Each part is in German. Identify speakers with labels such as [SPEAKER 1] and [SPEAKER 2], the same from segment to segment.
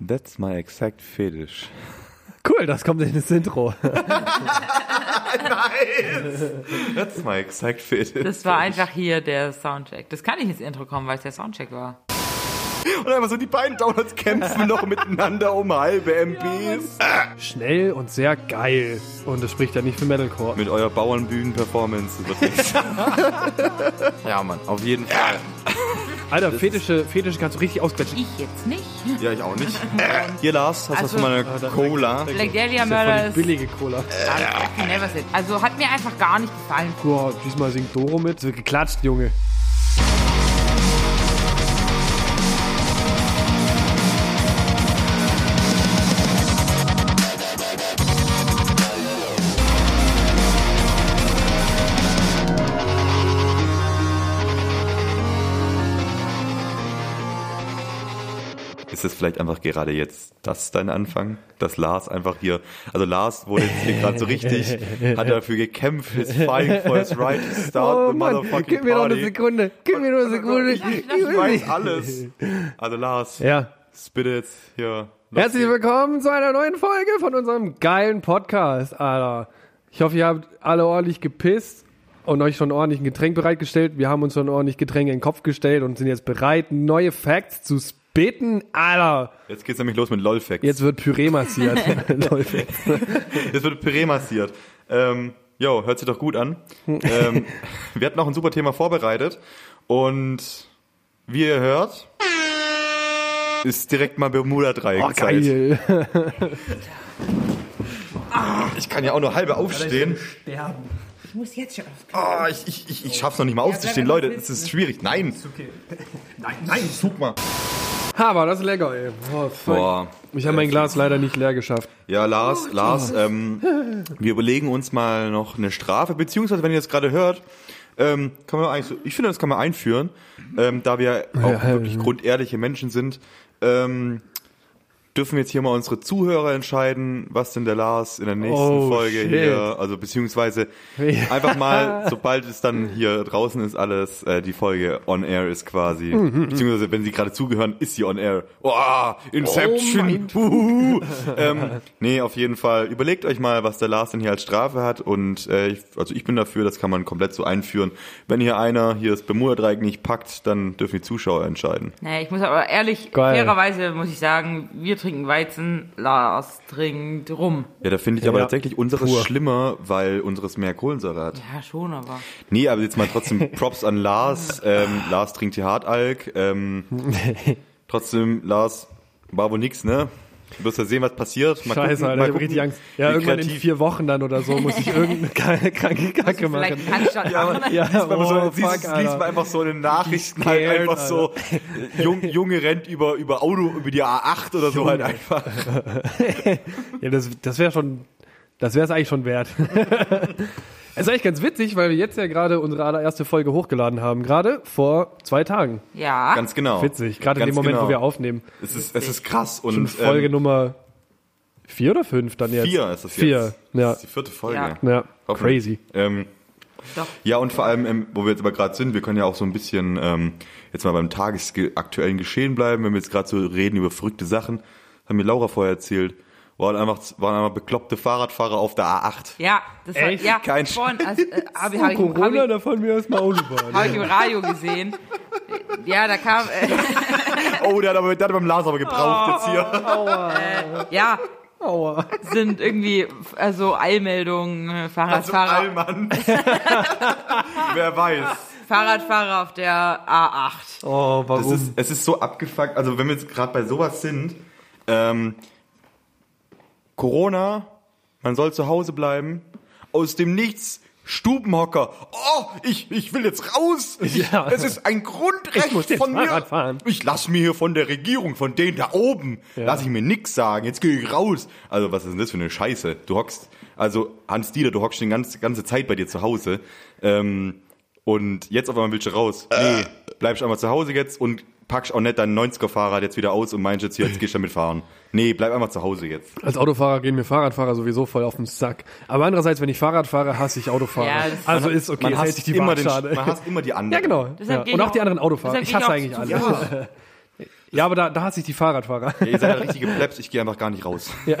[SPEAKER 1] That's my exact fetish.
[SPEAKER 2] Cool, das kommt in das Intro.
[SPEAKER 1] nice! That's my exact fetish.
[SPEAKER 3] Das war einfach hier der Soundcheck. Das kann nicht ins Intro kommen, weil es der Soundcheck war.
[SPEAKER 1] Und einfach so die beiden Donuts kämpfen noch miteinander um halbe MPs.
[SPEAKER 2] Schnell und sehr geil. Und das spricht ja nicht für Metalcore.
[SPEAKER 1] Mit eurer Bauernbühnen-Performance wird nichts. ja, Mann, auf jeden Fall.
[SPEAKER 2] Alter, Fetische, Fetische kannst du richtig ausquetschen.
[SPEAKER 3] Ich jetzt nicht.
[SPEAKER 1] Ja, ich auch nicht. Hier, Lars, hast du
[SPEAKER 3] Also-
[SPEAKER 1] was von meiner Cola?
[SPEAKER 3] Black Dahlia Murder
[SPEAKER 2] Voll die
[SPEAKER 3] ist
[SPEAKER 2] billige Cola.
[SPEAKER 3] fucking never said. Also hat mir einfach gar nicht gefallen.
[SPEAKER 2] Boah, diesmal singt Doro mit. So geklatscht, Junge.
[SPEAKER 1] Ist es vielleicht einfach gerade jetzt das dein Anfang? Dass Lars einfach hier, also Lars wurde jetzt hier gerade so richtig, hat dafür gekämpft, ist fighting for his right to start the motherfucking
[SPEAKER 2] Oh, gib mir noch
[SPEAKER 1] party.
[SPEAKER 2] eine Sekunde. Gib mir noch eine Sekunde.
[SPEAKER 1] Also, Ich weiß alles. Also Lars,
[SPEAKER 2] Ja.
[SPEAKER 1] spit it hier. Los
[SPEAKER 2] Herzlich
[SPEAKER 1] geht's.
[SPEAKER 2] willkommen zu einer neuen Folge von unserem geilen Podcast, Alter. Ich hoffe, ihr habt alle ordentlich gepisst und euch schon ordentlich ein Getränk bereitgestellt. Wir haben uns schon ordentlich Getränke in den Kopf gestellt und sind jetzt bereit, neue Facts zu spitten, Alter.
[SPEAKER 1] Jetzt geht's nämlich los mit LOL-Facts.
[SPEAKER 2] Jetzt wird Püree massiert. Leute.
[SPEAKER 1] Jetzt wird Püree massiert. Ähm, jo, hört sich doch gut an. ähm, wir hatten auch ein super Thema vorbereitet und wie ihr hört, ist direkt mal Bermuda-Dreieck.
[SPEAKER 2] oh, geil.
[SPEAKER 1] Ich kann ja auch nur halbe aufstehen.
[SPEAKER 3] Ich muss jetzt schon auf.
[SPEAKER 1] Ah, ich, ich, ich, ich schaff's noch nicht mal aufzustehen.
[SPEAKER 3] bleib
[SPEAKER 1] Leute,
[SPEAKER 3] einfach
[SPEAKER 1] es ist schwierig. Nein. Nein, nein, zug mal.
[SPEAKER 2] Aber das ist lecker, ey. Oh, fuck.
[SPEAKER 1] Boah.
[SPEAKER 2] Ich habe mein Glas leider nicht leer geschafft.
[SPEAKER 1] Ja, Lars, Lars, ähm, wir überlegen uns mal noch eine Strafe, beziehungsweise wenn ihr das gerade hört, ähm, kann man eigentlich so, ich finde, das kann man einführen, ähm, da wir auch
[SPEAKER 2] Ja, ja,
[SPEAKER 1] wirklich
[SPEAKER 2] ja.
[SPEAKER 1] grundehrliche Menschen sind, ähm, dürfen wir jetzt hier mal unsere Zuhörer entscheiden, was denn der Lars in der nächsten
[SPEAKER 2] Oh,
[SPEAKER 1] Folge
[SPEAKER 2] shit.
[SPEAKER 1] hier, also beziehungsweise einfach mal, sobald es dann hier draußen ist alles, äh, die Folge on air ist quasi, beziehungsweise wenn sie gerade zugehören, ist sie on air. Oh, Inception. Huhuhu. ähm, nee, auf jeden Fall. Überlegt euch mal, was der Lars denn hier als Strafe hat und äh, ich, also ich bin dafür, das kann man komplett so einführen. Wenn hier einer hier das Bermuda-Dreieck nicht packt, dann dürfen die Zuschauer entscheiden.
[SPEAKER 3] Naja, ich muss aber ehrlich,
[SPEAKER 2] Geil.
[SPEAKER 3] fairerweise muss ich sagen, wir trinken Weizen, Lars trinkt rum.
[SPEAKER 1] Ja, da finde ich aber
[SPEAKER 2] Ja.
[SPEAKER 1] tatsächlich unseres
[SPEAKER 2] Pur.
[SPEAKER 1] schlimmer, weil unseres mehr Kohlensäure hat.
[SPEAKER 3] Ja, schon, aber.
[SPEAKER 1] Nee, aber jetzt mal trotzdem Props an Lars. Ähm, Lars trinkt hier Hartalk. Ähm, trotzdem, Lars, war wohl nix, ne? Du wirst ja sehen, was passiert. Mal
[SPEAKER 2] Scheiße, Alter, ich hab
[SPEAKER 1] gucken,
[SPEAKER 2] richtig Angst. Ja,
[SPEAKER 1] wie
[SPEAKER 2] irgendwann in
[SPEAKER 1] kreativ-
[SPEAKER 2] vier Wochen dann oder so muss ich irgendeine kranke, kranke Kacke
[SPEAKER 3] Vielleicht
[SPEAKER 2] machen.
[SPEAKER 3] kann ich schon.
[SPEAKER 2] Ja,
[SPEAKER 1] Einfach so,
[SPEAKER 2] oh,
[SPEAKER 1] siehst,
[SPEAKER 2] fuck,
[SPEAKER 1] du, liest man
[SPEAKER 2] Alter.
[SPEAKER 1] einfach so eine Nachrichten halt
[SPEAKER 2] Scared,
[SPEAKER 1] einfach so. Äh, Jung, Junge rennt über, über Auto, über die A8 oder so halt einfach.
[SPEAKER 2] Ja, das, das wäre schon, das wäre es eigentlich schon wert. Es ist eigentlich ganz witzig, weil wir jetzt ja gerade unsere allererste Folge hochgeladen haben. Gerade vor zwei Tagen.
[SPEAKER 3] Ja.
[SPEAKER 1] Ganz genau.
[SPEAKER 2] Witzig. Gerade in
[SPEAKER 1] Ganz
[SPEAKER 2] dem Moment, wo
[SPEAKER 1] genau.
[SPEAKER 2] wir aufnehmen.
[SPEAKER 1] Es ist, es ist krass.
[SPEAKER 2] Und
[SPEAKER 1] Und
[SPEAKER 2] Folge
[SPEAKER 1] ähm,
[SPEAKER 2] Nummer vier oder fünf dann jetzt.
[SPEAKER 1] vier ist es
[SPEAKER 2] Vier,
[SPEAKER 1] jetzt.
[SPEAKER 2] ja.
[SPEAKER 1] Das ist die vierte Folge.
[SPEAKER 3] Ja.
[SPEAKER 2] Ja,
[SPEAKER 1] Hoffentlich.
[SPEAKER 2] crazy.
[SPEAKER 1] Ähm,
[SPEAKER 3] Doch.
[SPEAKER 1] Ja, und vor allem, ähm, wo wir jetzt aber gerade sind, wir können ja auch so ein bisschen ähm, jetzt mal beim tagesaktuellen Geschehen bleiben, wenn wir jetzt gerade so reden über verrückte Sachen, haben mir Laura vorher erzählt, waren einfach, waren einfach bekloppte Fahrradfahrer auf der A8.
[SPEAKER 3] Ja, das war,
[SPEAKER 2] Echt?
[SPEAKER 3] ja,
[SPEAKER 1] Kein
[SPEAKER 3] vorhin, also, äh, hab, ich- hab, ich, hab,
[SPEAKER 2] Oh, Corona, ne?
[SPEAKER 3] ich,
[SPEAKER 2] da fahren wir erstmal Autobahn.
[SPEAKER 3] hab ich im Radio gesehen. Ja, da kam, äh,
[SPEAKER 1] Oh, der hat, aber, der hat beim Lars aber gebraucht jetzt hier.
[SPEAKER 3] Äh, ja,
[SPEAKER 2] Aua.
[SPEAKER 3] sind irgendwie, also Eilmeldungen, äh,
[SPEAKER 1] Also
[SPEAKER 3] Fahrradfahrer,
[SPEAKER 1] Allmann. Wer weiß.
[SPEAKER 3] Fahrradfahrer auf der A8.
[SPEAKER 2] Oh,
[SPEAKER 1] Es
[SPEAKER 2] warum?
[SPEAKER 1] ist, es ist so abgefuckt, also wenn wir jetzt gerade bei sowas sind, ähm, Corona, man soll zu Hause bleiben, aus dem Nichts, Stubenhocker, oh, ich, ich will jetzt raus, ich,
[SPEAKER 2] Ja.
[SPEAKER 1] es ist ein Grundrecht
[SPEAKER 2] Ich muss jetzt
[SPEAKER 1] von mir,
[SPEAKER 2] Fahrrad fahren.
[SPEAKER 1] ich lasse mir hier von der Regierung, von denen da oben, lass ich mir nix sagen, jetzt gehe ich raus. Also was ist denn das für eine Scheiße, du hockst, also Hans Dieter, du hockst die ganze, ganze Zeit bei dir zu Hause, ähm, und jetzt auf einmal willst du raus.
[SPEAKER 2] Äh.
[SPEAKER 1] Nee, bleibst einmal zu Hause jetzt und packst auch nicht dein 90er-Fahrrad jetzt wieder aus und meinst jetzt, hier, jetzt gehst du damit fahren. Nee, bleib einmal zu Hause jetzt.
[SPEAKER 2] Als Autofahrer gehen mir Fahrradfahrer sowieso voll auf den Sack. Aber andererseits, wenn ich Fahrrad fahre, hasse ich Autofahrer.
[SPEAKER 3] Ja, das-
[SPEAKER 2] also ist okay,
[SPEAKER 1] man,
[SPEAKER 2] es hält sich
[SPEAKER 1] hasst
[SPEAKER 2] die
[SPEAKER 1] immer den,
[SPEAKER 2] Waagschale.
[SPEAKER 1] man hasst immer die anderen.
[SPEAKER 2] Ja, genau.
[SPEAKER 3] Deshalb
[SPEAKER 2] Ja.
[SPEAKER 3] gehe
[SPEAKER 2] Und
[SPEAKER 3] ich
[SPEAKER 2] auch die
[SPEAKER 3] auch-
[SPEAKER 2] anderen Autofahrer.
[SPEAKER 3] deshalb
[SPEAKER 2] Ich
[SPEAKER 3] gehe ich
[SPEAKER 2] hasse
[SPEAKER 3] auch
[SPEAKER 2] eigentlich
[SPEAKER 3] zu
[SPEAKER 2] alle.
[SPEAKER 3] Fuß.
[SPEAKER 1] Ja.
[SPEAKER 2] Ja, aber da, da hasse ich die Fahrradfahrer.
[SPEAKER 1] Ja, ihr seid ja richtige Plebs, ich gehe einfach gar nicht raus.
[SPEAKER 2] Ja.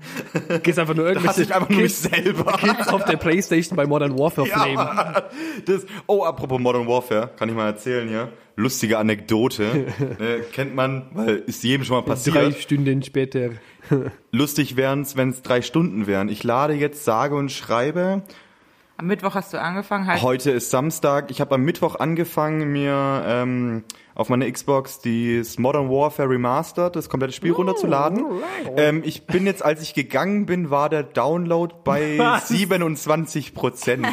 [SPEAKER 2] Gehst einfach nur
[SPEAKER 1] Hasse
[SPEAKER 2] irgendwelche
[SPEAKER 1] ich einfach nur mich selber.
[SPEAKER 2] Kids auf der Playstation bei Modern Warfare flamen.
[SPEAKER 1] Ja, das, oh, apropos Modern Warfare, kann ich mal erzählen hier. Lustige Anekdote. ne, kennt man, weil ist jedem schon mal
[SPEAKER 2] Drei
[SPEAKER 1] passiert.
[SPEAKER 2] Stunden später.
[SPEAKER 1] Lustig wären's, wenn's drei Stunden wären. Ich lade jetzt, sage und schreibe.
[SPEAKER 3] Am Mittwoch hast du angefangen, halt
[SPEAKER 1] Heute ist Samstag. Ich habe am Mittwoch angefangen, mir ähm, auf meine Xbox das Modern Warfare Remastered, das komplette Spiel runterzuladen. Ähm, ich bin jetzt, als ich gegangen bin, war der Download bei 27 Prozent.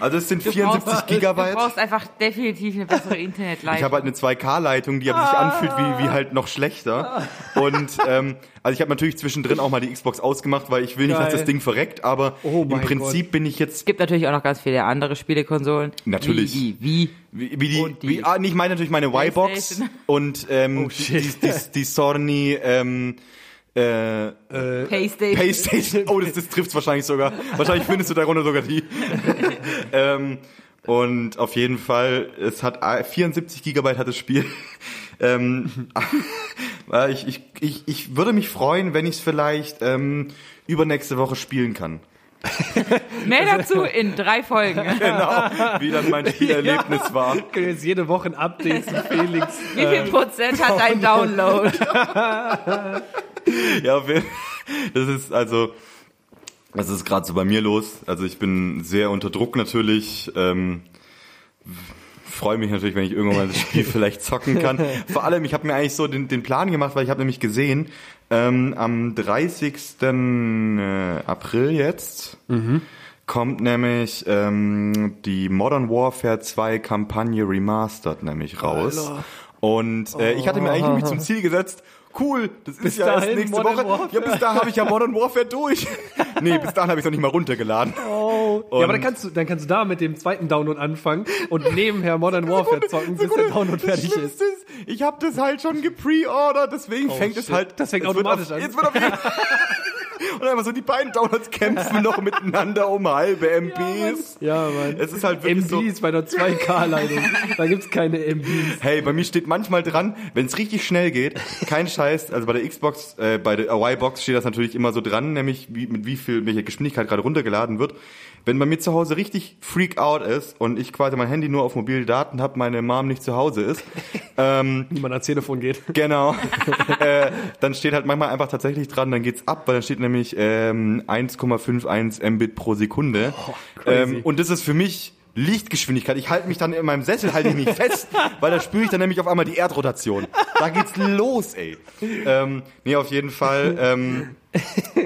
[SPEAKER 1] Also es sind 74
[SPEAKER 3] Du
[SPEAKER 1] Gigabyte.
[SPEAKER 3] brauchst einfach definitiv eine bessere
[SPEAKER 1] Ich habe
[SPEAKER 3] Internetleitung.
[SPEAKER 1] halt eine 2K-Leitung, die aber sich anfühlt wie,
[SPEAKER 2] Ah.
[SPEAKER 1] wie halt noch schlechter. Und ähm, also ich habe natürlich zwischendrin auch mal die Xbox ausgemacht, weil ich will nicht, dass
[SPEAKER 2] Geil.
[SPEAKER 1] das Ding verreckt, aber
[SPEAKER 2] Oh
[SPEAKER 1] im
[SPEAKER 2] mein
[SPEAKER 1] Prinzip bin ich jetzt
[SPEAKER 3] Es gibt natürlich auch noch ganz viele andere Spielekonsolen.
[SPEAKER 1] Natürlich.
[SPEAKER 3] Wie, wie,
[SPEAKER 1] Wie, wie die,
[SPEAKER 3] Und die-
[SPEAKER 1] wie, ah, nee, ich meine natürlich meine Y-Box
[SPEAKER 3] PlayStation.
[SPEAKER 1] und ähm, die,
[SPEAKER 2] Oh, shit.
[SPEAKER 1] die, die, die Sony ähm, äh,
[SPEAKER 3] wie. Paystation.
[SPEAKER 1] Playstation. Oh, das, das trifft's wahrscheinlich sogar. Wahrscheinlich findest du darunter sogar die. ähm, und auf jeden Fall, es hat a- 74 Gigabyte hat das Spiel. ähm, äh, ich, ich, ich, ich würde mich freuen, wenn ich es vielleicht ähm, übernächste Woche spielen kann.
[SPEAKER 3] Mehr dazu in drei Folgen.
[SPEAKER 1] Wie dann mein Spielerlebnis war.
[SPEAKER 2] Können jetzt jede Woche ein Update zu Felix.
[SPEAKER 3] Wie viel Prozent hat dein Download?
[SPEAKER 1] Ja, wir- das ist also, das ist gerade so bei mir los. Also ich bin sehr unter Druck natürlich. Ähm, Freue mich natürlich, wenn ich irgendwann mal das Spiel vielleicht zocken kann. Vor allem, ich habe mir eigentlich so den, den Plan gemacht, weil ich habe nämlich gesehen, ähm, am 30. äh, April jetzt kommt nämlich ähm, die Modern Warfare 2 Kampagne Remastered nämlich raus.
[SPEAKER 2] Alter.
[SPEAKER 1] Und äh, ich hatte mir eigentlich nämlich zum Ziel gesetzt, cool, das ist ja erst
[SPEAKER 2] dahin
[SPEAKER 1] nächste
[SPEAKER 2] Modern
[SPEAKER 1] Woche.
[SPEAKER 2] Warfare.
[SPEAKER 1] Ja, bis dahin habe ich ja Modern Warfare durch. nee, bis dahin habe ich noch nicht mal runtergeladen.
[SPEAKER 2] ja, aber dann kannst, du, dann kannst du da mit dem zweiten Download anfangen und nebenher Modern Warfare Oh, zocken, bis der Download fertig ist. Oh,
[SPEAKER 1] Schlimmste ist, ich habe das halt schon gepreordert, deswegen fängt es
[SPEAKER 2] shit.
[SPEAKER 1] halt.
[SPEAKER 2] Das fängt
[SPEAKER 1] es wird
[SPEAKER 2] automatisch
[SPEAKER 1] auf,
[SPEAKER 2] an.
[SPEAKER 1] Jetzt wird auf jeden Und einfach so, die beiden Downloads kämpfen noch miteinander um halbe MBs.
[SPEAKER 2] Ja, Mann.
[SPEAKER 1] es ist halt wirklich so,
[SPEAKER 2] MBs bei der 2K-Leitung. Da gibt's keine MBs.
[SPEAKER 1] hey, bei mir steht manchmal dran, wenn es richtig schnell geht, kein Scheiß, also bei der Xbox, äh, bei der Y-Box steht das natürlich immer so dran, nämlich wie, mit wie viel, welcher Geschwindigkeit gerade runtergeladen wird. Wenn bei mir zu Hause richtig Freak out ist und ich quasi mein Handy nur auf mobile Daten habe, meine Mom nicht zu Hause ist, ähm,
[SPEAKER 2] Niemand ans Telefon geht.
[SPEAKER 1] Genau. äh, dann steht halt manchmal einfach tatsächlich dran, dann geht's ab, weil dann steht nämlich ähm, 1,51 Mbit pro Sekunde.
[SPEAKER 2] crazy.
[SPEAKER 1] ähm, und das ist für mich Lichtgeschwindigkeit. Ich halte mich dann in meinem Sessel halte ich mich fest, weil da spüre ich dann nämlich auf einmal die Erdrotation. Da geht's los, ey. Ähm, nee, auf jeden Fall. Ähm,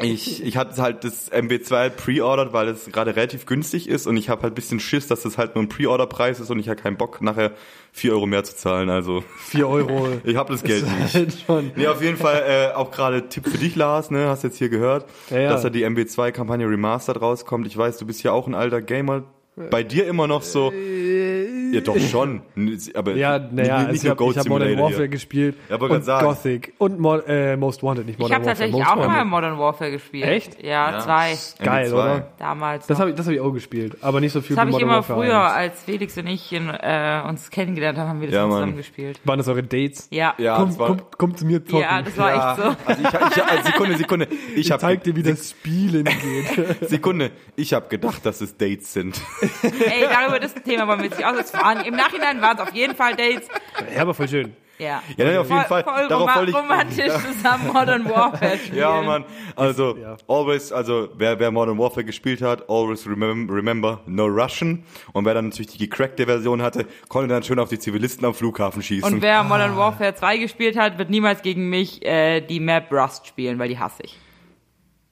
[SPEAKER 1] ich, ich hatte halt das MB2 pre-ordered, weil es gerade relativ günstig ist und ich habe halt ein bisschen Schiss, dass das halt nur ein Pre-Order-Preis ist und ich habe keinen Bock, nachher 4 Euro mehr zu zahlen. Also
[SPEAKER 2] 4 Euro.
[SPEAKER 1] ich habe das Geld nicht.
[SPEAKER 2] Schon.
[SPEAKER 1] Nee, auf jeden Fall äh, auch gerade Tipp für dich, Lars, ne? Hast jetzt hier gehört,
[SPEAKER 2] Ja, ja.
[SPEAKER 1] dass da die MB2-Kampagne Remastered rauskommt. Ich weiß, du bist ja auch ein alter Gamer. Bei dir immer noch so. Ja, doch schon. N- Aber
[SPEAKER 2] Ja,
[SPEAKER 1] nicht-
[SPEAKER 2] naja,
[SPEAKER 1] nicht,
[SPEAKER 2] also ich
[SPEAKER 1] nur
[SPEAKER 2] habe
[SPEAKER 1] Goat
[SPEAKER 2] hab Modern
[SPEAKER 1] Simulator
[SPEAKER 2] Warfare
[SPEAKER 1] hier.
[SPEAKER 2] gespielt
[SPEAKER 1] Ja, wollte
[SPEAKER 2] und
[SPEAKER 1] grad sagen.
[SPEAKER 2] Gothic und Mo äh, Most Wanted, nicht
[SPEAKER 3] Ich
[SPEAKER 2] Modern
[SPEAKER 3] habe
[SPEAKER 2] Warfare.
[SPEAKER 3] tatsächlich
[SPEAKER 2] Most
[SPEAKER 3] auch mal
[SPEAKER 2] Wanted.
[SPEAKER 3] Modern Warfare gespielt.
[SPEAKER 2] Echt?
[SPEAKER 3] Ja, zwei.
[SPEAKER 2] Geil,
[SPEAKER 1] MB2.
[SPEAKER 2] oder?
[SPEAKER 3] Damals.
[SPEAKER 2] Das
[SPEAKER 3] noch.
[SPEAKER 2] habe ich, das hab ich auch gespielt, aber nicht so viel
[SPEAKER 3] Das habe ich immer
[SPEAKER 2] Warfare
[SPEAKER 3] früher,
[SPEAKER 2] 1.
[SPEAKER 3] als Felix und ich in, äh, uns kennengelernt haben, haben wir das
[SPEAKER 1] Ja,
[SPEAKER 3] ja,
[SPEAKER 1] Mann.
[SPEAKER 3] zusammen gespielt.
[SPEAKER 2] Waren das eure Dates?
[SPEAKER 3] Ja.
[SPEAKER 1] Ja,
[SPEAKER 2] Komm,
[SPEAKER 1] das war-
[SPEAKER 2] komm, komm zu mir zocken.
[SPEAKER 3] Ja, das war
[SPEAKER 1] Ja,
[SPEAKER 3] echt so.
[SPEAKER 1] also ich, hab- ich, also Sekunde, Sekunde. Ich, hab
[SPEAKER 2] Zeig dir, wie
[SPEAKER 1] Se-
[SPEAKER 2] das Spielen geht.
[SPEAKER 1] Sekunde. Ich habe gedacht, dass es Dates sind.
[SPEAKER 3] Ey, darüber das Thema wollen wir jetzt nicht ausfahren. Im Nachhinein waren es auf jeden Fall Dates.
[SPEAKER 2] ja, aber voll schön.
[SPEAKER 3] Ja.
[SPEAKER 1] Ja, nein, auf jeden Fall.
[SPEAKER 3] Voll
[SPEAKER 1] Darauf
[SPEAKER 3] roma
[SPEAKER 1] wollte ich,
[SPEAKER 3] romantisch zusammen Modern Warfare spielen.
[SPEAKER 1] Ja, Mann. Also,
[SPEAKER 2] Ja.
[SPEAKER 1] always, also, wer, wer Modern Warfare gespielt hat, always remem remember, no Russian. Und wer dann natürlich die gecrackte Version hatte, konnte dann schön auf die Zivilisten am Flughafen schießen.
[SPEAKER 3] Und wer Modern Warfare 2 gespielt hat, wird niemals gegen mich äh, die Map Rust spielen, weil die hasse ich.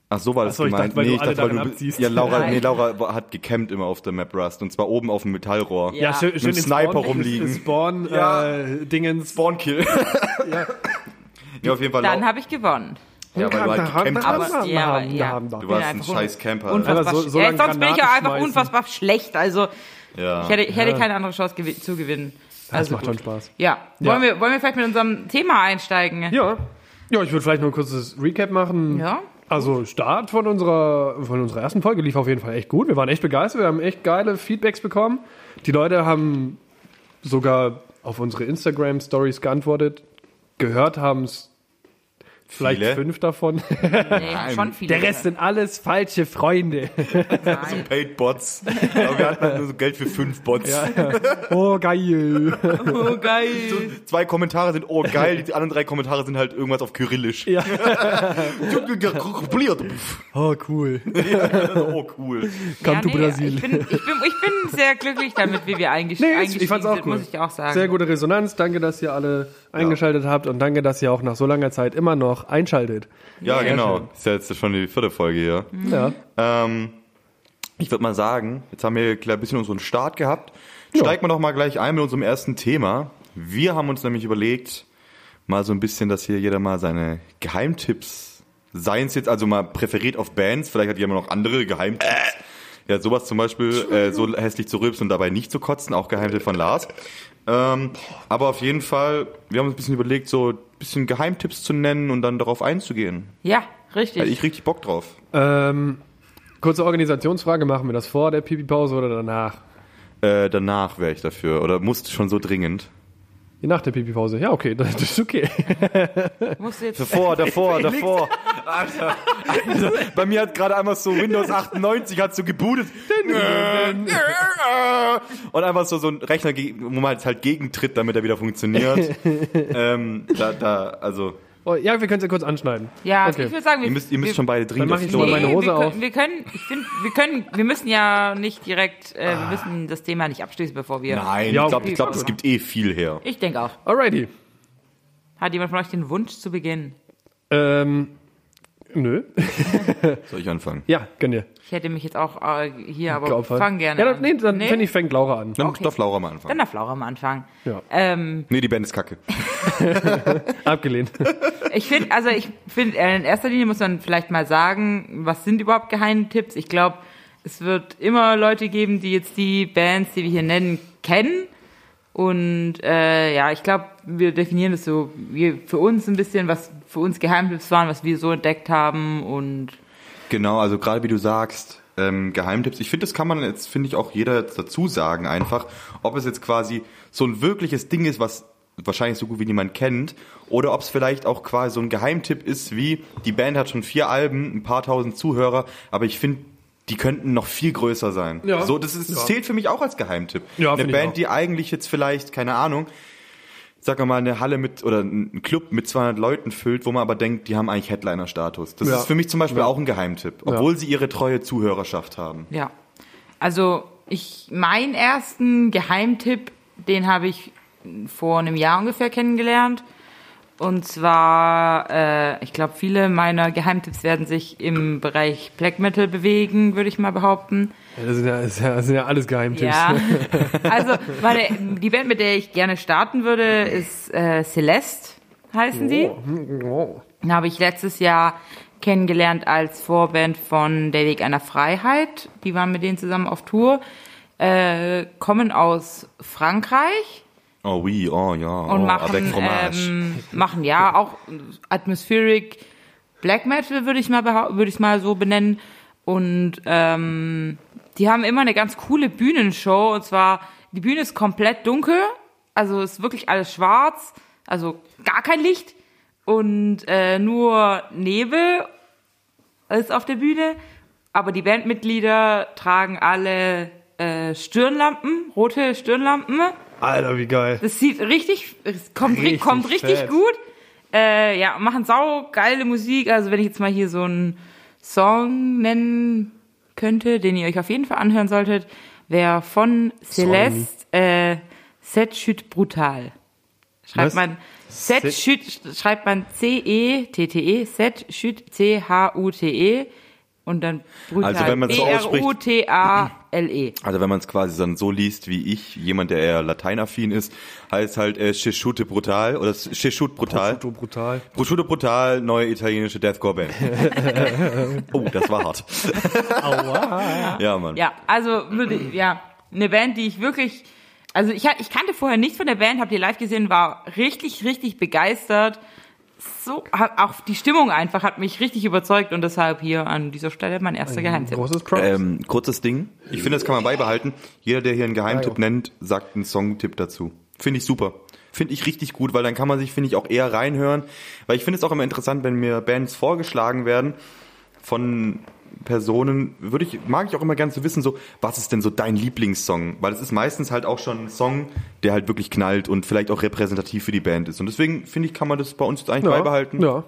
[SPEAKER 1] Ach, so war das
[SPEAKER 2] Ach so, ich
[SPEAKER 1] gemeint.
[SPEAKER 2] dachte, weil
[SPEAKER 1] nee,
[SPEAKER 2] du
[SPEAKER 1] ich
[SPEAKER 2] alle
[SPEAKER 1] dachte, weil
[SPEAKER 2] daran
[SPEAKER 1] du,
[SPEAKER 2] abziehst.
[SPEAKER 1] ja, Laura,
[SPEAKER 3] Nein.
[SPEAKER 1] nee, Laura hat gecampt immer auf der Map Rust. Und zwar oben auf dem Metallrohr.
[SPEAKER 3] Ja.
[SPEAKER 2] Ja, schön, schön
[SPEAKER 1] Mit dem Sniper
[SPEAKER 2] Spawn,
[SPEAKER 1] rumliegen.
[SPEAKER 2] Spawn,
[SPEAKER 1] Ja.
[SPEAKER 2] äh, Dingens.
[SPEAKER 1] Spawnkill.
[SPEAKER 2] Ja.
[SPEAKER 1] ja, auf jeden Fall.
[SPEAKER 3] Dann
[SPEAKER 1] Lau-
[SPEAKER 3] habe ich gewonnen.
[SPEAKER 1] ja, weil du halt gecampt hast.
[SPEAKER 3] Aber- ja, aber- ja.
[SPEAKER 1] Du
[SPEAKER 3] bin
[SPEAKER 1] warst ein
[SPEAKER 3] einfach
[SPEAKER 1] scheiß Camper. ne? Alter.
[SPEAKER 3] Unfassbar
[SPEAKER 2] Aber so-
[SPEAKER 3] schlecht.
[SPEAKER 2] so
[SPEAKER 3] Ey,
[SPEAKER 2] lange
[SPEAKER 3] sonst bin ich ja
[SPEAKER 2] Granaten
[SPEAKER 3] einfach
[SPEAKER 2] schmeißen.
[SPEAKER 3] unfassbar schlecht. Also
[SPEAKER 1] Ja.
[SPEAKER 3] ich hätte, ich hätte keine andere Chance gewi- zu gewinnen.
[SPEAKER 2] Das
[SPEAKER 3] Also
[SPEAKER 2] macht schon Spaß.
[SPEAKER 3] Ja.
[SPEAKER 2] Ja.
[SPEAKER 3] Wollen, wir, wollen wir vielleicht mit unserem Thema einsteigen?
[SPEAKER 2] Ja. Ja, ich würde vielleicht noch ein kurzes Recap machen.
[SPEAKER 3] Ja.
[SPEAKER 2] Also Start von unserer, von unserer ersten Folge lief auf jeden Fall echt gut. Wir waren echt begeistert, wir haben echt geile Feedbacks bekommen. Die Leute haben sogar auf unsere Instagram-Stories geantwortet. gehört haben es vielleicht
[SPEAKER 1] Viele?
[SPEAKER 2] fünf davon.
[SPEAKER 3] Nee, schon viele.
[SPEAKER 2] Der Rest sind alles falsche Freunde.
[SPEAKER 3] Nein.
[SPEAKER 1] Paid Bots. Aber wir hatten halt nur so Geld für fünf Bots.
[SPEAKER 2] Oh, geil.
[SPEAKER 3] Oh, geil.
[SPEAKER 1] Zwei Kommentare sind, oh geil, die anderen drei Kommentare sind halt irgendwas auf Kyrillisch.
[SPEAKER 2] Ja.
[SPEAKER 1] oh
[SPEAKER 2] Oh, cool.
[SPEAKER 1] Also, cool.
[SPEAKER 2] Come to
[SPEAKER 3] nee,
[SPEAKER 2] Brasil.
[SPEAKER 3] Ich bin, ich, bin, ich bin sehr glücklich damit, wie wir eingestiegen,
[SPEAKER 2] Nee, ist-
[SPEAKER 3] eingestiegen
[SPEAKER 2] ich fand's auch
[SPEAKER 3] sind,
[SPEAKER 2] cool.
[SPEAKER 3] muss ich auch sagen.
[SPEAKER 2] Sehr gute Resonanz. Danke, dass ihr alle eingeschaltet habt und danke, dass ihr auch nach so langer Zeit immer noch einschaltet.
[SPEAKER 1] Ja,
[SPEAKER 2] Sehr
[SPEAKER 1] genau.
[SPEAKER 2] schön.
[SPEAKER 1] Ist ja jetzt schon die vierte Folge hier.
[SPEAKER 3] Mhm.
[SPEAKER 2] Ja.
[SPEAKER 1] Ähm, ich würde mal sagen, jetzt haben wir ein bisschen unseren Start gehabt. Steigen wir doch mal gleich ein mit unserem ersten Thema. Wir haben uns nämlich überlegt, mal so ein bisschen, dass hier jeder mal seine Geheimtipps, seien es jetzt also mal präferiert auf Bands, vielleicht hat jemand noch andere Geheimtipps. Ja, sowas zum Beispiel, äh, so hässlich zu rülpsen und dabei nicht zu kotzen, auch Geheimtipp von Lars. Ähm, aber auf jeden Fall, wir haben uns ein bisschen überlegt, so ein bisschen Geheimtipps zu nennen und dann darauf einzugehen.
[SPEAKER 3] Ja, richtig.
[SPEAKER 1] Hätte ich richtig Bock drauf.
[SPEAKER 2] Ähm, kurze Organisationsfrage, machen wir das vor der Pipi-Pause oder danach?
[SPEAKER 1] Äh, danach wäre ich dafür. Oder musste schon so dringend.
[SPEAKER 2] Nach der Pipi-Pause. Ja, okay, das ist okay.
[SPEAKER 3] Musst du jetzt
[SPEAKER 1] Davor, davor, davor. Alter, Alter. Bei mir hat gerade einmal so Windows 98 hat so gebootet. Und einfach so, so ein Rechner, ge- wo man jetzt halt gegentritt, damit er wieder funktioniert. ähm, da, da, also,
[SPEAKER 2] Oh, ja, wir können es ja kurz anschneiden.
[SPEAKER 3] Ja,
[SPEAKER 2] Okay.
[SPEAKER 3] ich würde sagen, wir,
[SPEAKER 1] ihr müsst, ihr müsst
[SPEAKER 3] wir,
[SPEAKER 1] schon beide dringend
[SPEAKER 2] mach
[SPEAKER 1] aufs
[SPEAKER 2] ich
[SPEAKER 1] Klo.
[SPEAKER 2] mal meine Hose
[SPEAKER 3] wir, können-
[SPEAKER 2] auf.
[SPEAKER 3] Wir können, ich finde, wir können, wir müssen ja nicht direkt, äh, wir müssen das Thema nicht abschließen, bevor wir.
[SPEAKER 1] Ah. Nein,
[SPEAKER 2] Ja,
[SPEAKER 1] ich glaube,
[SPEAKER 2] okay.
[SPEAKER 1] ich glaub, das gibt eh viel her.
[SPEAKER 3] Ich denke auch.
[SPEAKER 2] Alrighty.
[SPEAKER 3] Hat jemand von euch den Wunsch zu beginnen?
[SPEAKER 2] Ähm, nö.
[SPEAKER 1] Soll ich anfangen?
[SPEAKER 2] Ja, gönn dir.
[SPEAKER 3] Ich hätte mich jetzt auch äh, hier, aber
[SPEAKER 2] Geopfert.
[SPEAKER 3] fang gerne
[SPEAKER 2] Ja, dann,
[SPEAKER 3] an.
[SPEAKER 2] nee, dann finde ich, fängt Laura an.
[SPEAKER 1] Dann
[SPEAKER 3] Okay.
[SPEAKER 1] darf Laura mal anfangen.
[SPEAKER 3] Dann darf Laura mal anfangen.
[SPEAKER 2] Ja.
[SPEAKER 3] Ähm,
[SPEAKER 1] Nee, die Band ist kacke.
[SPEAKER 2] Abgelehnt.
[SPEAKER 3] ich finde, also ich finde, äh, in erster Linie muss man vielleicht mal sagen, was sind überhaupt Geheimtipps? Ich glaube, es wird immer Leute geben, die jetzt die Bands, die wir hier nennen, kennen. Und äh, ja, ich glaube, wir definieren das so wir, für uns ein bisschen, was für uns Geheimtipps waren, was wir so entdeckt haben und
[SPEAKER 1] Genau, also gerade wie du sagst, ähm, Geheimtipps. Ich finde, das kann man jetzt, finde ich, auch jeder dazu sagen einfach, ob es jetzt quasi so ein wirkliches Ding ist, was wahrscheinlich so gut wie niemand kennt, oder ob es vielleicht auch quasi so ein Geheimtipp ist, wie die Band hat schon vier Alben, ein paar tausend Zuhörer, aber ich finde, die könnten noch viel größer sein.
[SPEAKER 2] Ja.
[SPEAKER 1] So, das, ist, das
[SPEAKER 2] Ja.
[SPEAKER 1] zählt für mich auch als Geheimtipp.
[SPEAKER 2] Ja,
[SPEAKER 1] Eine
[SPEAKER 2] find ich auch.
[SPEAKER 1] Band, die eigentlich jetzt vielleicht, keine Ahnung, sag mal, eine Halle mit oder ein Club mit 200 Leuten füllt, wo man aber denkt, die haben eigentlich Headliner-Status. Das
[SPEAKER 2] Ja.
[SPEAKER 1] ist für mich zum Beispiel auch ein Geheimtipp, obwohl sie ihre treue Zuhörerschaft haben.
[SPEAKER 3] Ja. Also, ich, meinen ersten Geheimtipp, den habe ich vor einem Jahr ungefähr kennengelernt. Und zwar, äh, ich glaube, viele meiner Geheimtipps werden sich im Bereich Black Metal bewegen, würde ich mal behaupten.
[SPEAKER 2] Ja, das, sind ja, das sind ja- das sind ja alles Geheimtipps.
[SPEAKER 3] Ja. Also, meine, die Band, mit der ich gerne starten würde, ist äh, Celeste, heißen die.
[SPEAKER 2] Oh, hm, oh.
[SPEAKER 3] Den habe ich letztes Jahr kennengelernt als Vorband von Der Weg einer Freiheit. Die waren mit denen zusammen auf Tour. Äh, kommen aus Frankreich
[SPEAKER 1] Oh oui, oh ja,
[SPEAKER 3] und
[SPEAKER 1] oh, avec
[SPEAKER 3] machen,
[SPEAKER 1] fromage.
[SPEAKER 3] ähm, machen ja auch atmospheric Black Metal würde ich mal behau- würde ich mal so benennen und ähm, die haben immer eine ganz coole Bühnenshow und zwar die Bühne ist komplett dunkel, also ist wirklich alles schwarz, also gar kein Licht und äh, nur Nebel ist auf der Bühne, aber die Bandmitglieder tragen alle äh, Stirnlampen, rote Stirnlampen.
[SPEAKER 2] Alter, wie geil.
[SPEAKER 3] Das sieht richtig, es kommt
[SPEAKER 2] Richtig
[SPEAKER 3] richtig, kommt richtig
[SPEAKER 2] fett.
[SPEAKER 3] gut. Äh, ja, machen sau geile Musik. Also wenn ich jetzt mal hier so einen Song nennen könnte, den ihr euch auf jeden Fall anhören solltet, wäre von Celeste äh, Set Chut Brutal. Schreibt
[SPEAKER 2] Was?
[SPEAKER 3] man Set
[SPEAKER 2] Set-
[SPEAKER 3] Chut, schreibt man E C-E-T-T-E, Set Chut C-H-U-T-E E und dann halt Brutal.
[SPEAKER 1] Also wenn man's so ausspricht-
[SPEAKER 3] B-R-U-T-A-L-E.
[SPEAKER 1] Also wenn man es quasi dann so liest wie ich, jemand, der eher lateinaffin ist, heißt halt äh, Shishute Brutal oder Shishut Brutal.
[SPEAKER 2] Foto brutal.
[SPEAKER 1] Prosciutto Brutal, neue italienische Deathcore-Band. oh, das war hart.
[SPEAKER 2] Aua.
[SPEAKER 1] Ja, Mann.
[SPEAKER 3] Ja, also würde ja eine Band, die ich wirklich, also ich, ich kannte vorher nichts von der Band, habt ihr live gesehen, war richtig richtig begeistert. So ha- auch die Stimmung einfach hat mich richtig überzeugt und deshalb hier an dieser Stelle mein erster Geheimtipp.
[SPEAKER 2] Großes Props.
[SPEAKER 1] Ähm, kurzes Ding. Ich finde, das kann man beibehalten. Jeder, der hier einen
[SPEAKER 2] Ah,
[SPEAKER 1] Geheimtipp
[SPEAKER 2] ja.
[SPEAKER 1] nennt, sagt einen Songtipp dazu. Finde ich super. finde ich richtig gut, weil dann kann man sich, finde ich, auch eher reinhören. Weil ich finde es auch immer interessant, wenn mir Bands vorgeschlagen werden von Personen, würde ich, mag ich auch immer gerne zu wissen, so, was ist denn so dein Lieblingssong? Weil es ist meistens halt auch schon ein Song, der halt wirklich knallt und vielleicht auch repräsentativ für die Band ist. Und deswegen, finde ich, kann man das bei uns jetzt eigentlich beibehalten.
[SPEAKER 2] Ja.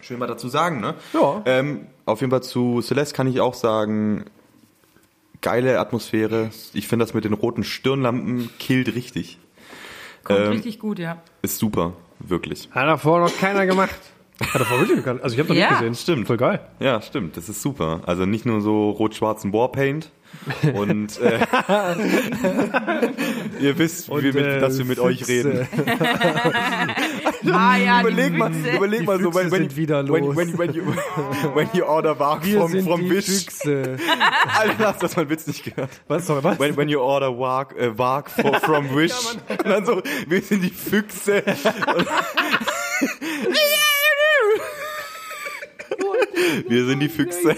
[SPEAKER 1] Schön mal dazu sagen, ne?
[SPEAKER 2] Ja.
[SPEAKER 1] Ähm, auf jeden Fall zu Celeste kann ich auch sagen, geile Atmosphäre. Ich finde das mit den roten Stirnlampen killt richtig.
[SPEAKER 3] Kommt
[SPEAKER 1] Ähm,
[SPEAKER 3] richtig gut, ja.
[SPEAKER 1] Ist super, wirklich.
[SPEAKER 2] Hat davor noch keiner gemacht. Hat davor wirklich keiner. Also ich habe noch
[SPEAKER 3] Ja,
[SPEAKER 2] nicht gesehen.
[SPEAKER 1] stimmt.
[SPEAKER 2] Voll geil.
[SPEAKER 1] Ja, stimmt, das ist super. Also nicht nur so rot-schwarzen Warpaint und äh, ihr wisst, wie wir mit,
[SPEAKER 2] äh,
[SPEAKER 1] dass wir mit euch
[SPEAKER 2] Füchse.
[SPEAKER 1] reden.
[SPEAKER 3] Ah ja,
[SPEAKER 1] Überleg
[SPEAKER 3] die
[SPEAKER 1] mal,
[SPEAKER 3] Witze.
[SPEAKER 1] überleg
[SPEAKER 2] Die
[SPEAKER 1] mal so,
[SPEAKER 2] Füchse
[SPEAKER 1] wenn, wenn,
[SPEAKER 2] sind wieder
[SPEAKER 1] when,
[SPEAKER 2] los.
[SPEAKER 1] when, when, you, when you order Wag
[SPEAKER 2] Wir
[SPEAKER 1] from,
[SPEAKER 2] sind
[SPEAKER 1] from
[SPEAKER 2] die
[SPEAKER 1] Wish.
[SPEAKER 2] Füchse.
[SPEAKER 1] Alter, hast du das mal Witz nicht gehört?
[SPEAKER 2] Was soll was?
[SPEAKER 1] When, when you order Wag, äh, Wag for, from Wish. und dann so, wir sind die Füchse. wir sind die Füchse.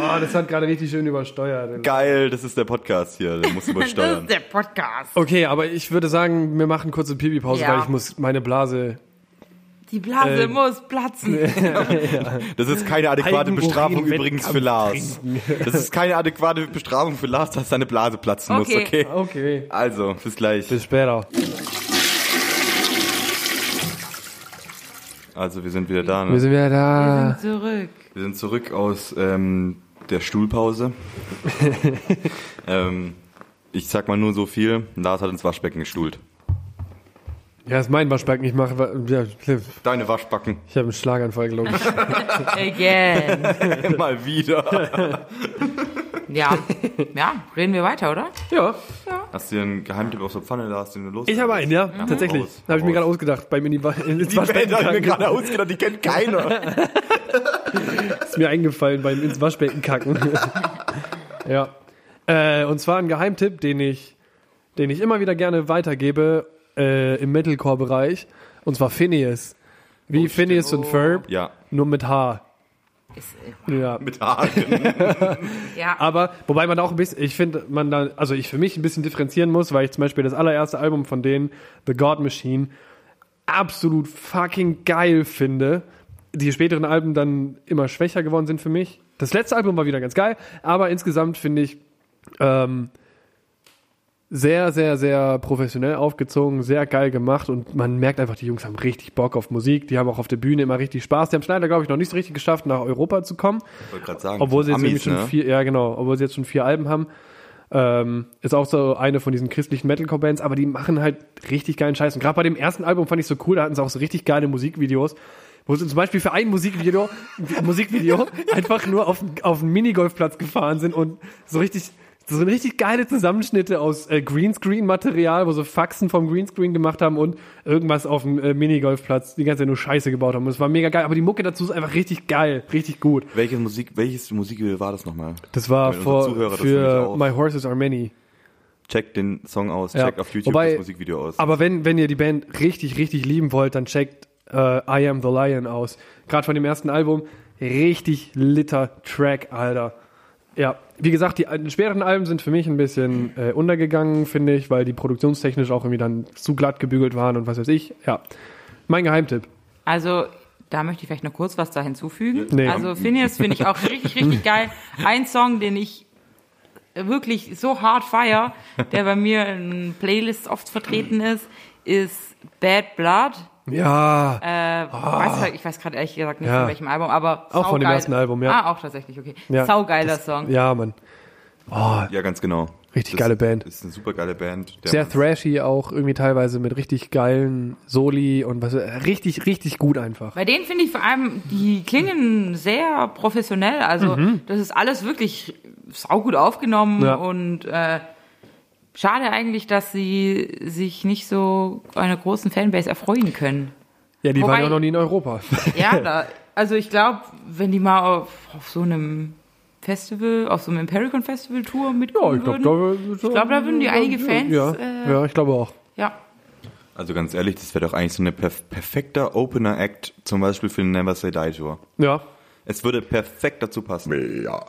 [SPEAKER 2] Oh, das hat gerade richtig schön übersteuert.
[SPEAKER 1] Geil, das ist der Podcast hier, der muss
[SPEAKER 3] Das
[SPEAKER 1] übersteuern.
[SPEAKER 3] ist der Podcast.
[SPEAKER 2] Okay, aber ich würde sagen, wir machen kurz eine Pipi-Pause,
[SPEAKER 3] Ja.
[SPEAKER 2] weil ich muss meine Blase.
[SPEAKER 3] Die Blase
[SPEAKER 2] Äh,
[SPEAKER 3] muss platzen.
[SPEAKER 1] Das ist keine adäquate
[SPEAKER 2] Eigenurin
[SPEAKER 1] Bestrafung
[SPEAKER 2] Wettkampf
[SPEAKER 1] übrigens für Lars. Das ist keine adäquate Bestrafung für Lars, dass seine Blase platzen muss,
[SPEAKER 3] Okay.
[SPEAKER 1] okay?
[SPEAKER 2] Okay.
[SPEAKER 1] Also, bis gleich.
[SPEAKER 2] Bis später.
[SPEAKER 1] Also, wir sind wieder da.
[SPEAKER 2] Wir
[SPEAKER 1] Ne?
[SPEAKER 2] sind wieder da.
[SPEAKER 3] Wir sind zurück.
[SPEAKER 1] Wir sind zurück aus ähm, der Stuhlpause. ähm, ich sag mal nur so viel, Lars hat ins Waschbecken gestuhlt.
[SPEAKER 2] Ja, das ist mein Waschbecken. Ich mache. Ja, ich
[SPEAKER 1] Deine Waschbacken.
[SPEAKER 2] habe einen Schlaganfall, glaube ich.
[SPEAKER 3] Again.
[SPEAKER 1] Mal wieder.
[SPEAKER 3] Ja. Ja, reden wir weiter, oder?
[SPEAKER 2] ja.
[SPEAKER 1] Hast du dir einen Geheimtipp aus der Pfanne, Lars, den du los?
[SPEAKER 2] Ich habe einen, ja.
[SPEAKER 3] Mhm.
[SPEAKER 2] Tatsächlich.
[SPEAKER 1] raus,
[SPEAKER 2] Habe ich mir
[SPEAKER 1] raus.
[SPEAKER 2] gerade ausgedacht. Bei mir in die, ins
[SPEAKER 1] Die Band
[SPEAKER 2] Waschbecken.
[SPEAKER 1] hat mir
[SPEAKER 2] kacken.
[SPEAKER 1] gerade ausgedacht, die kennt keiner.
[SPEAKER 2] Ist mir eingefallen beim ins Waschbecken kacken. ja. Äh, und zwar ein Geheimtipp, den ich, den ich immer wieder gerne weitergebe äh, im Metalcore-Bereich. Und zwar Phineas. Wie Phineas und Ferb,
[SPEAKER 1] ja,
[SPEAKER 2] nur mit H.
[SPEAKER 3] Ist, äh,
[SPEAKER 2] Ja.
[SPEAKER 1] mit Haaren.
[SPEAKER 3] ja.
[SPEAKER 2] Aber wobei man auch ein bisschen, ich finde, man da, also ich für mich ein bisschen differenzieren muss, weil ich zum Beispiel das allererste Album von denen, The God Machine, absolut fucking geil finde. Die späteren Alben dann immer schwächer geworden sind für mich. Das letzte Album war wieder ganz geil, aber insgesamt finde ich ähm, sehr, sehr, sehr professionell aufgezogen, sehr geil gemacht und man merkt einfach, die Jungs haben richtig Bock auf Musik, die haben auch auf der Bühne immer richtig Spaß. Die haben Schneider, glaube ich, noch nicht so richtig geschafft, nach Europa zu kommen.
[SPEAKER 1] Ich wollte gerade sagen.
[SPEAKER 2] Obwohl sie jetzt
[SPEAKER 1] Amis,
[SPEAKER 2] irgendwie schon
[SPEAKER 1] ne?
[SPEAKER 2] vier, ja genau, obwohl sie jetzt schon vier Alben haben. Ähm, ist auch so eine von diesen christlichen Metalcore-Bands, aber die machen halt richtig geilen Scheiß. Und gerade bei dem ersten Album fand ich so cool, da hatten sie auch so richtig geile Musikvideos, wo sie zum Beispiel für ein Musikvideo, Musikvideo einfach nur auf, auf einen Minigolfplatz gefahren sind und so richtig, so richtig geile Zusammenschnitte aus äh, Greenscreen-Material, wo sie Faxen vom Greenscreen gemacht haben und irgendwas auf dem äh, Minigolfplatz die ganze Zeit nur Scheiße gebaut haben. Und es war mega geil, aber die Mucke dazu ist einfach richtig geil, richtig gut.
[SPEAKER 1] Welches Musik, welches Musikvideo war das nochmal?
[SPEAKER 2] Das war
[SPEAKER 1] Weil unsere
[SPEAKER 2] vor,
[SPEAKER 1] Zuhörer das nämlich
[SPEAKER 2] für
[SPEAKER 1] auch.
[SPEAKER 2] My Horses Are Many.
[SPEAKER 1] Checkt den Song aus,
[SPEAKER 2] Ja.
[SPEAKER 1] checkt auf YouTube
[SPEAKER 2] Wobei-
[SPEAKER 1] das Musikvideo aus.
[SPEAKER 2] Aber wenn, wenn ihr die Band richtig, richtig lieben wollt, dann checkt äh, I Am The Lion aus. Gerade von dem ersten Album. Richtig litter Track, Alter. Ja, wie gesagt, die alten, schweren Alben sind für mich ein bisschen äh, untergegangen, finde ich, weil die produktionstechnisch auch irgendwie dann zu glatt gebügelt waren und was weiß ich. Ja, mein Geheimtipp.
[SPEAKER 3] Also, da möchte ich vielleicht noch kurz was da hinzufügen.
[SPEAKER 2] Nee.
[SPEAKER 3] Also, Phineas finde ich auch richtig, richtig geil. Ein Song, den ich wirklich so hart feier, der bei mir in Playlists oft vertreten ist, ist Bad Blood.
[SPEAKER 2] Ja,
[SPEAKER 3] Äh, weiß, grad- ich weiß gerade ehrlich gesagt nicht
[SPEAKER 2] Ah. Ja.
[SPEAKER 3] von welchem Album, aber
[SPEAKER 2] Auch von dem
[SPEAKER 3] saugeil.
[SPEAKER 2] ersten Album, ja.
[SPEAKER 3] Ah, auch tatsächlich, okay.
[SPEAKER 2] Ja,
[SPEAKER 3] Saugeiler
[SPEAKER 2] das-
[SPEAKER 3] Song.
[SPEAKER 2] Äh. ja, Mann. Oh,
[SPEAKER 1] ja, ganz genau.
[SPEAKER 2] Richtig geile Band.
[SPEAKER 1] Ist eine super geile Band. Der
[SPEAKER 2] sehr
[SPEAKER 1] man-
[SPEAKER 2] thrashy auch, irgendwie teilweise mit richtig geilen Soli und was. Richtig, richtig gut einfach.
[SPEAKER 3] Bei denen finde ich vor allem, die klingen sehr professionell. Also das ist alles wirklich saugut aufgenommen
[SPEAKER 2] Mhm. Ja.
[SPEAKER 3] und äh, schade eigentlich, dass sie sich nicht so einer großen Fanbase erfreuen können.
[SPEAKER 2] Ja, die
[SPEAKER 3] Wobei-
[SPEAKER 2] waren ja auch noch nie in Europa.
[SPEAKER 3] Ja, da, also ich glaube, wenn die mal auf, auf so einem Festival, auf so einem Impericon Festival Tour
[SPEAKER 2] Ja,
[SPEAKER 3] mitkommen
[SPEAKER 2] ich glaube,
[SPEAKER 3] würden,
[SPEAKER 2] da,
[SPEAKER 3] ich glaub, da würden die einige Fans,
[SPEAKER 2] Ja,
[SPEAKER 3] äh,
[SPEAKER 2] ja ich glaube auch.
[SPEAKER 3] ja,
[SPEAKER 1] Also ganz ehrlich, das wäre doch eigentlich so ein perf perfekter Opener-Act, zum Beispiel für den Never Say Die Tour.
[SPEAKER 2] Ja.
[SPEAKER 1] Es würde perfekt dazu passen. Ja.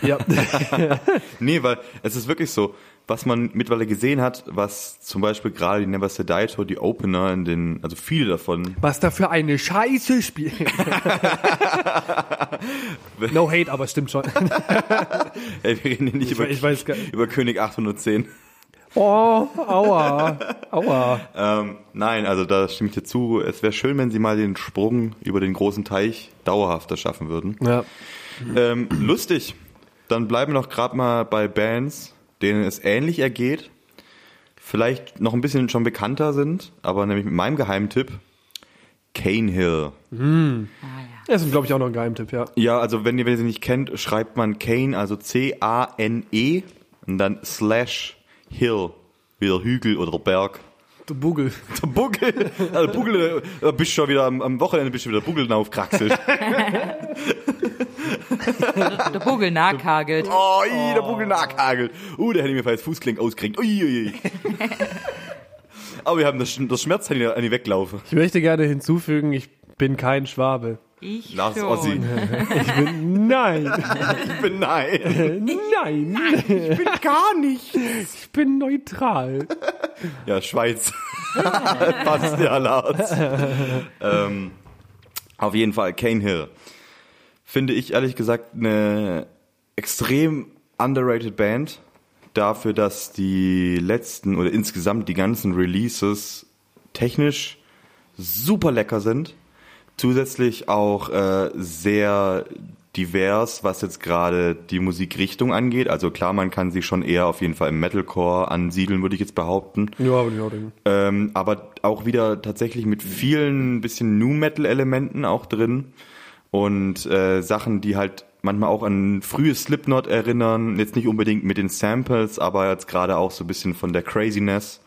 [SPEAKER 2] ja.
[SPEAKER 1] Nee, weil es ist wirklich so, was man mittlerweile gesehen hat, was zum Beispiel gerade die Never Say Die Tour, die Opener in den, also viele davon,
[SPEAKER 2] Was da für eine Scheiße spielt. no hate, aber stimmt schon.
[SPEAKER 1] ey, wir reden hier nicht über,
[SPEAKER 2] ich weiß gar nicht.
[SPEAKER 1] über König 810.
[SPEAKER 2] Oh, aua, aua.
[SPEAKER 1] Ähm, nein, also da stimme ich dir zu. Es wäre schön, wenn sie mal den Sprung über den großen Teich dauerhafter schaffen würden.
[SPEAKER 2] Ja.
[SPEAKER 1] Ähm, lustig. Dann bleiben wir noch gerade mal bei Bands, denen es ähnlich ergeht. Vielleicht noch ein bisschen schon bekannter sind, aber nämlich mit meinem Geheimtipp. Cane Hill.
[SPEAKER 2] Das ist, glaube ich, auch noch ein Geheimtipp, ja.
[SPEAKER 1] Ja, also wenn ihr, wenn ihr sie nicht kennt, schreibt man Cane, also C-A-N-E E und dann slash Hill. Wieder Hügel oder Berg.
[SPEAKER 2] Du Bugel.
[SPEAKER 1] Der Buckel, also Buckel, äh, bist schon wieder am, am Wochenende bist du wieder Buckel aufkraxelt.
[SPEAKER 3] Der Vogel nachhagelt.
[SPEAKER 1] Oh, ii, der Buckel nachhagelt. Uh, der hätte mir fast Fußkling ausgekriegt. Ui, ui, ui. Aber wir haben das, Sch- das Schmerz an die, an die weglaufen.
[SPEAKER 2] Ich möchte gerne hinzufügen, ich bin kein Schwabe.
[SPEAKER 3] Ich
[SPEAKER 1] Lars
[SPEAKER 3] schon.
[SPEAKER 1] Ossi.
[SPEAKER 2] Ich bin, nein,
[SPEAKER 1] Ich bin nein.
[SPEAKER 2] nein, ich bin gar nicht. Ich bin neutral.
[SPEAKER 1] Ja, Schweiz. Passt ja, Lars. ähm, auf jeden Fall, Cane Hill. Finde ich ehrlich gesagt eine extrem underrated Band. Dafür, dass die letzten oder insgesamt die ganzen Releases technisch super lecker sind. Zusätzlich auch äh, sehr divers, was jetzt gerade die Musikrichtung angeht. Also klar, man kann sich schon eher auf jeden Fall im Metalcore ansiedeln, würde ich jetzt behaupten.
[SPEAKER 2] Ja, aber ich auch denken.
[SPEAKER 1] Ähm, aber auch wieder tatsächlich mit vielen bisschen New Metal Elementen auch drin und äh, Sachen, die halt manchmal auch an frühes Slipknot erinnern, jetzt nicht unbedingt mit den Samples, aber jetzt gerade auch so ein bisschen von der Craziness.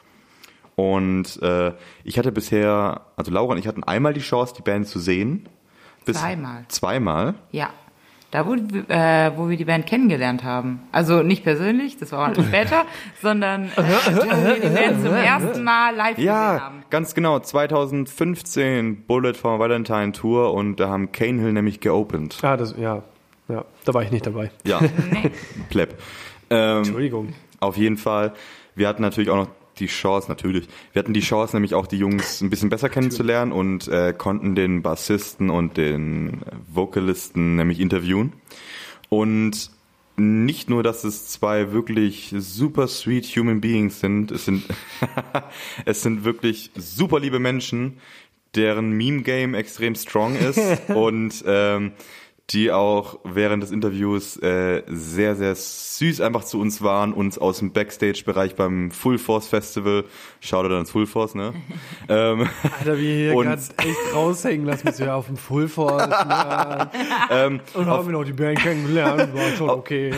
[SPEAKER 1] Und äh, ich hatte bisher, also Laura und ich hatten einmal die Chance, die Band zu sehen. Bis-
[SPEAKER 3] Zweimal.
[SPEAKER 1] Zweimal.
[SPEAKER 3] Ja. Da, wo, äh, wo wir die Band kennengelernt haben. Also nicht persönlich, das war auch später, sondern äh, da wir die Band zum ersten Mal live gesehen
[SPEAKER 1] Ja,
[SPEAKER 3] haben.
[SPEAKER 1] ganz genau. 2015 Bullet for Valentine Tour und da haben Cane Hill nämlich geopend.
[SPEAKER 2] Ah, das, ja. Ja, da war ich nicht dabei.
[SPEAKER 1] Ja,
[SPEAKER 3] Nee.
[SPEAKER 1] Pleb. Ähm,
[SPEAKER 2] Entschuldigung.
[SPEAKER 1] Auf jeden Fall. Wir hatten natürlich auch noch die Chance, natürlich. Wir hatten die Chance, nämlich auch die Jungs ein bisschen besser kennenzulernen und äh, konnten den Bassisten und den Vocalisten nämlich interviewen. Und nicht nur, dass es zwei wirklich super sweet human beings sind, es sind, es sind wirklich super liebe Menschen, deren Meme-Game extrem strong ist und ähm, die auch während des Interviews äh, sehr, sehr süß einfach zu uns waren, uns aus dem Backstage-Bereich beim Full Force Festival, Shoutout ans Full Force, ne? ähm,
[SPEAKER 2] Alter, wie hier
[SPEAKER 1] Und-
[SPEAKER 2] gerade echt raushängen lassen, bis wir auf dem Full Force. Na,
[SPEAKER 1] Ähm,
[SPEAKER 2] und haben wir noch die Band kennengelernt, war schon okay.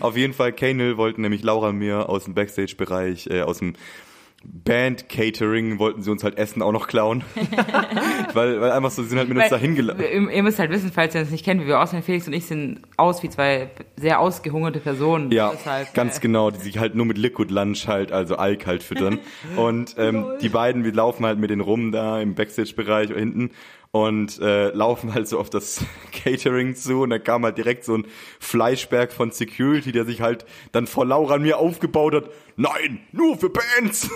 [SPEAKER 1] Auf jeden Fall, Kanel wollten nämlich Laura und mir aus dem Backstage-Bereich, äh, aus dem Band-Catering, wollten sie uns halt Essen auch noch klauen. weil, weil einfach so, sie sind halt mit uns
[SPEAKER 3] Weil,
[SPEAKER 1] da hingeladen.
[SPEAKER 3] ihr, ihr müsst halt wissen, falls ihr uns nicht kennt, wie wir aussehen. Felix und ich sehen aus wie zwei sehr ausgehungerte Personen.
[SPEAKER 1] Ja,
[SPEAKER 3] Deshalb,
[SPEAKER 1] ganz genau, die sich halt nur mit Liquid Lunch halt, also Alk halt füttern. Und ähm, die beiden, wir laufen halt mit denen rum da im Backstage-Bereich hinten und äh, laufen halt so auf das Catering zu und da kam halt direkt so ein Fleischberg von Security, der sich halt dann vor Laura und mir aufgebaut hat, nein, nur für Bands.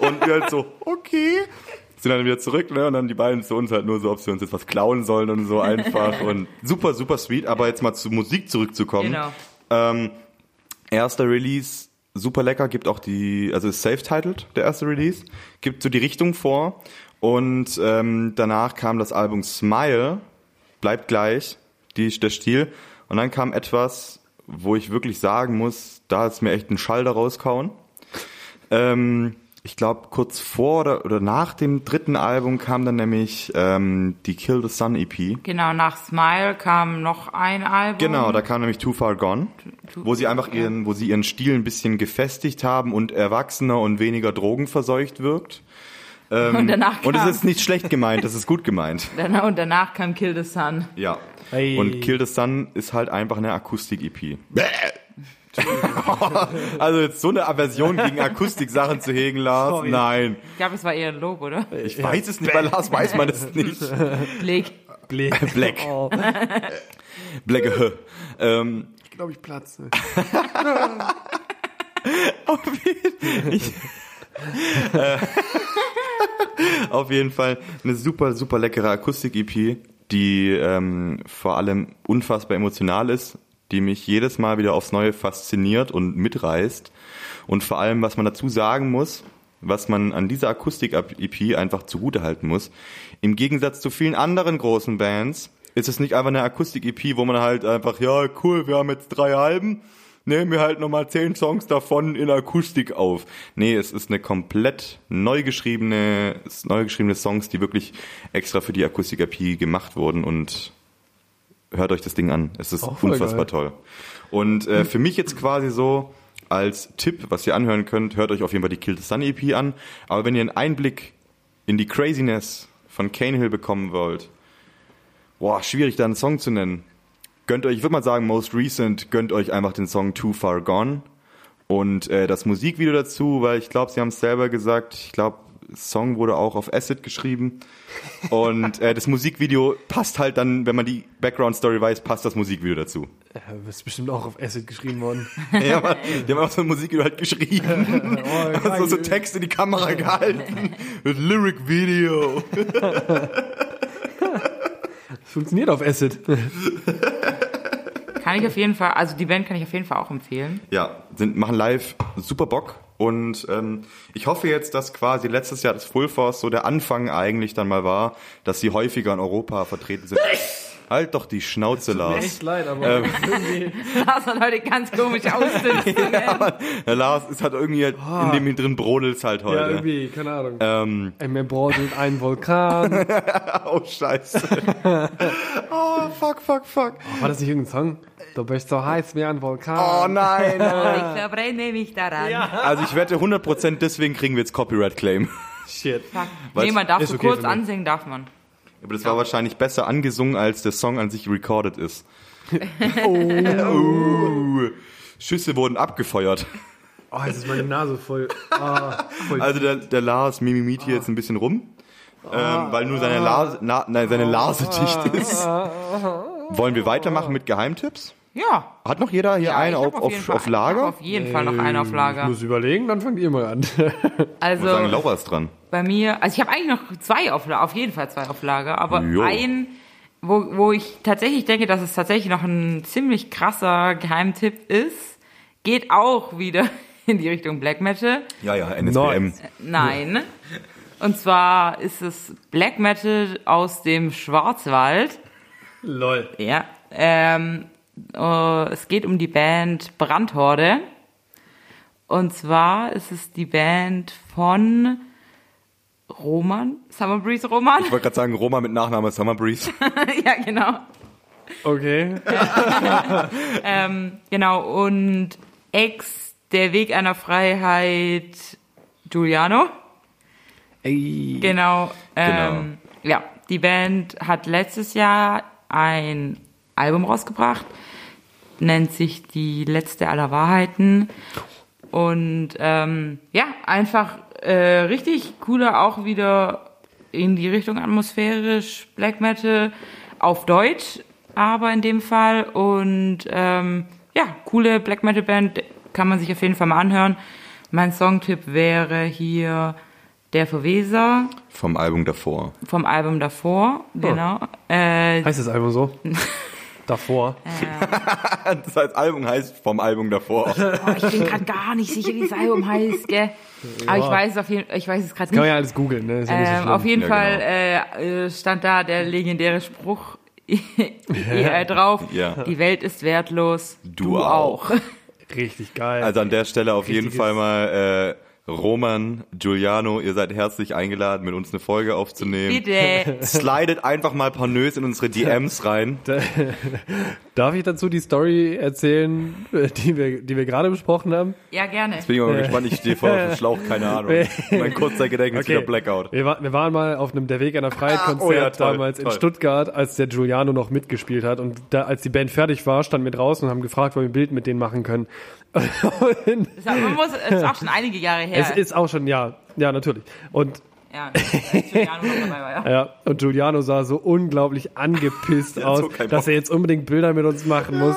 [SPEAKER 1] Und wir halt so, okay. Sind dann wieder zurück, ne? Und dann die beiden zu uns halt nur so, ob sie uns jetzt was klauen sollen und so einfach. Und super, super sweet. Aber jetzt mal zu Musik zurückzukommen.
[SPEAKER 3] Genau.
[SPEAKER 1] Ähm, erster Release, super lecker, gibt auch die, also ist self-titled, der erste Release, gibt so die Richtung vor und ähm, danach kam das Album Smile, bleibt gleich, die, der Stil und dann kam etwas, wo ich wirklich sagen muss, da hat's mir echt einen Schalter rauskauen. Ähm, ich glaube, kurz vor oder, oder nach dem dritten Album kam dann nämlich ähm, die Kill the Sun EP.
[SPEAKER 3] Genau, nach Smile kam noch ein Album.
[SPEAKER 1] Genau, da kam nämlich Too Far Gone,
[SPEAKER 3] Oh. Too-
[SPEAKER 1] wo sie einfach ihren, wo sie ihren Stil ein bisschen gefestigt haben und erwachsener und weniger drogenverseucht wirkt.
[SPEAKER 3] und danach kam,
[SPEAKER 1] Und es ist nicht schlecht gemeint, das ist gut gemeint.
[SPEAKER 3] dann- und danach kam Kill the Sun.
[SPEAKER 1] Ja.
[SPEAKER 2] Hey.
[SPEAKER 1] Und Kill the Sun ist halt einfach eine Akustik-EP. also jetzt so eine Aversion gegen Akustik-Sachen zu hegen, Lars,
[SPEAKER 2] Sorry.
[SPEAKER 1] nein.
[SPEAKER 3] Ich glaube, es war eher ein Lob, oder?
[SPEAKER 1] Ich weiß es nicht, bei Lars weiß man es nicht.
[SPEAKER 3] Blick.
[SPEAKER 1] Black.
[SPEAKER 2] Oh,
[SPEAKER 1] Black. Ähm,
[SPEAKER 2] ich glaube, ich platze.
[SPEAKER 1] Auf jeden, ich, äh, auf jeden Fall eine super, super leckere Akustik-EP, die ähm, vor allem unfassbar emotional ist, die mich jedes Mal wieder aufs Neue fasziniert und mitreißt. Und vor allem, was man dazu sagen muss, was man an dieser Akustik-EP einfach zugutehalten muss, im Gegensatz zu vielen anderen großen Bands, ist es nicht einfach eine Akustik-EP, wo man halt einfach, ja, cool, wir haben jetzt drei Alben, nehmen wir halt nochmal zehn Songs davon in Akustik auf. Nee, es ist eine komplett neu geschriebene, neu geschriebene Songs, die wirklich extra für die Akustik-EP gemacht wurden und hört euch das Ding an. Es ist
[SPEAKER 2] Auch voll
[SPEAKER 1] unfassbar
[SPEAKER 2] geil.
[SPEAKER 1] toll. Und äh, für mich jetzt quasi so als Tipp, was ihr anhören könnt, hört euch auf jeden Fall die Kill the Sun EP an. Aber wenn ihr einen Einblick in die Craziness von Canehill bekommen wollt, boah, schwierig da einen Song zu nennen. Gönnt euch, ich würde mal sagen, most recent, gönnt euch einfach den Song Too Far Gone und äh, das Musikvideo dazu, weil ich glaube, sie haben es selber gesagt, ich glaube, Song wurde auch auf Acid geschrieben und äh, das Musikvideo passt halt dann, wenn man die Background-Story weiß, passt das Musikvideo dazu.
[SPEAKER 2] Ja, ist bestimmt auch auf Acid geschrieben worden.
[SPEAKER 1] Ja, Mann, die haben auch so ein Musikvideo halt geschrieben.
[SPEAKER 2] Oh,
[SPEAKER 1] Einfach so, so Text in die Kamera gehalten. Mit Lyric-Video.
[SPEAKER 2] Funktioniert auf Acid.
[SPEAKER 3] Kann ich auf jeden Fall, also die Band kann ich auf jeden Fall auch empfehlen.
[SPEAKER 1] Ja, sind, machen live super Bock. Und ähm, ich hoffe jetzt, dass quasi letztes Jahr das Full Force so der Anfang eigentlich dann mal war, dass sie häufiger in Europa vertreten sind. halt doch die Schnauze, Lars.
[SPEAKER 2] leid,
[SPEAKER 1] Ähm,
[SPEAKER 2] aber
[SPEAKER 3] Lars hat heute ganz komisch ausdünsten.
[SPEAKER 1] Herr Lars, es hat irgendwie halt in dem hinteren Brodel's halt
[SPEAKER 2] ja,
[SPEAKER 1] heute.
[SPEAKER 2] irgendwie, keine Ahnung.
[SPEAKER 1] ähm,
[SPEAKER 2] Ey, Mir brodelt ein Vulkan.
[SPEAKER 1] oh, scheiße. oh, fuck, fuck, fuck.
[SPEAKER 2] Oh, War das nicht irgendein Song? Du bist so heiß wie ein Vulkan.
[SPEAKER 1] Oh nein.
[SPEAKER 3] Ich verbrenne mich daran.
[SPEAKER 1] Also ich wette 100% deswegen kriegen wir jetzt Copyright-Claim.
[SPEAKER 2] Shit.
[SPEAKER 3] Nee, man darf
[SPEAKER 1] Ist
[SPEAKER 3] so
[SPEAKER 1] okay
[SPEAKER 3] kurz
[SPEAKER 1] für mich.
[SPEAKER 3] ansingen, darf man.
[SPEAKER 1] Aber das war wahrscheinlich besser angesungen, als der Song an sich recorded ist. oh. Schüsse wurden abgefeuert.
[SPEAKER 2] Oh, jetzt ist meine Nase voll. Ah, voll.
[SPEAKER 1] Also der, der Lars mimimiert hier jetzt ein bisschen rum, ähm, weil nur seine, Lase, na, nein, seine Lase dicht ist. Wollen wir weitermachen mit Geheimtipps?
[SPEAKER 3] Ja.
[SPEAKER 1] Hat noch jeder hier
[SPEAKER 3] ja
[SPEAKER 1] einen
[SPEAKER 3] ich hab
[SPEAKER 1] auf, auf,
[SPEAKER 3] jeden
[SPEAKER 1] auf
[SPEAKER 3] Fall- ich hab
[SPEAKER 1] Lager?
[SPEAKER 3] Auf jeden Fall noch einen auf
[SPEAKER 2] Ich
[SPEAKER 3] Lager.
[SPEAKER 2] muss überlegen, dann fangt ihr mal an.
[SPEAKER 1] Ich würde sagen,
[SPEAKER 3] Also
[SPEAKER 1] Laura ist dran.
[SPEAKER 3] bei mir, also ich habe eigentlich noch zwei auf Lager, auf jeden Fall zwei auf Lager, aber
[SPEAKER 1] Jo.
[SPEAKER 3] ein, wo, wo ich tatsächlich denke, dass es tatsächlich noch ein ziemlich krasser Geheimtipp ist, geht auch wieder in die Richtung Black Metal.
[SPEAKER 1] Ja, ja, NSBM.
[SPEAKER 2] Nice.
[SPEAKER 3] Nein. Und zwar ist es Black Metal aus dem Schwarzwald.
[SPEAKER 2] Lol.
[SPEAKER 3] Ja. Ähm, äh, es geht um die Band Brandhorde. Und zwar ist es die Band von Roman, Summer Breeze Roman.
[SPEAKER 1] Ich wollte gerade sagen, Roma mit Nachname Summer Breeze.
[SPEAKER 3] ja, genau.
[SPEAKER 2] Okay.
[SPEAKER 3] Genau. Und Ex, Der Weg einer Freiheit, Giuliano.
[SPEAKER 2] Ey.
[SPEAKER 3] Genau. Ähm, Ja, die Band hat letztes Jahr ein Album rausgebracht, nennt sich Die letzte aller Wahrheiten. Und ähm, ja, einfach äh, richtig cooler, auch wieder in die Richtung atmosphärisch, Black Metal, auf Deutsch aber in dem Fall. Und ähm, ja, coole Black Metal Band, kann man sich auf jeden Fall mal anhören. Mein Songtipp wäre hier Der Verweser
[SPEAKER 1] Vom Album davor.
[SPEAKER 3] vom Album davor,
[SPEAKER 2] Oh.
[SPEAKER 3] genau. Äh,
[SPEAKER 2] Heißt das Album so? Davor.
[SPEAKER 1] Das heißt, Album heißt vom Album davor.
[SPEAKER 3] oh, ich bin gerade gar nicht sicher, wie das Album heißt, gell? Aber ich weiß auf jeden ich weiß es gerade
[SPEAKER 2] Kann man
[SPEAKER 3] nicht.
[SPEAKER 2] ja alles googeln, ne? Ist ja nicht so
[SPEAKER 3] Ähm,
[SPEAKER 2] schlimm.
[SPEAKER 3] auf jeden
[SPEAKER 1] Ja,
[SPEAKER 3] Fall äh, äh, stand da der legendäre Spruch äh, drauf.
[SPEAKER 1] Ja.
[SPEAKER 3] Die Welt ist wertlos.
[SPEAKER 1] Du auch.
[SPEAKER 2] Richtig geil.
[SPEAKER 1] Also an der Stelle auf jeden
[SPEAKER 2] Richtiges-
[SPEAKER 1] Fall mal äh, Roman, Giuliano, ihr seid herzlich eingeladen, mit uns eine Folge aufzunehmen.
[SPEAKER 3] Bitte.
[SPEAKER 1] Slidet einfach mal pornös in unsere DMs rein.
[SPEAKER 2] Darf ich dazu die Story erzählen, äh, die wir, die wir gerade besprochen haben?
[SPEAKER 3] Ja, gerne.
[SPEAKER 1] Bin ich mal gespannt, ich stehe voll auf dem Schlauch, keine Ahnung. Mein kurzer Gedächtnis wieder Blackout.
[SPEAKER 2] Wir, war, wir waren mal auf einem Der Weg einer Freiheit-Konzert
[SPEAKER 1] Ah, oh ja, toll,
[SPEAKER 2] damals in
[SPEAKER 1] toll.
[SPEAKER 2] Stuttgart, als der Giuliano noch mitgespielt hat. Und da, als die Band fertig war, standen wir draußen und haben gefragt, ob wir ein Bild mit denen machen können. Und
[SPEAKER 3] Das man muss, das ist auch schon einige Jahre her.
[SPEAKER 2] Es ist auch schon, ja, ja, natürlich. Und
[SPEAKER 3] ja, als Giuliano noch dabei war, ja.
[SPEAKER 2] Ja, und Giuliano sah so unglaublich angepisst aus,
[SPEAKER 1] so kein
[SPEAKER 2] dass er jetzt unbedingt Bilder mit uns machen muss.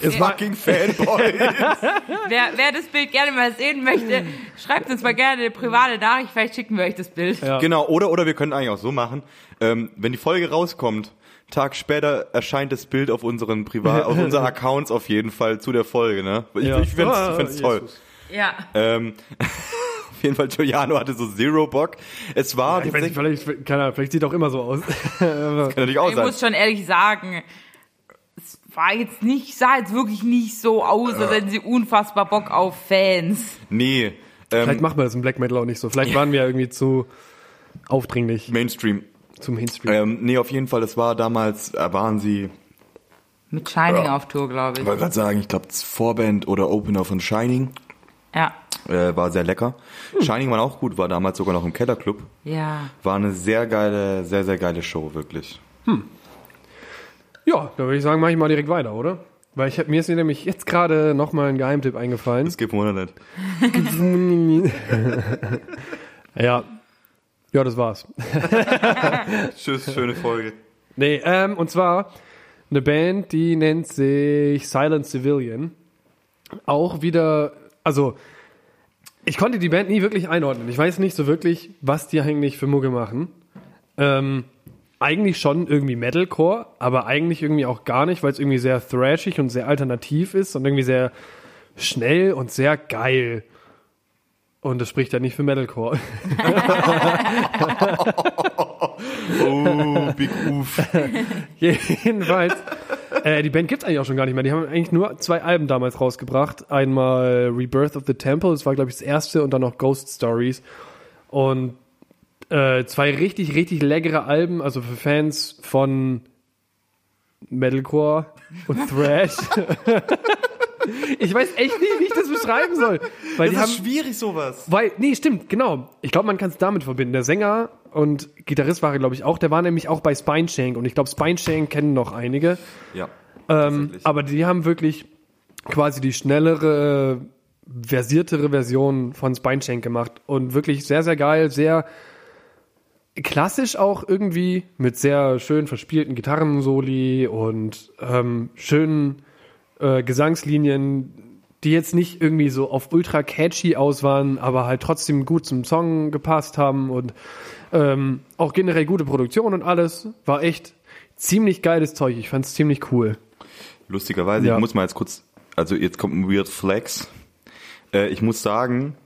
[SPEAKER 2] Es war,
[SPEAKER 1] fucking Fanboy.
[SPEAKER 3] Wer, wer das Bild gerne mal sehen möchte, schreibt uns mal gerne eine private Nachricht. Vielleicht schicken wir euch das Bild.
[SPEAKER 2] Ja.
[SPEAKER 1] Genau, oder, oder wir können eigentlich auch so machen, ähm, wenn die Folge rauskommt, Tag später erscheint das Bild auf unseren Privat, auf unseren Accounts auf jeden Fall zu der Folge, ne? Ich,
[SPEAKER 2] Ja.
[SPEAKER 1] ich find's, ich
[SPEAKER 2] Ah,
[SPEAKER 1] find's toll.
[SPEAKER 2] Jesus.
[SPEAKER 3] Ja.
[SPEAKER 1] Ähm, auf jeden Fall, Giuliano hatte so zero Bock. Es war
[SPEAKER 2] ich Ähm, weiß nicht,
[SPEAKER 1] tatsächlich,
[SPEAKER 2] vielleicht, keine Ahnung, vielleicht sieht auch immer so aus.
[SPEAKER 1] kann natürlich auch
[SPEAKER 3] Ich
[SPEAKER 1] sein.
[SPEAKER 3] muss schon ehrlich sagen, es war jetzt nicht, sah jetzt wirklich nicht so aus, als hätten sie unfassbar Bock auf Fans.
[SPEAKER 1] Nee,
[SPEAKER 2] Vielleicht
[SPEAKER 1] ähm,
[SPEAKER 2] macht man das im Black Metal auch nicht so. Vielleicht waren wir ja irgendwie zu aufdringlich
[SPEAKER 1] Mainstream.
[SPEAKER 2] zum Mainstream.
[SPEAKER 1] Ähm, nee, auf jeden Fall, das war damals, äh, waren sie,
[SPEAKER 3] Mit Shining
[SPEAKER 1] Ja.
[SPEAKER 3] auf Tour, glaube
[SPEAKER 1] ich
[SPEAKER 3] ich.
[SPEAKER 1] wollte gerade sagen, ich glaube Vorband oder Opener von Shining,
[SPEAKER 3] Ja.
[SPEAKER 1] äh, war sehr lecker. Shining war auch gut, war damals sogar noch im Kellerclub.
[SPEAKER 3] Ja.
[SPEAKER 1] War eine sehr geile, sehr, sehr geile Show, wirklich.
[SPEAKER 2] Ja, da würde ich sagen, mache ich mal direkt weiter, oder? Weil ich hab, mir ist hier nämlich jetzt gerade nochmal ein Geheimtipp eingefallen.
[SPEAKER 1] Es gibt ne? Monate.
[SPEAKER 2] Ja. Ja, das war's.
[SPEAKER 1] Tschüss, schöne Folge.
[SPEAKER 2] Nee, ähm, und zwar eine Band, die nennt sich Silent Civilian. Auch wieder, also ich konnte die Band nie wirklich einordnen. Ich weiß nicht so wirklich, was die eigentlich für Mucke machen. Ähm, eigentlich schon irgendwie Metalcore, aber eigentlich irgendwie auch gar nicht, weil es irgendwie sehr thrashig und sehr alternativ ist und irgendwie sehr schnell und sehr geil. Und das spricht ja nicht für Metalcore.
[SPEAKER 1] Oh, Big Oof.
[SPEAKER 2] Jedenfalls. äh, die Band gibt's eigentlich auch schon gar nicht mehr. Die haben eigentlich nur zwei Alben damals rausgebracht. Einmal Rebirth of the Temple, das war, glaube ich, das erste, und dann noch Ghost Stories. Und äh, zwei richtig, richtig leckere Alben, also für Fans von Metalcore und Thrash. ich weiß echt nicht, wie ich das beschreiben soll. Weil die haben,
[SPEAKER 1] schwierig, sowas.
[SPEAKER 2] weil, nee, stimmt, genau. Ich glaube, man kann es damit verbinden. Der Sänger und Gitarrist war, er, glaube ich, auch. Der war nämlich auch bei Spineshank. Und ich glaube, Spineshank kennen noch einige.
[SPEAKER 1] Ja.
[SPEAKER 2] Ähm,
[SPEAKER 1] tatsächlich.
[SPEAKER 2] aber die haben wirklich quasi die schnellere, versiertere Version von Spineshank gemacht. Und wirklich sehr, sehr geil, sehr klassisch auch irgendwie mit sehr schön verspielten Gitarrensoli und ähm, schönen äh, Gesangslinien, die jetzt nicht irgendwie so auf ultra catchy aus waren, aber halt trotzdem gut zum Song gepasst haben und ähm, auch generell gute Produktion und alles. War echt ziemlich geiles Zeug. Ich fand's ziemlich cool.
[SPEAKER 1] Lustigerweise,
[SPEAKER 2] Ja.
[SPEAKER 1] ich muss mal jetzt kurz, also jetzt kommt ein Weird Flex. Äh, ich muss sagen,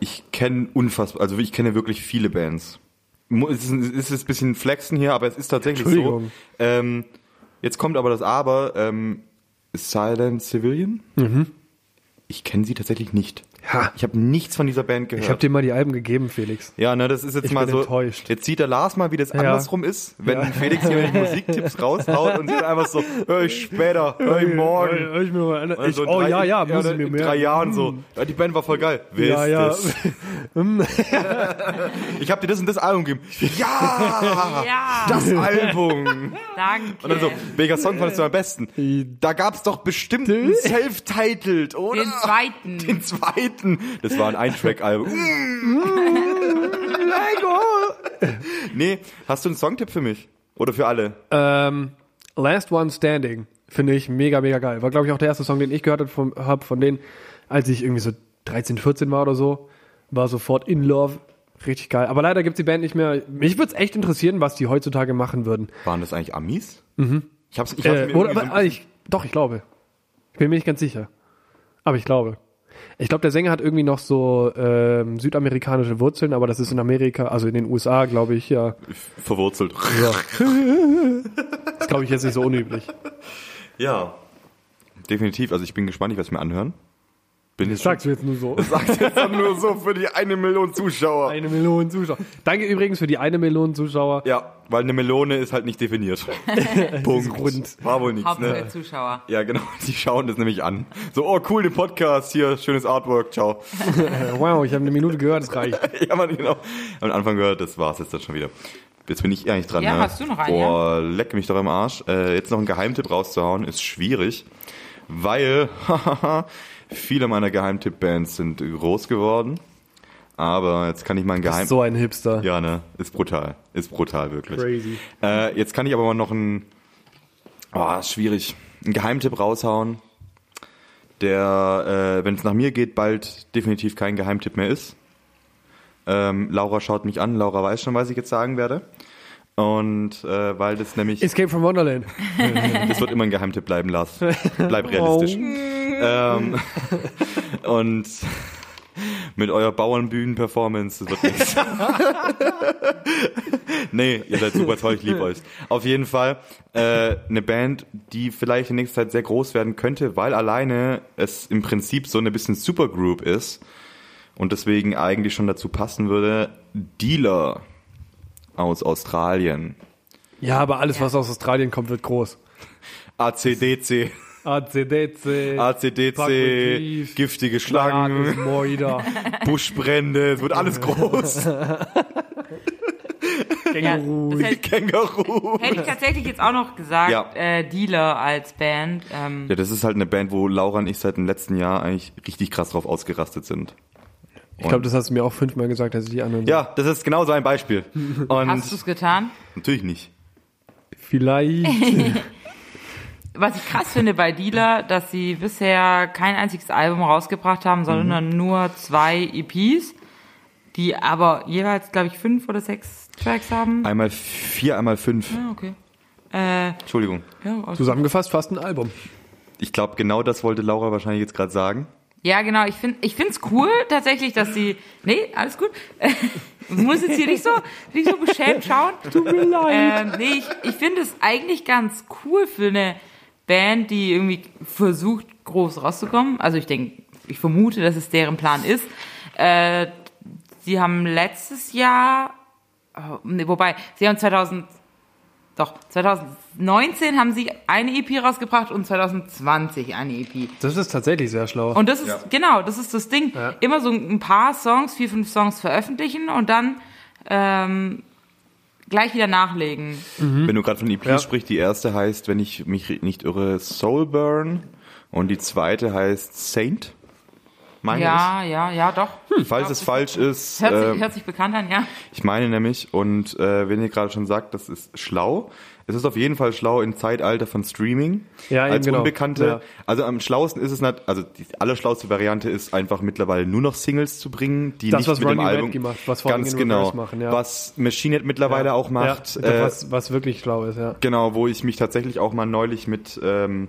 [SPEAKER 1] ich kenne unfassbar, also ich kenne wirklich viele Bands. Mu- Es ist, ein- es ist ein bisschen Flexen hier, aber es ist tatsächlich so.
[SPEAKER 2] Entschuldigung.
[SPEAKER 1] Ähm, jetzt kommt aber das Aber, ähm, Silent Civilian. Ich kenne sie tatsächlich nicht.
[SPEAKER 2] Mhm. Ha.
[SPEAKER 1] Ich habe nichts von dieser Band gehört.
[SPEAKER 2] Ich habe dir mal die Alben gegeben, Felix.
[SPEAKER 1] Ja, ne, das ist jetzt
[SPEAKER 2] Ich
[SPEAKER 1] mal
[SPEAKER 2] bin
[SPEAKER 1] so.
[SPEAKER 2] enttäuscht.
[SPEAKER 1] Jetzt sieht der Lars mal, wie das andersrum ist, wenn
[SPEAKER 2] Ja.
[SPEAKER 1] Felix hier mit Musiktipps raushaut und sieht einfach so, hör ich später, hör ich morgen.
[SPEAKER 2] Ich, mir mal
[SPEAKER 1] Und dann
[SPEAKER 2] eine, ich,
[SPEAKER 1] so in
[SPEAKER 2] oh
[SPEAKER 1] drei-
[SPEAKER 2] ja, ja, muss
[SPEAKER 1] oder
[SPEAKER 2] ich mir
[SPEAKER 1] in
[SPEAKER 2] mehr. Hm.
[SPEAKER 1] drei Jahren so. Ja, die Band war voll geil. Wisst
[SPEAKER 2] Ja, ja. Hm.
[SPEAKER 1] es. Ich hab dir das und das Album gegeben. Ja,
[SPEAKER 3] Ja.
[SPEAKER 1] das Album.
[SPEAKER 3] Danke.
[SPEAKER 1] Und dann so, welcher Song fandest du am besten? Da gab's doch bestimmt einen Self-Titled, oder?
[SPEAKER 3] Den zweiten.
[SPEAKER 1] Den zweiten. Das war ein Eintrack-Album. Nee, hast du einen Songtipp für mich? Oder für alle?
[SPEAKER 2] Ähm, Last One Standing finde ich mega, mega geil. War, glaube ich, auch der erste Song, den ich gehört habe von, hab von denen, als ich irgendwie so 13, 14 war oder so. War sofort in love. Richtig geil. Aber leider gibt's die Band nicht mehr. Mich würde es echt interessieren, was die heutzutage machen würden.
[SPEAKER 1] Waren das eigentlich Amis? Mhm. Ich hab's, ich hab's
[SPEAKER 2] Äh,
[SPEAKER 1] mir
[SPEAKER 2] oder,
[SPEAKER 1] irgendwie so
[SPEAKER 2] aber, ich, doch, ich glaube. Ich bin mir nicht ganz sicher. Aber ich glaube. Ich glaube, der Sänger hat irgendwie noch so ähm, südamerikanische Wurzeln, aber das ist in Amerika, also in den USA, glaube ich, ja.
[SPEAKER 1] ein bisschen verwurzelt.
[SPEAKER 2] Das glaube ich jetzt nicht so unüblich.
[SPEAKER 1] Ja. Definitiv, also ich bin gespannt, ich werde es mir anhören. Bin jetzt
[SPEAKER 2] Sagst du jetzt nur so.
[SPEAKER 1] Sag's jetzt doch nur so für die eine Million Zuschauer.
[SPEAKER 2] Eine Million Zuschauer. Danke übrigens für die eine Million Zuschauer.
[SPEAKER 1] Ja, weil eine Melone ist halt nicht definiert. Punkt.
[SPEAKER 2] rund.
[SPEAKER 1] War wohl nichts,
[SPEAKER 3] Hauptsache
[SPEAKER 1] ne?
[SPEAKER 3] Zuschauer.
[SPEAKER 1] Ja, genau, die schauen das nämlich an. So, oh cool, den Podcast hier, schönes Artwork, ciao.
[SPEAKER 2] Äh, Wow, ich habe eine Minute gehört, das reicht.
[SPEAKER 1] ja, man, genau. Am Anfang gehört, das war's jetzt dann schon wieder. Jetzt bin ich eigentlich dran,
[SPEAKER 3] Ja,
[SPEAKER 1] ne?
[SPEAKER 3] hast du noch einen,
[SPEAKER 1] Boah, leck mich doch im Arsch. Äh, jetzt noch einen Geheimtipp rauszuhauen, ist schwierig, weil viele meiner Geheimtipp-Bands sind groß geworden. Aber jetzt kann ich mal einen Geheim...
[SPEAKER 2] So ein Hipster.
[SPEAKER 1] Ja, ne? Ist brutal. Ist brutal, wirklich.
[SPEAKER 2] Crazy.
[SPEAKER 1] Äh, jetzt kann ich aber mal noch ein... Oh, ist schwierig. einen Geheimtipp raushauen, der, äh, wenn es nach mir geht, bald definitiv kein Geheimtipp mehr ist. Ähm, Laura schaut mich an, Laura weiß schon, was ich jetzt sagen werde. Und äh, weil das nämlich,
[SPEAKER 2] Escape from Wonderland.
[SPEAKER 1] das wird immer ein Geheimtipp bleiben, Lars. Bleib realistisch. Ähm, und mit eurer Bauernbühnen-Performance, das wird nichts. nee, ihr seid super toll, ich liebe euch. Auf jeden Fall äh, eine Band, die vielleicht in nächster Zeit sehr groß werden könnte, weil alleine es im Prinzip so eine bisschen Supergroup ist und deswegen eigentlich schon dazu passen würde. Dealer aus Australien.
[SPEAKER 2] Ja, aber alles, was aus Australien kommt, wird groß.
[SPEAKER 1] ACDC.
[SPEAKER 2] ACDC.
[SPEAKER 1] ACDC,
[SPEAKER 2] Fakultiv,
[SPEAKER 1] giftige Schlangen,
[SPEAKER 2] Argus Moida.
[SPEAKER 1] Buschbrände, es wird alles groß.
[SPEAKER 3] Ja,
[SPEAKER 2] Känguru.
[SPEAKER 3] das hätte,
[SPEAKER 1] Känguru.
[SPEAKER 3] hätte ich tatsächlich jetzt auch noch gesagt,
[SPEAKER 1] Ja.
[SPEAKER 3] äh, Dealer als Band. Ähm,
[SPEAKER 1] Ja, das ist halt eine Band, wo Laura und ich seit dem letzten Jahr eigentlich richtig krass drauf ausgerastet sind.
[SPEAKER 2] Ich glaube, das hast du mir auch fünfmal gesagt, als ich die anderen.
[SPEAKER 1] Ja, das ist genau so ein Beispiel.
[SPEAKER 3] hast du
[SPEAKER 1] Und
[SPEAKER 3] es getan?
[SPEAKER 1] natürlich nicht.
[SPEAKER 2] Vielleicht.
[SPEAKER 3] Was ich krass finde bei Dealer, dass sie bisher kein einziges Album rausgebracht haben, sondern
[SPEAKER 1] Mhm.
[SPEAKER 3] nur zwei EPs, die aber jeweils, glaube ich, fünf oder sechs Tracks haben.
[SPEAKER 1] Einmal vier, einmal fünf.
[SPEAKER 3] Ah, okay. Äh,
[SPEAKER 1] Entschuldigung.
[SPEAKER 3] ja, aus-
[SPEAKER 2] Zusammengefasst fast ein Album.
[SPEAKER 1] Ich glaube, genau das wollte Laura wahrscheinlich jetzt gerade sagen.
[SPEAKER 3] ja, genau. Ich finde ich find's cool tatsächlich, dass sie. Nee, alles gut. Ich muss jetzt hier nicht so, nicht so beschämt schauen. Tut mir leid. Ähm, nee, ich, ich finde es eigentlich ganz cool für eine Band, die irgendwie versucht, groß rauszukommen. Also ich denke, ich vermute, dass es deren Plan ist. Äh, sie haben letztes Jahr, oh, nee, wobei, sie haben 2000, doch, 2019 haben sie eine EP rausgebracht und 2020 eine E EP.
[SPEAKER 2] Das ist tatsächlich sehr schlau.
[SPEAKER 3] Und das ist,
[SPEAKER 1] Ja.
[SPEAKER 3] genau, das ist das Ding.
[SPEAKER 2] Ja.
[SPEAKER 3] Immer so ein paar Songs, vier, fünf Songs veröffentlichen und dann ähm, gleich wieder nachlegen.
[SPEAKER 1] Wenn du gerade von EPs
[SPEAKER 2] Ja.
[SPEAKER 1] sprichst, die erste heißt, wenn ich mich ri- nicht irre, Soulburn. Und die zweite heißt Saint. Meine
[SPEAKER 3] Ja, ja, ja, doch.
[SPEAKER 1] ich. Falls es falsch ist.
[SPEAKER 3] Hört, sich,
[SPEAKER 1] Hm. ähm,
[SPEAKER 3] hört sich bekannt an, ja.
[SPEAKER 1] Ich meine nämlich, und äh, wenn ihr gerade schon sagt, das ist schlau, es ist auf jeden Fall schlau im Zeitalter von Streaming.
[SPEAKER 2] Ja, eben
[SPEAKER 1] als
[SPEAKER 2] genau.
[SPEAKER 1] Unbekannte.
[SPEAKER 2] Ja.
[SPEAKER 1] Also am schlauesten ist es nicht, also die allerschlauste Variante ist einfach mittlerweile nur noch Singles zu bringen, die
[SPEAKER 2] Das,
[SPEAKER 1] nicht
[SPEAKER 2] was
[SPEAKER 1] mit dem
[SPEAKER 2] Ronnie Radke
[SPEAKER 1] Album
[SPEAKER 2] macht, was vor allen
[SPEAKER 1] ganz
[SPEAKER 2] Dingen in
[SPEAKER 1] genau,
[SPEAKER 2] Reverse machen, ja.
[SPEAKER 1] was Machine Head mittlerweile auch macht.
[SPEAKER 2] Ja,
[SPEAKER 1] äh,
[SPEAKER 2] was, was wirklich schlau ist, ja.
[SPEAKER 1] Genau, wo ich mich tatsächlich auch mal neulich mit ähm,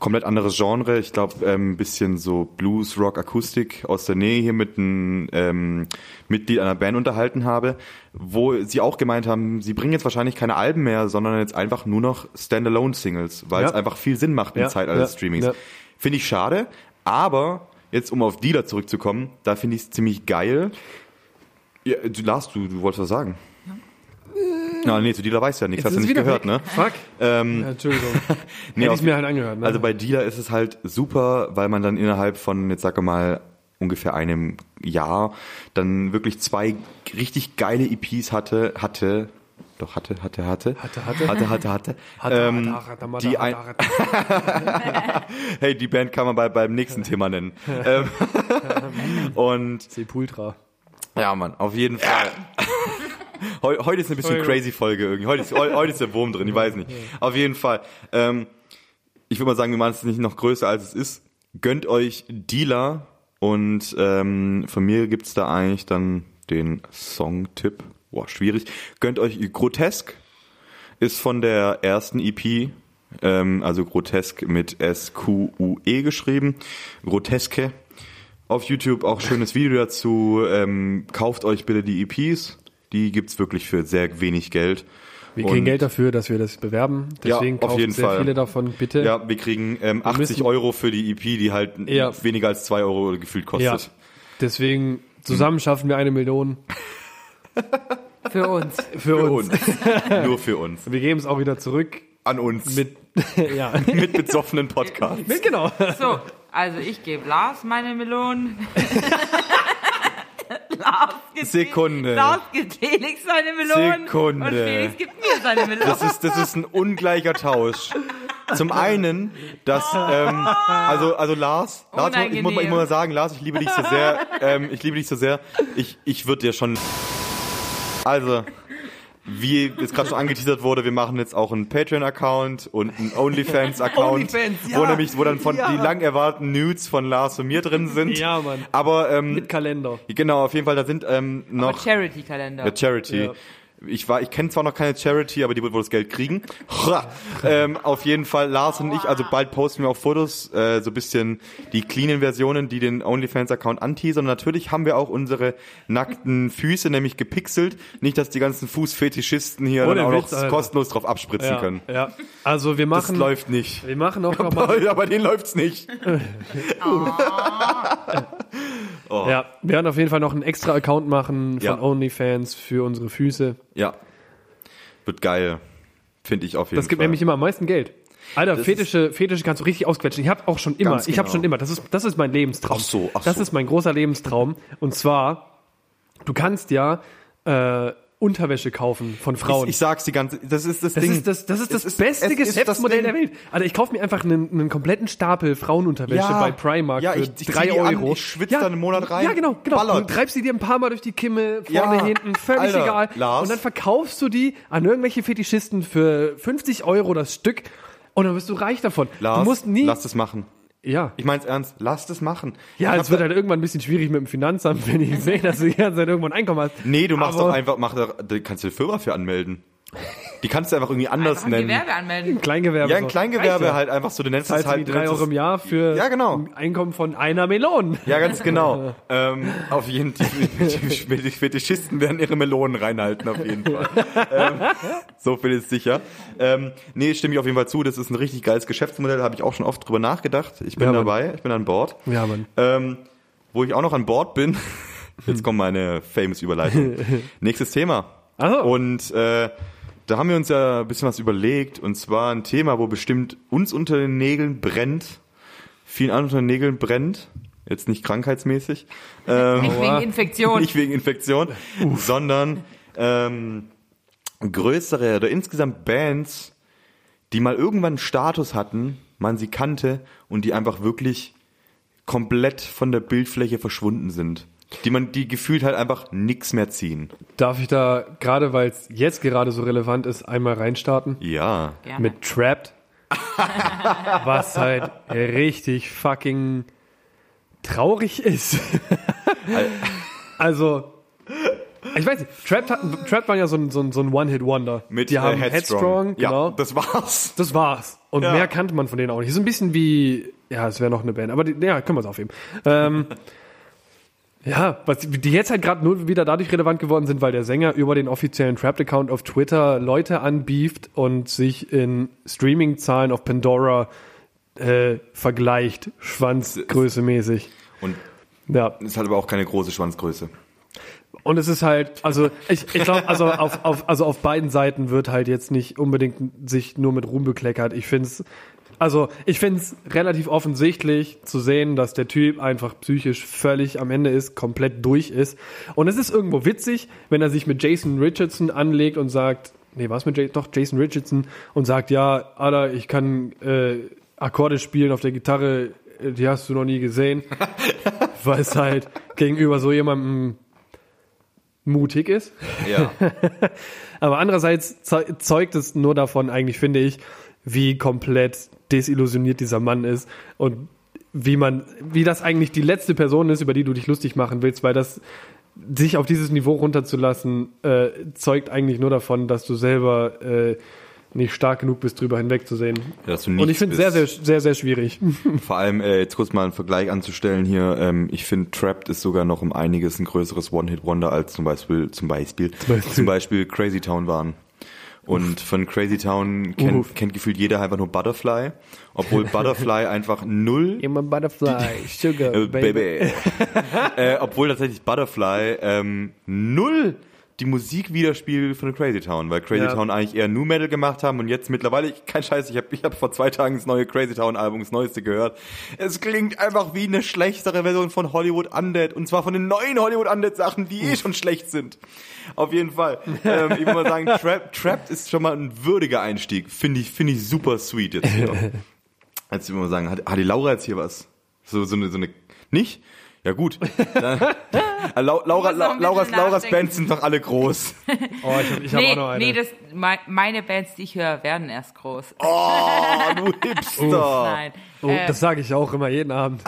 [SPEAKER 1] komplett anderes Genre, ich glaube ein ähm, bisschen so Blues, Rock, Akustik aus der Nähe hier mit einem ähm, Mitglied einer Band unterhalten habe, wo sie auch gemeint haben, sie bringen jetzt wahrscheinlich keine Alben mehr, sondern jetzt einfach nur noch Standalone-Singles, weil
[SPEAKER 2] Ja.
[SPEAKER 1] es einfach viel Sinn macht in
[SPEAKER 2] Ja,
[SPEAKER 1] der Zeit eines
[SPEAKER 2] ja,
[SPEAKER 1] Streamings.
[SPEAKER 2] ja.
[SPEAKER 1] Finde ich schade, aber jetzt um auf Dealer zurückzukommen, da finde ich es ziemlich geil. Ja, du, Lars, du, du wolltest was sagen. Na, nee, zu Dealer weißt du ja nichts, hast du nicht gehört, ne?
[SPEAKER 2] Fuck. ja, Entschuldigung.
[SPEAKER 1] Nee,
[SPEAKER 2] Hätte
[SPEAKER 1] auf-
[SPEAKER 2] ich mir halt angehört. Ne?
[SPEAKER 1] also bei Dealer ist es halt super, weil man dann innerhalb von, jetzt sage mal, ungefähr einem Jahr dann wirklich zwei richtig geile EPs hatte, hatte, doch hatte, hatte, hatte,
[SPEAKER 2] Hatte, hatte.
[SPEAKER 1] hatte, hatte, hatte, ähm, die ein, Äh, hey, die Band kann man bei, beim nächsten Thema nennen. Ähm, und
[SPEAKER 2] Sepultra.
[SPEAKER 1] ja, Mann, auf jeden Fall. Heu, heute ist eine bisschen
[SPEAKER 2] Entschuldigung.
[SPEAKER 1] crazy Folge irgendwie. Heute ist, heu, heute ist der Wurm drin, ich weiß nicht. Auf jeden Fall. Ähm, ich würde mal sagen, wir machen es nicht noch größer, als es ist. Gönnt euch Dealer und ähm, von mir gibt's da eigentlich dann den Songtipp. Boah, schwierig. Gönnt euch Grotesk. Ist von der ersten EP, ähm, also Grotesk mit S-Q-U-E E geschrieben. Groteske auf YouTube auch schönes Video dazu. Ähm, kauft euch bitte die EPs. Die gibt's wirklich für sehr wenig Geld.
[SPEAKER 2] Wir kriegen
[SPEAKER 1] Und-
[SPEAKER 2] Geld dafür, dass wir das bewerben.
[SPEAKER 1] Ja,
[SPEAKER 2] Deswegen
[SPEAKER 1] auf
[SPEAKER 2] kauft
[SPEAKER 1] jeden
[SPEAKER 2] sehr
[SPEAKER 1] Fall.
[SPEAKER 2] viele davon, bitte.
[SPEAKER 1] Ja, wir kriegen ähm, 80
[SPEAKER 2] müssen-
[SPEAKER 1] Euro für die EP, die halt
[SPEAKER 2] Ja.
[SPEAKER 1] weniger als 2 Euro gefühlt
[SPEAKER 2] Ja.
[SPEAKER 1] kostet.
[SPEAKER 2] Deswegen zusammen schaffen wir eine Million
[SPEAKER 3] Für uns.
[SPEAKER 2] für,
[SPEAKER 1] Für
[SPEAKER 2] uns.
[SPEAKER 1] uns. Nur für uns.
[SPEAKER 2] Wir geben es auch wieder zurück
[SPEAKER 1] An uns.
[SPEAKER 2] mit ja,
[SPEAKER 1] mit besoffenen Podcasts.
[SPEAKER 2] mit genau.
[SPEAKER 3] So, also ich gebe Lars meine Melonen.
[SPEAKER 1] Sekunde.
[SPEAKER 3] Lars gibt Felix seine Melonen.
[SPEAKER 1] Sekunde.
[SPEAKER 3] Und Felix gibt mir seine Melonen.
[SPEAKER 1] Das ist, das ist ein ungleicher Tausch. Zum einen, dass, ähm, also, also Lars, Lars ich, muss- ich, muss, mal- ich muss mal sagen, Lars, ich liebe dich so sehr, ähm, ich liebe dich so sehr, ich, ich würde dir schon, also, wie jetzt gerade schon angeteasert wurde, wir machen jetzt auch einen Patreon-Account und einen OnlyFans-Account,
[SPEAKER 2] OnlyFans,
[SPEAKER 1] wo
[SPEAKER 2] ja.
[SPEAKER 1] nämlich, wo dann von
[SPEAKER 2] Ja.
[SPEAKER 1] die lang erwarteten Nudes von Lars und mir drin sind.
[SPEAKER 2] Ja, Mann.
[SPEAKER 1] Aber ähm,
[SPEAKER 2] Mit Kalender.
[SPEAKER 1] genau, auf jeden Fall, da sind ähm,
[SPEAKER 3] Aber
[SPEAKER 1] noch
[SPEAKER 3] Charity-Kalender.
[SPEAKER 1] Ja, Charity.
[SPEAKER 2] Ja.
[SPEAKER 1] Ich war, ich kenne zwar noch keine Charity, aber die wird wohl das Geld kriegen. Ha! ähm, auf jeden Fall Lars und ich, also bald posten wir auch Fotos, äh, so ein bisschen die cleanen Versionen, die den OnlyFans-Account anteasern. Und natürlich haben wir auch unsere nackten Füße nämlich gepixelt. Nicht, dass die ganzen Fußfetischisten hier
[SPEAKER 2] Ohne
[SPEAKER 1] dann auch
[SPEAKER 2] Witz,
[SPEAKER 1] noch
[SPEAKER 2] Alter.
[SPEAKER 1] kostenlos drauf abspritzen können.
[SPEAKER 2] ja. Also wir
[SPEAKER 1] Das
[SPEAKER 2] machen,
[SPEAKER 1] läuft nicht.
[SPEAKER 2] wir machen auch noch mal
[SPEAKER 1] Aber denen läuft's nicht.
[SPEAKER 2] Ja, wir werden auf jeden Fall noch einen extra Account machen von
[SPEAKER 1] Ja.
[SPEAKER 2] OnlyFans für unsere Füße.
[SPEAKER 1] Ja. Wird geil. Finde ich auf jeden
[SPEAKER 2] Das gibt
[SPEAKER 1] Fall.
[SPEAKER 2] nämlich immer am meisten Geld. Alter, Fetische, Fetische kannst du richtig ausquetschen. Ich habe auch schon immer,
[SPEAKER 1] Ganz
[SPEAKER 2] ich habe
[SPEAKER 1] genau.
[SPEAKER 2] schon immer, das ist, das ist mein Lebenstraum.
[SPEAKER 1] Ach so, ach
[SPEAKER 2] das
[SPEAKER 1] so.
[SPEAKER 2] ist mein großer Lebenstraum. Und zwar, du kannst ja äh, Unterwäsche kaufen von Frauen.
[SPEAKER 1] ich, ich sag's die ganze, das ist das,
[SPEAKER 2] das
[SPEAKER 1] Ding.
[SPEAKER 2] ist das, das, ist das
[SPEAKER 1] Es ist- es
[SPEAKER 2] beste
[SPEAKER 1] ist das
[SPEAKER 2] Geschäftsmodell
[SPEAKER 1] Ding.
[SPEAKER 2] der Welt. Alter, ich kaufe mir einfach einen, einen kompletten Stapel Frauenunterwäsche
[SPEAKER 1] Ja.
[SPEAKER 2] bei Primark
[SPEAKER 1] Ja,
[SPEAKER 2] für
[SPEAKER 1] ich- ich zieh
[SPEAKER 2] drei
[SPEAKER 1] die an,
[SPEAKER 2] Euro.
[SPEAKER 1] ich schwitz dann einen Monat rein.
[SPEAKER 2] Ja, genau, genau.
[SPEAKER 1] Ballert.
[SPEAKER 2] Du treibst sie dir ein paar Mal durch die Kimme, vorne,
[SPEAKER 1] Ja.
[SPEAKER 2] hinten, völlig
[SPEAKER 1] Alter,
[SPEAKER 2] egal.
[SPEAKER 1] Lars.
[SPEAKER 2] Und dann verkaufst du die an irgendwelche Fetischisten für 50 Euro das Stück und dann wirst du reich davon.
[SPEAKER 1] Lars,
[SPEAKER 2] du musst nie.
[SPEAKER 1] lass es machen.
[SPEAKER 2] ja.
[SPEAKER 1] Ich mein's ernst, lass das machen.
[SPEAKER 2] Ja,
[SPEAKER 1] Ich
[SPEAKER 2] es
[SPEAKER 1] hab
[SPEAKER 2] wird halt irgendwann ein bisschen schwierig mit dem Finanzamt, wenn die sehen, dass du die ganze Zeit irgendwo ein Einkommen hast.
[SPEAKER 1] da, nee, du machst
[SPEAKER 2] Aber-
[SPEAKER 1] doch einfach, mach doch, da kannst du eine Firma für anmelden. Die kannst du einfach irgendwie anders
[SPEAKER 3] Einfach ein
[SPEAKER 1] nennen.
[SPEAKER 3] Gewerbe anmelden.
[SPEAKER 2] Kleingewerbe.
[SPEAKER 1] Ja, ein
[SPEAKER 2] so.
[SPEAKER 1] Kleingewerbe
[SPEAKER 2] Reicht
[SPEAKER 1] halt einfach so, du nennst
[SPEAKER 2] ja.
[SPEAKER 1] es
[SPEAKER 2] Zahlst du
[SPEAKER 1] halt.
[SPEAKER 2] die drei
[SPEAKER 1] nennst es-
[SPEAKER 2] Euro im Jahr für
[SPEAKER 1] Ja, genau.
[SPEAKER 2] ein Einkommen von einer Melone.
[SPEAKER 1] Ja, ganz genau. ähm, auf jeden Fall, die, die Fetischisten werden ihre Melonen reinhalten, auf jeden Fall. ähm, so viel ist sicher. Ähm, nee, stimme ich auf jeden Fall zu, das ist ein richtig geiles Geschäftsmodell, habe ich auch schon oft drüber nachgedacht. Ich bin
[SPEAKER 2] Ja, Mann.
[SPEAKER 1] dabei, ich bin an Bord.
[SPEAKER 2] Ja, Mann.
[SPEAKER 1] Ähm, wo ich auch noch an Bord bin, jetzt kommt meine famous Überleitung. Nächstes Thema.
[SPEAKER 2] Ach so.
[SPEAKER 1] Und äh, da haben wir uns ja ein bisschen was überlegt und zwar ein Thema, wo bestimmt uns unter den Nägeln brennt, vielen anderen unter den Nägeln brennt, jetzt nicht krankheitsmäßig, Äh,
[SPEAKER 3] Nicht wegen Infektion.
[SPEAKER 1] nicht wegen Infektion, sondern ähm, größere oder insgesamt Bands, die mal irgendwann einen Status hatten, man sie kannte und die einfach wirklich komplett von der Bildfläche verschwunden sind. Die man, die gefühlt halt einfach nix mehr ziehen.
[SPEAKER 2] Darf ich da, gerade weil es jetzt gerade so relevant ist, einmal reinstarten?
[SPEAKER 1] Ja.
[SPEAKER 3] Gerne.
[SPEAKER 2] Mit Trapped. was halt richtig fucking traurig ist. also, ich weiß nicht, Trapped, hatten, Trapped waren ja so ein, so ein, so ein One-Hit-Wonder.
[SPEAKER 1] Mit
[SPEAKER 2] Die
[SPEAKER 1] äh,
[SPEAKER 2] haben Headstrong, genau.
[SPEAKER 1] Ja, das war's.
[SPEAKER 2] Das war's. Und
[SPEAKER 1] Ja.
[SPEAKER 2] mehr kannte man von denen auch nicht. Ist ein bisschen wie, ja, es wäre noch eine Band, aber die, ja, können wir es aufheben. Ähm, ja, was die jetzt halt gerade nur wieder dadurch relevant geworden sind, weil der Sänger über den offiziellen Trapped-Account auf Twitter Leute anbieft und sich in Streaming-Zahlen auf Pandora äh, vergleicht, schwanzgrößemäßig.
[SPEAKER 1] Und
[SPEAKER 2] Ja.
[SPEAKER 1] es hat aber auch keine große Schwanzgröße.
[SPEAKER 2] Und es ist halt, also ich, ich glaube, also auf, auf, also auf beiden Seiten wird halt jetzt nicht unbedingt sich nur mit Ruhm bekleckert. Ich finde es, also ich finde es relativ offensichtlich zu sehen, dass der Typ einfach psychisch völlig am Ende ist, komplett durch ist. Und es ist irgendwo witzig, wenn er sich mit Jason Richardson anlegt und sagt, nee, was mit Jason, doch Jason Richardson und sagt, ja, Alter, ich kann äh, Akkorde spielen auf der Gitarre, äh, die hast du noch nie gesehen, weil es halt gegenüber so jemandem mutig ist.
[SPEAKER 1] Ja.
[SPEAKER 2] Aber andererseits ze- zeugt es nur davon, eigentlich finde ich, wie komplett desillusioniert dieser Mann ist und wie man, wie das eigentlich die letzte Person ist, über die du dich lustig machen willst, weil das sich auf dieses Niveau runterzulassen, äh, zeugt eigentlich nur davon, dass du selber äh, nicht stark genug bist, drüber hinwegzusehen.
[SPEAKER 1] Dass du
[SPEAKER 2] und ich
[SPEAKER 1] nichts
[SPEAKER 2] finde es sehr, sehr,
[SPEAKER 1] bist.
[SPEAKER 2] sehr, sehr schwierig.
[SPEAKER 1] Vor allem, äh, jetzt kurz mal einen Vergleich anzustellen hier, ähm, ich finde Trapped ist sogar noch um einiges ein größeres One-Hit-Wonder als zum Beispiel, zum Beispiel,
[SPEAKER 2] Beispiel.
[SPEAKER 1] zum Beispiel Crazy Town waren. Und von Crazy Town kennt,
[SPEAKER 2] Uff.
[SPEAKER 1] kennt gefühlt jeder einfach nur Butterfly, obwohl Butterfly einfach null
[SPEAKER 2] Immer Butterfly, Sugar,
[SPEAKER 1] äh, Baby. äh, obwohl tatsächlich Butterfly ähm, null die Musik widerspiegelt von Crazy Town, weil Crazy
[SPEAKER 2] Ja.
[SPEAKER 1] Town eigentlich eher New Metal gemacht haben und jetzt mittlerweile, ich, kein Scheiß, ich habe ich hab vor zwei Tagen das neue Crazy Town Album, das neueste gehört. Es klingt einfach wie eine schlechtere Version von Hollywood Undead und zwar von den neuen Hollywood Undead Sachen, die eh schon schlecht sind. Auf jeden Fall. Ähm, ich würde mal sagen, Trap, Trapped ist schon mal ein würdiger Einstieg. Finde ich, finde ich super sweet jetzt. Wieder. Jetzt würde ich mal sagen, hat, hat die Laura jetzt hier was? So, so eine, so eine, nicht? Ja gut. Dann, äh, Lau- Laura,
[SPEAKER 3] noch ein
[SPEAKER 1] La Laura's,
[SPEAKER 3] bisschen
[SPEAKER 1] Laura's
[SPEAKER 3] nachdenken.
[SPEAKER 1] Bands sind doch alle groß.
[SPEAKER 2] Oh, ich hab, ich hab
[SPEAKER 3] nee,
[SPEAKER 2] auch noch eine.
[SPEAKER 3] nee das, mei- meine Bands, die ich höre, werden erst groß.
[SPEAKER 1] Oh, du Hipster.
[SPEAKER 3] Nein.
[SPEAKER 2] oh,
[SPEAKER 3] äh,
[SPEAKER 2] das sage ich auch immer jeden Abend.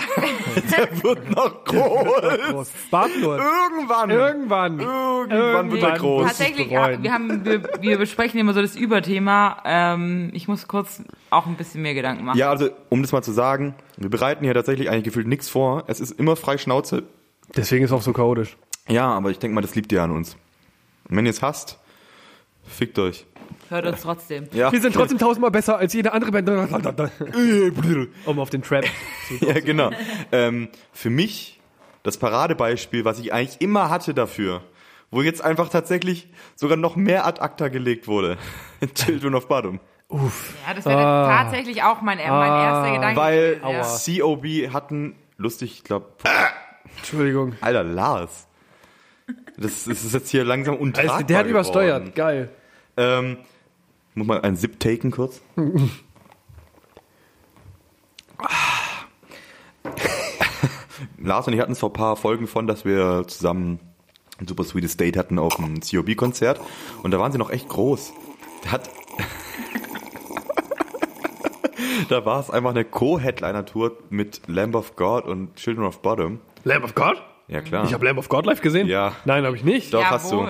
[SPEAKER 1] Wird noch groß.
[SPEAKER 2] Groß. Warte nur.
[SPEAKER 1] Irgendwann.
[SPEAKER 2] Irgendwann.
[SPEAKER 1] Irgendwann wird er
[SPEAKER 2] Irgendwann.
[SPEAKER 1] groß.
[SPEAKER 3] Ähm, Tatsächlich,
[SPEAKER 2] bereuen.
[SPEAKER 3] wir, haben, wir, wir besprechen immer so das Überthema. Ähm, ich muss kurz auch ein bisschen mehr Gedanken machen.
[SPEAKER 1] Ja, also, um das mal zu sagen, wir bereiten hier tatsächlich eigentlich gefühlt nichts vor. Es ist immer frei Schnauze.
[SPEAKER 2] Deswegen ist auch so chaotisch.
[SPEAKER 1] Ja, aber ich denke mal, das liebt ihr an uns. Und wenn ihr es hasst, fickt euch.
[SPEAKER 3] Hört uns trotzdem.
[SPEAKER 1] Ja.
[SPEAKER 2] Wir sind trotzdem tausendmal besser als jede andere Band. Um auf den Trap.
[SPEAKER 1] Ja, genau. ähm, für mich das Paradebeispiel, was ich eigentlich immer hatte dafür, wo jetzt einfach tatsächlich sogar noch mehr ad acta gelegt wurde. Children of Bottom.
[SPEAKER 3] Ja, das wäre
[SPEAKER 2] Ah.
[SPEAKER 3] tatsächlich auch mein, äh, mein erster Gedanke.
[SPEAKER 1] Weil
[SPEAKER 3] gewesen, ja.
[SPEAKER 1] COB hatten, lustig, ich glaube,
[SPEAKER 2] Entschuldigung.
[SPEAKER 1] alter Lars. Das, das ist jetzt hier langsam untragbar
[SPEAKER 2] Also, der hat
[SPEAKER 1] geworden.
[SPEAKER 2] übersteuert. Geil.
[SPEAKER 1] Ähm, muss mal einen Sip taken kurz. Ah. Lars und ich hatten es vor ein paar Folgen von, dass wir zusammen ein super sweetes Date hatten auf einem COB-Konzert. Und da waren sie noch echt groß. Da hat. da war es einfach eine Co-Headliner-Tour mit Lamb of God und Children of Bottom.
[SPEAKER 2] Lamb of God?
[SPEAKER 1] Ja, klar.
[SPEAKER 2] Ich habe Lamb of God live gesehen?
[SPEAKER 1] Ah. Ja.
[SPEAKER 2] Nein, habe ich nicht.
[SPEAKER 1] Doch,
[SPEAKER 3] Jawohl,
[SPEAKER 1] hast du.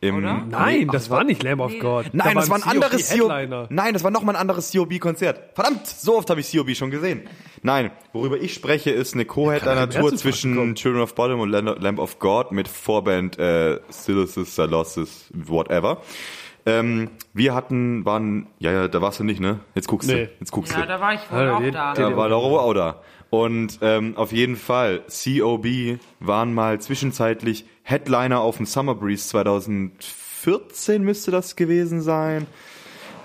[SPEAKER 1] Im,
[SPEAKER 3] oder?
[SPEAKER 2] Nein, das war nicht Lamb of God. Da
[SPEAKER 1] Nein, das war ein
[SPEAKER 2] COB
[SPEAKER 1] anderes
[SPEAKER 2] Headliner.
[SPEAKER 1] COB. Nein, das war nochmal ein anderes COB-Konzert. Verdammt, so oft habe ich COB schon gesehen. Nein, worüber ich spreche, ist eine
[SPEAKER 2] Ja,
[SPEAKER 1] Co-Headliner
[SPEAKER 2] kann ich im
[SPEAKER 1] Tour
[SPEAKER 2] Herzen
[SPEAKER 1] zwischen
[SPEAKER 2] fast kommen.
[SPEAKER 1] Children of Bottom und Lam- Lamb of God mit Vorband äh, Silasys, Salosis, whatever. Ähm, wir hatten, waren, ja, ja, da warst du nicht, ne? Jetzt guckst
[SPEAKER 2] Nee.
[SPEAKER 1] du. Jetzt guckst
[SPEAKER 3] Ja,
[SPEAKER 1] du.
[SPEAKER 3] da war ich wohl
[SPEAKER 2] Hallo,
[SPEAKER 3] auch
[SPEAKER 2] jeden-
[SPEAKER 3] da.
[SPEAKER 1] Da war Lauro auch da. Und ähm, auf jeden Fall, COB waren mal zwischenzeitlich Headliner auf dem Summer Breeze 2014 müsste das gewesen sein.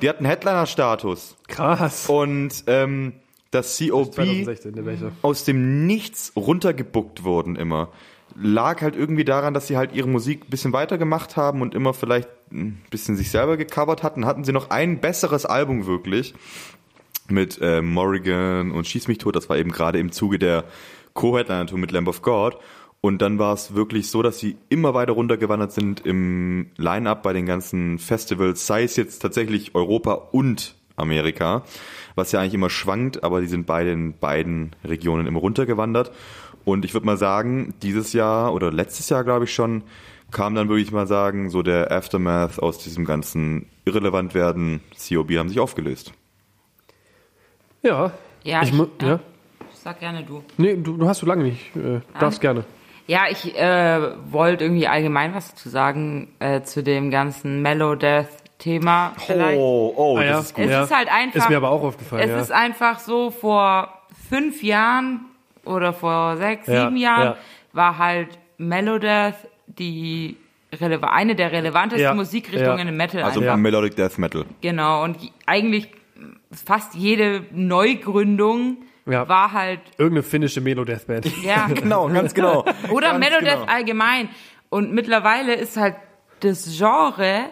[SPEAKER 1] Die hatten Headliner-Status.
[SPEAKER 2] Krass.
[SPEAKER 1] Und ähm, das COB
[SPEAKER 2] 2016, der
[SPEAKER 3] Mhm.
[SPEAKER 2] welche.
[SPEAKER 1] aus dem Nichts runtergebuckt wurden immer. Lag halt irgendwie daran, dass sie halt ihre Musik ein bisschen weitergemacht haben und immer vielleicht ein bisschen sich selber gecovert hatten. Hatten sie noch ein besseres Album wirklich mit äh, Morrigan und Schieß mich tot. Das war eben gerade im Zuge der Co-Headliner-Tour mit Lamb of God. Und dann war es wirklich so, dass sie immer weiter runtergewandert sind im Line-Up bei den ganzen Festivals, sei es jetzt tatsächlich Europa und Amerika, was ja eigentlich immer schwankt, aber die sind bei den beiden Regionen immer runtergewandert. Und ich würde mal sagen, dieses Jahr oder letztes Jahr, glaube ich schon, kam dann, würde ich mal sagen, so der Aftermath aus diesem ganzen irrelevant werden. COB haben sich aufgelöst.
[SPEAKER 2] Ja.
[SPEAKER 3] Ja,
[SPEAKER 2] ich,
[SPEAKER 3] ich-
[SPEAKER 2] mu-
[SPEAKER 3] ja.
[SPEAKER 2] ja.
[SPEAKER 3] Sag gerne du.
[SPEAKER 2] Nee, du, du hast du lange nicht. Äh,
[SPEAKER 3] Ah.
[SPEAKER 2] darfst gerne.
[SPEAKER 3] Ja, ich äh, wollte irgendwie allgemein was zu sagen äh, zu dem ganzen Mellow Death Thema. Vielleicht.
[SPEAKER 1] Oh, oh,
[SPEAKER 2] Ah, ja.
[SPEAKER 1] das ist gut.
[SPEAKER 3] Es
[SPEAKER 2] Ja.
[SPEAKER 3] ist halt einfach.
[SPEAKER 2] Ist mir aber auch aufgefallen,
[SPEAKER 3] Es
[SPEAKER 2] ja.
[SPEAKER 3] ist einfach so vor fünf Jahren oder vor sechs,
[SPEAKER 2] Ja,
[SPEAKER 3] sieben Jahren
[SPEAKER 2] ja.
[SPEAKER 3] war halt Mellow Death die releva- eine der relevantesten
[SPEAKER 2] Ja,
[SPEAKER 3] Musikrichtungen
[SPEAKER 2] ja.
[SPEAKER 3] im Metal.
[SPEAKER 1] Also
[SPEAKER 3] einfach.
[SPEAKER 1] Melodic Death Metal.
[SPEAKER 3] Genau, und j- eigentlich fast jede Neugründung
[SPEAKER 2] Ja.
[SPEAKER 3] war halt,
[SPEAKER 2] Irgendeine finnische Melo-Deathband.
[SPEAKER 3] ja,
[SPEAKER 1] Genau, ganz genau.
[SPEAKER 3] oder
[SPEAKER 1] Ganz
[SPEAKER 3] Melodeath
[SPEAKER 1] genau.
[SPEAKER 3] allgemein. Und mittlerweile ist halt das Genre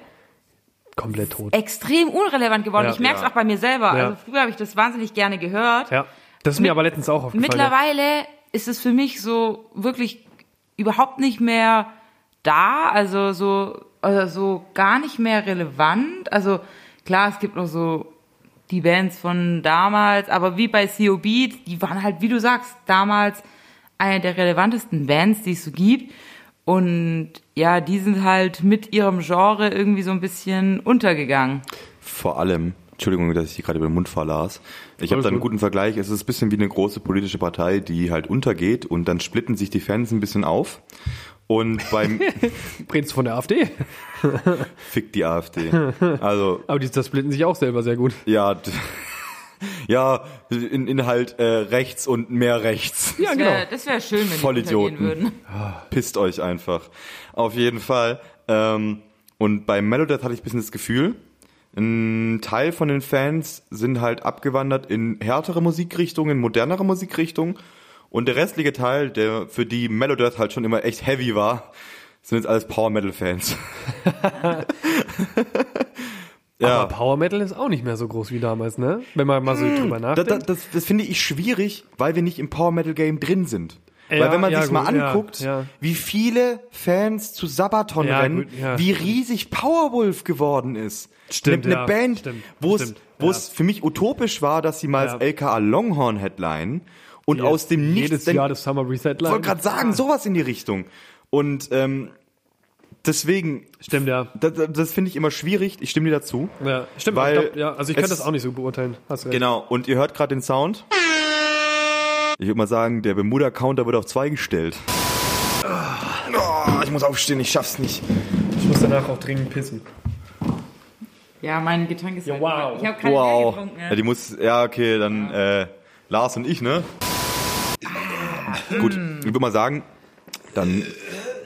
[SPEAKER 2] Komplett tot.
[SPEAKER 3] extrem unrelevant geworden.
[SPEAKER 2] Ja.
[SPEAKER 3] ich merke es
[SPEAKER 1] Ja.
[SPEAKER 3] auch bei mir selber.
[SPEAKER 2] Ja.
[SPEAKER 3] Also früher habe ich das wahnsinnig gerne gehört.
[SPEAKER 2] Ja. Das ist mir aber letztens auch aufgefallen. ja.
[SPEAKER 3] Mittlerweile ist es für mich so wirklich überhaupt nicht mehr da, also so, also so gar nicht mehr relevant. Also klar, es gibt noch so die Bands von damals, aber wie bei COB, die waren halt, wie du sagst, damals eine der relevantesten Bands, die es so gibt. Und ja, die sind halt mit ihrem Genre irgendwie so ein bisschen untergegangen.
[SPEAKER 1] Vor allem, Entschuldigung, dass ich hier gerade über den Mund fahre, Lars. Ich habe
[SPEAKER 2] Alles
[SPEAKER 1] da einen
[SPEAKER 2] gut.
[SPEAKER 1] guten Vergleich. Es ist ein bisschen wie eine große politische Partei, die halt untergeht und dann splitten sich die Fans ein bisschen auf. Und beim
[SPEAKER 2] Prinz von der AfD.
[SPEAKER 1] Fick die AfD. Also,
[SPEAKER 2] Aber die das splitten sich auch selber sehr gut.
[SPEAKER 1] ja. d- Ja, in, in halt äh, rechts und mehr rechts.
[SPEAKER 2] Ja,
[SPEAKER 3] Das
[SPEAKER 2] genau.
[SPEAKER 3] wäre wär schön, wenn die
[SPEAKER 1] Vollidioten.
[SPEAKER 3] untergehen würden.
[SPEAKER 1] pisst euch einfach. Auf jeden Fall. Ähm, und bei Melodeath hatte ich ein bisschen das Gefühl, ein Teil von den Fans sind halt abgewandert in härtere Musikrichtungen, modernere Musikrichtungen. Und der restliche Teil, der für die Melodeath halt schon immer echt heavy war, sind jetzt alles Power Metal Fans. ja. Hm.
[SPEAKER 2] Aber Power Metal ist auch nicht mehr so groß wie damals, ne? Wenn man mal so drüber
[SPEAKER 1] Das,
[SPEAKER 2] nachdenkt.
[SPEAKER 1] das, das, das finde ich schwierig, weil wir nicht im Power Metal Game drin sind. Weil wenn man
[SPEAKER 2] ja,
[SPEAKER 1] sich's mal
[SPEAKER 2] gut, ja,
[SPEAKER 1] anguckt,
[SPEAKER 2] ja.
[SPEAKER 1] wie viele Fans zu Sabaton
[SPEAKER 2] Ja,
[SPEAKER 1] rennen,
[SPEAKER 2] gut, ja.
[SPEAKER 1] wie riesig Powerwolf geworden ist.
[SPEAKER 2] Stimmt,
[SPEAKER 1] Eine ne
[SPEAKER 2] ja,
[SPEAKER 1] Band,
[SPEAKER 2] stimmt,
[SPEAKER 1] wo es
[SPEAKER 2] stimmt,
[SPEAKER 1] wo es für mich utopisch war, dass sie mal als
[SPEAKER 2] Ja.
[SPEAKER 1] LKA Longhorn headline und
[SPEAKER 2] Jedes-
[SPEAKER 1] aus dem Nichts
[SPEAKER 2] Jedes
[SPEAKER 1] denn-
[SPEAKER 2] Jahr das Summer Reset
[SPEAKER 1] ich
[SPEAKER 2] Line.
[SPEAKER 1] wollte gerade sagen, sowas in die Richtung. Und ähm, deswegen,
[SPEAKER 2] Stimmt, ja.
[SPEAKER 1] das, das finde ich immer schwierig. Ich stimme dir dazu.
[SPEAKER 2] ja. Stimmt,
[SPEAKER 1] Weil
[SPEAKER 2] ich glaub, ja. Also ich kann
[SPEAKER 1] es-
[SPEAKER 2] das auch nicht so beurteilen. Hast recht.
[SPEAKER 1] Genau, und ihr hört gerade den Sound. Ich würde mal sagen, der Bermuda-Counter wird auf zwei gestellt. Oh, ich muss aufstehen, ich schaff's nicht.
[SPEAKER 2] Ich muss danach auch dringend pissen.
[SPEAKER 3] Ja, mein Getränk ist. halt
[SPEAKER 2] Ja, wow.
[SPEAKER 3] Ich habe keinen mehr
[SPEAKER 1] Wow.
[SPEAKER 3] getrunken.
[SPEAKER 1] Ja, die muss, ja, Ah. okay, dann äh, Lars und ich, ne? Gut, ich würde mal sagen, dann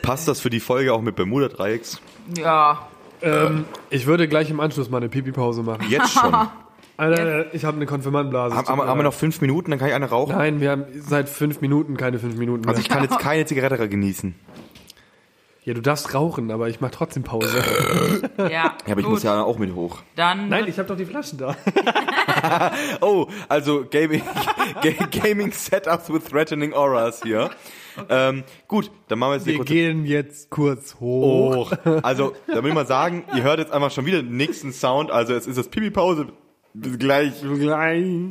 [SPEAKER 1] passt das für die Folge auch mit Bermuda-Dreiecks.
[SPEAKER 3] Ja.
[SPEAKER 2] Ähm, ich würde gleich im Anschluss mal eine Pipi-Pause machen.
[SPEAKER 1] Jetzt schon. haben,
[SPEAKER 2] Alter, ich habe eine Konfirmandenblase. Es tut
[SPEAKER 1] haben,
[SPEAKER 2] mir
[SPEAKER 1] haben wir noch
[SPEAKER 2] leid.
[SPEAKER 1] fünf Minuten, dann kann ich eine rauchen.
[SPEAKER 2] Nein, wir haben seit fünf Minuten keine fünf Minuten mehr.
[SPEAKER 1] Also ich kann jetzt keine Zigarette genießen.
[SPEAKER 2] ja, du darfst rauchen, aber ich mache trotzdem Pause.
[SPEAKER 3] Ja,
[SPEAKER 1] Ja, aber ich
[SPEAKER 3] gut,
[SPEAKER 1] muss ja auch mit hoch.
[SPEAKER 3] Dann.
[SPEAKER 2] Nein, ich habe doch die Flaschen da.
[SPEAKER 1] Oh, also Gaming, Ga- Gaming Setups with Threatening Auras hier. Ähm, gut, dann machen wir jetzt hier
[SPEAKER 2] Wir
[SPEAKER 1] kurz
[SPEAKER 2] gehen jetzt kurz hoch.
[SPEAKER 1] hoch. Also, da will ich mal sagen, ihr hört jetzt einfach schon wieder den nächsten Sound. Also, es ist das Pipi-Pause. Bis gleich.
[SPEAKER 2] Nein.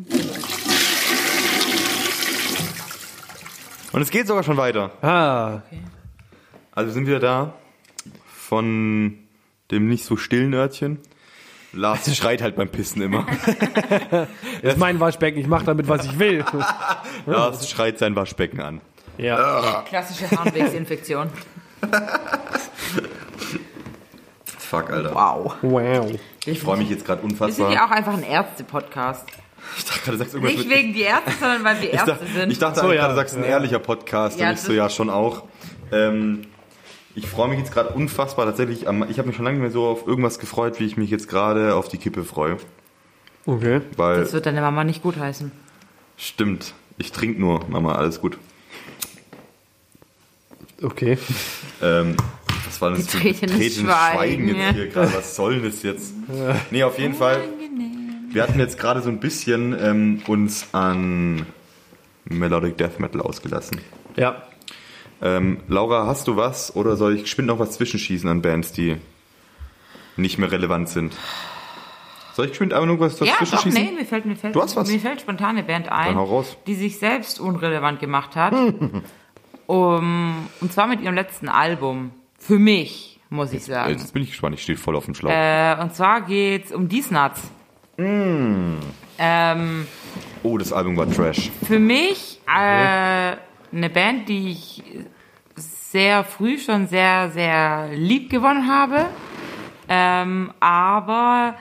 [SPEAKER 1] Und es geht sogar schon weiter.
[SPEAKER 2] Ah,
[SPEAKER 1] Also, wir sind wieder da von dem nicht so stillen Örtchen. Lars schreit halt beim Pissen immer.
[SPEAKER 2] das ist mein Waschbecken. Ich mache damit, was ich will.
[SPEAKER 1] Lars schreit sein Waschbecken an.
[SPEAKER 2] ja.
[SPEAKER 3] Klassische Harnwegsinfektion.
[SPEAKER 1] Fuck, Alter.
[SPEAKER 3] wow.
[SPEAKER 2] Wow.
[SPEAKER 1] Ich freue mich jetzt gerade
[SPEAKER 3] Wir sind ja
[SPEAKER 1] unfassbar.
[SPEAKER 3] auch einfach ein Ärzte-Podcast.
[SPEAKER 1] Ich dachte, du sagst irgendwas
[SPEAKER 3] Nicht
[SPEAKER 1] mit
[SPEAKER 3] wegen die Ärzte, sondern weil wir
[SPEAKER 1] Ich
[SPEAKER 3] Ärzte
[SPEAKER 1] dachte,
[SPEAKER 3] sind.
[SPEAKER 1] ich dachte
[SPEAKER 2] Ach so,
[SPEAKER 1] eigentlich
[SPEAKER 2] ja.
[SPEAKER 1] gerade, du sagst ein
[SPEAKER 2] Ja,
[SPEAKER 1] ehrlicher Podcast.
[SPEAKER 3] Ja,
[SPEAKER 1] und ich so,
[SPEAKER 3] das-
[SPEAKER 1] ja, schon auch. Ähm, ich freue mich jetzt gerade unfassbar tatsächlich. Am, ich habe mich schon lange nicht mehr so auf irgendwas gefreut, wie ich mich jetzt gerade auf die Kippe freue.
[SPEAKER 2] Okay.
[SPEAKER 1] Weil,
[SPEAKER 3] das wird deine Mama nicht gut heißen.
[SPEAKER 1] stimmt, ich trinke nur, Mama, alles gut.
[SPEAKER 2] Okay.
[SPEAKER 1] Ähm, was war denn das für
[SPEAKER 3] Treten
[SPEAKER 1] ein betretenes
[SPEAKER 3] ins Schweigen,
[SPEAKER 1] jetzt
[SPEAKER 3] ja.
[SPEAKER 1] hier gerade? Was soll denn das jetzt? Nee, auf jeden Fall. Wir hatten jetzt gerade so ein bisschen ähm, uns an Melodic Death Metal ausgelassen.
[SPEAKER 2] Ja.
[SPEAKER 1] Ähm, Laura, hast du was oder soll ich geschwind noch was zwischenschießen an Bands, die nicht mehr relevant sind? Soll ich geschwind einfach nur was
[SPEAKER 3] Ja, doch,
[SPEAKER 1] zwischenschießen?
[SPEAKER 3] nee, mir fällt, mir fällt,
[SPEAKER 1] Du hast was?
[SPEAKER 3] mir fällt spontane Band ein,
[SPEAKER 1] Dann hau raus.
[SPEAKER 3] die sich selbst unrelevant gemacht hat. um, und zwar mit ihrem letzten Album. Für mich, muss ich sagen.
[SPEAKER 1] Äh, Jetzt bin ich gespannt, ich stehe voll auf dem Schlauch.
[SPEAKER 3] Äh, und zwar geht's um die Snuts.
[SPEAKER 1] Mm.
[SPEAKER 3] Ähm,
[SPEAKER 1] oh, das Album war Trash.
[SPEAKER 3] für mich äh, eine Band, die ich sehr früh schon sehr, sehr lieb gewonnen habe. Ähm, aber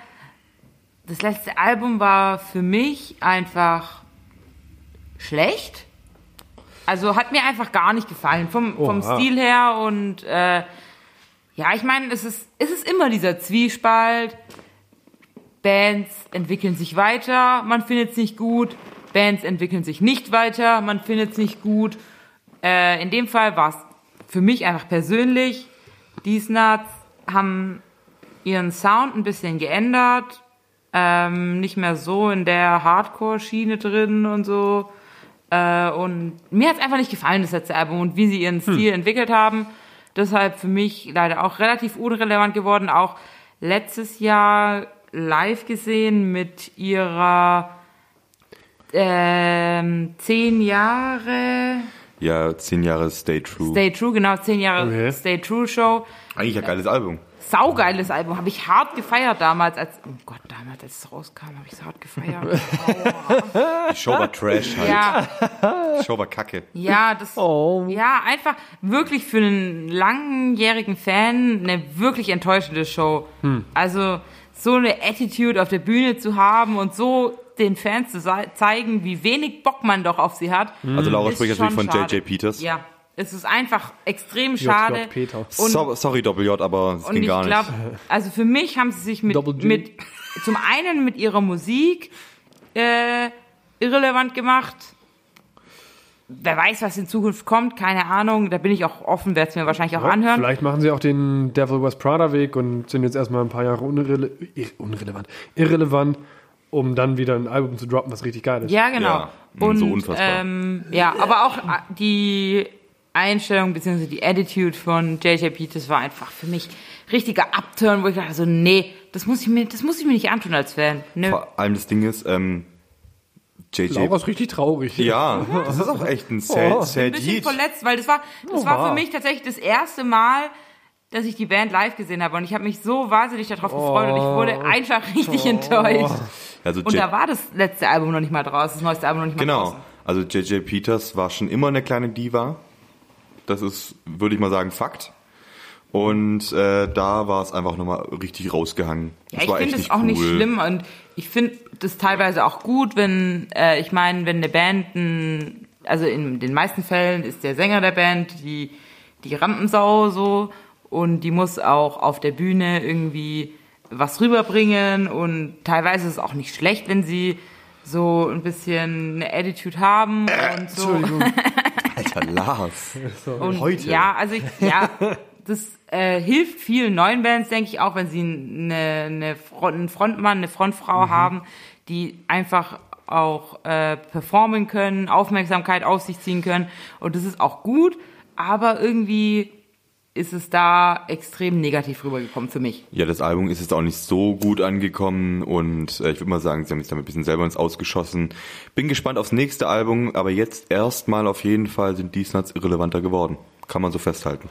[SPEAKER 3] das letzte Album war für mich einfach schlecht. Also hat mir einfach gar nicht gefallen. Vom, vom
[SPEAKER 2] Oha.
[SPEAKER 3] Stil her und äh, ja, ich meine, es ist, es ist immer dieser Zwiespalt. Bands entwickeln sich weiter, man findet es nicht gut. Bands entwickeln sich nicht weiter, man findet es nicht gut. Äh, in dem Fall war es für mich einfach persönlich. Die Snuts haben ihren Sound ein bisschen geändert. Ähm, nicht mehr so in der Hardcore-Schiene drin und so. Äh, und mir hat es einfach nicht gefallen, das letzte Album und wie sie ihren Stil entwickelt haben. Deshalb für mich leider auch relativ unrelevant geworden. Auch letztes Jahr live gesehen mit ihrer ähm, zehn Jahre
[SPEAKER 1] Ja, zehn Jahre Stay True.
[SPEAKER 3] Stay True, genau, zehn Jahre
[SPEAKER 2] Okay.
[SPEAKER 3] Stay True Show.
[SPEAKER 1] Eigentlich ein geiles Album.
[SPEAKER 3] Saugeiles Album, habe ich hart gefeiert damals, als, oh Gott, damals, als es rauskam, habe ich es hart gefeiert.
[SPEAKER 1] Die Show war Trash halt.
[SPEAKER 3] ja. Mhm.
[SPEAKER 1] Die Show war kacke.
[SPEAKER 3] Ja, das.
[SPEAKER 2] Oh.
[SPEAKER 3] Ja, einfach wirklich für einen langjährigen Fan eine wirklich enttäuschende Show.
[SPEAKER 2] Hm.
[SPEAKER 3] Also so eine Attitude auf der Bühne zu haben und so den Fans zu sei- zeigen, wie wenig Bock man doch auf sie hat.
[SPEAKER 2] Hm.
[SPEAKER 1] Also Laura
[SPEAKER 3] ist
[SPEAKER 1] spricht
[SPEAKER 3] schon
[SPEAKER 1] natürlich von
[SPEAKER 3] schade.
[SPEAKER 1] J.J. Peters.
[SPEAKER 3] Ja, es ist einfach extrem schade.
[SPEAKER 2] Peter.
[SPEAKER 3] Und
[SPEAKER 1] so, sorry, Doppel-J, aber es
[SPEAKER 3] und
[SPEAKER 1] ging
[SPEAKER 3] ich
[SPEAKER 1] gar
[SPEAKER 3] glaube,
[SPEAKER 1] nicht.
[SPEAKER 3] also für mich haben sie sich
[SPEAKER 2] Double
[SPEAKER 3] mit,
[SPEAKER 2] G.
[SPEAKER 3] mit zum einen mit ihrer Musik äh, irrelevant gemacht. Wer weiß, was in Zukunft kommt, keine Ahnung. Da bin ich auch offen, werde es mir wahrscheinlich auch anhören.
[SPEAKER 2] Vielleicht machen sie auch den Devil West Prada Weg und sind jetzt erstmal ein paar Jahre unrele ir- unrelevant, irrelevant um dann wieder ein Album zu droppen, was richtig geil ist.
[SPEAKER 3] Ja, genau.
[SPEAKER 1] Ja, mh,
[SPEAKER 3] und
[SPEAKER 1] so unfassbar.
[SPEAKER 3] Ähm, ja, aber auch äh, die Einstellung bzw. die Attitude von JJ Peters war einfach für mich richtiger Upturn, wo ich dachte so, nee, das muss ich mir, das muss ich mir nicht antun als ne, Fan. Nö.
[SPEAKER 1] Vor allem das Ding ist, ähm, JJ.
[SPEAKER 2] Laura ist richtig traurig.
[SPEAKER 1] Ja, das ist auch echt ein sad,
[SPEAKER 2] Oh.
[SPEAKER 3] ein
[SPEAKER 1] sad
[SPEAKER 3] bisschen
[SPEAKER 1] Yeet.
[SPEAKER 3] verletzt, weil das war, das
[SPEAKER 2] Oh,
[SPEAKER 3] war
[SPEAKER 2] wow.
[SPEAKER 3] für mich tatsächlich das erste Mal, dass ich die Band live gesehen habe und ich habe mich so wahnsinnig darauf gefreut und ich
[SPEAKER 2] Oh.
[SPEAKER 3] wurde einfach richtig enttäuscht.
[SPEAKER 1] Also
[SPEAKER 3] Und
[SPEAKER 1] J-
[SPEAKER 3] da war das letzte Album noch nicht mal draus, das neueste Album noch nicht mal
[SPEAKER 1] Genau.
[SPEAKER 3] draußen.
[SPEAKER 1] Also JJ Peters war schon immer eine kleine Diva. Das ist, würde ich mal sagen, Fakt. Und äh, da war es einfach nochmal richtig rausgehangen.
[SPEAKER 3] Ja,
[SPEAKER 1] das
[SPEAKER 3] ich
[SPEAKER 1] war
[SPEAKER 3] finde
[SPEAKER 1] echt
[SPEAKER 3] das auch nicht
[SPEAKER 1] cool.
[SPEAKER 3] schlimm und ich finde das teilweise auch gut, wenn, äh, ich meine, wenn eine Band, ein, also in den meisten Fällen ist der Sänger der Band die, die Rampensau so und die muss auch auf der Bühne irgendwie was rüberbringen und teilweise ist es auch nicht schlecht, wenn sie so ein bisschen eine Attitude haben und
[SPEAKER 1] Äh,
[SPEAKER 3] so.
[SPEAKER 1] Alter, Lars.
[SPEAKER 3] Und
[SPEAKER 1] Heute.
[SPEAKER 3] Ja, also ich, ja, das äh, hilft vielen neuen Bands, denke ich, auch wenn sie eine, eine Front, einen Frontmann, eine
[SPEAKER 2] Mhm.
[SPEAKER 3] Frontfrau haben, die einfach auch äh, performen können, Aufmerksamkeit auf sich ziehen können. Und das ist auch gut, aber irgendwie ist es da extrem negativ rübergekommen für mich.
[SPEAKER 1] Ja, das Album ist jetzt auch nicht so gut angekommen und äh, ich würde mal sagen, sie haben sich damit ein bisschen selber ins Ausgeschossen. Bin gespannt aufs nächste Album, aber jetzt erstmal auf jeden Fall sind die Snuts irrelevanter geworden. Kann man so festhalten.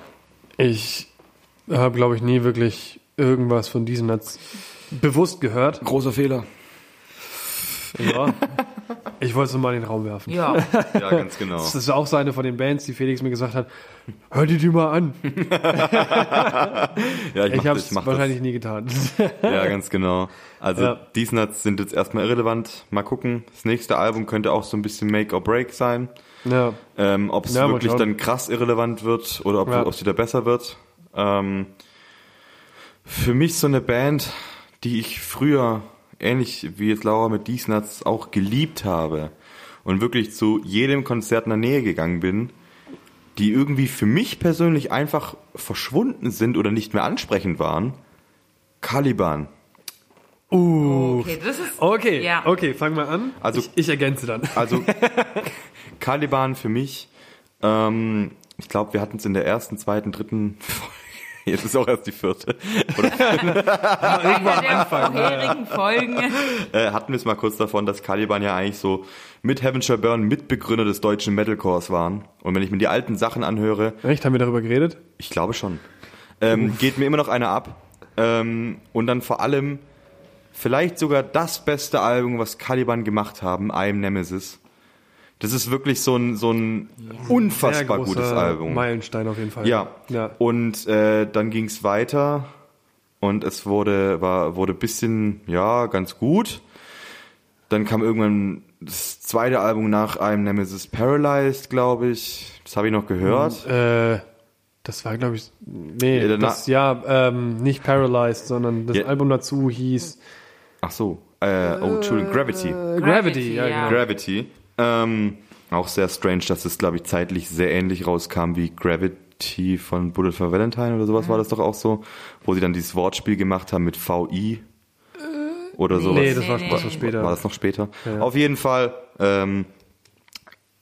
[SPEAKER 2] Ich habe, glaube ich, nie wirklich irgendwas von diesem Netz bewusst gehört.
[SPEAKER 1] Großer Fehler.
[SPEAKER 2] Ja. Ich wollte es nur mal in den Raum werfen.
[SPEAKER 3] Ja,
[SPEAKER 1] Ja, ganz genau.
[SPEAKER 2] Das ist auch so eine von den Bands, die Felix mir gesagt hat, hör dir die mal an.
[SPEAKER 1] Ja,
[SPEAKER 2] Ich
[SPEAKER 1] mach
[SPEAKER 2] habe
[SPEAKER 1] das-
[SPEAKER 2] es
[SPEAKER 1] mach das.
[SPEAKER 2] wahrscheinlich nie getan.
[SPEAKER 1] Ja, ganz genau. Also
[SPEAKER 2] Ja.
[SPEAKER 1] die Snuts sind jetzt erstmal irrelevant. Mal gucken. Das nächste Album könnte auch so ein bisschen Make or Break sein.
[SPEAKER 2] ja.
[SPEAKER 1] Ähm, ob es
[SPEAKER 2] Ja, mal
[SPEAKER 1] wirklich
[SPEAKER 2] schauen.
[SPEAKER 1] dann krass irrelevant wird oder ob
[SPEAKER 2] Ja.
[SPEAKER 1] es wieder besser wird. Ähm, für mich so eine Band, die ich früher, ähnlich wie jetzt Laura mit Diesnuts, auch geliebt habe und wirklich zu jedem Konzert in der Nähe gegangen bin, die irgendwie für mich persönlich einfach verschwunden sind oder nicht mehr ansprechend waren, Caliban.
[SPEAKER 3] okay, das ist
[SPEAKER 2] Okay,
[SPEAKER 3] Ja.
[SPEAKER 2] okay, fang mal an.
[SPEAKER 1] Also-
[SPEAKER 2] ich, ich ergänze dann.
[SPEAKER 1] Also Caliban für mich, ähm, ich glaube, wir hatten es in der ersten, zweiten, dritten Folge. Jetzt ist auch erst die vierte.
[SPEAKER 3] einer der vorherigen Folgen.
[SPEAKER 1] Äh, hatten wir es mal kurz davon, dass Caliban ja eigentlich so mit Heaven Shall Burn Mitbegründer des deutschen Metalcores waren. Und wenn ich mir die alten Sachen anhöre,
[SPEAKER 2] Echt, haben wir darüber geredet?
[SPEAKER 1] Ich glaube schon. Ähm, geht mir immer noch einer ab. Ähm, und dann vor allem vielleicht sogar das beste Album, was Caliban gemacht haben, I Am Nemesis. Das ist wirklich so ein, so ein unfassbar
[SPEAKER 2] Sehr großer
[SPEAKER 1] gutes Album.
[SPEAKER 2] Meilenstein auf jeden Fall.
[SPEAKER 1] Ja.
[SPEAKER 2] Äh, ja.
[SPEAKER 1] Und äh, dann ging es weiter und es wurde war wurde bisschen ja ganz gut. Dann kam irgendwann das zweite Album nach einem Nemesis Paralyzed, glaube ich. Das habe ich noch gehört.
[SPEAKER 2] Äh, das war, glaube ich, nee,
[SPEAKER 1] Ja,
[SPEAKER 2] ja,
[SPEAKER 1] danach-
[SPEAKER 2] das, ja ähm, nicht Paralyzed, sondern das
[SPEAKER 1] Ja.
[SPEAKER 2] Album dazu hieß
[SPEAKER 1] Ach so. Äh, oh, Entschuldigung, Gravity.
[SPEAKER 2] äh, Gravity.
[SPEAKER 3] Gravity,
[SPEAKER 2] ja,
[SPEAKER 3] ja.
[SPEAKER 2] Genau.
[SPEAKER 1] Gravity. Ähm, auch sehr strange, dass es, glaube ich, zeitlich sehr ähnlich rauskam wie Gravity von Bullet for Valentine oder
[SPEAKER 2] Mhm.
[SPEAKER 1] sowas war das doch auch so, wo sie dann dieses Wortspiel gemacht haben mit VI oder sowas.
[SPEAKER 2] Mhm. Nee, das war,
[SPEAKER 3] Nee, nee.
[SPEAKER 2] das war später.
[SPEAKER 1] War das noch später? Auf jeden Fall. Ähm,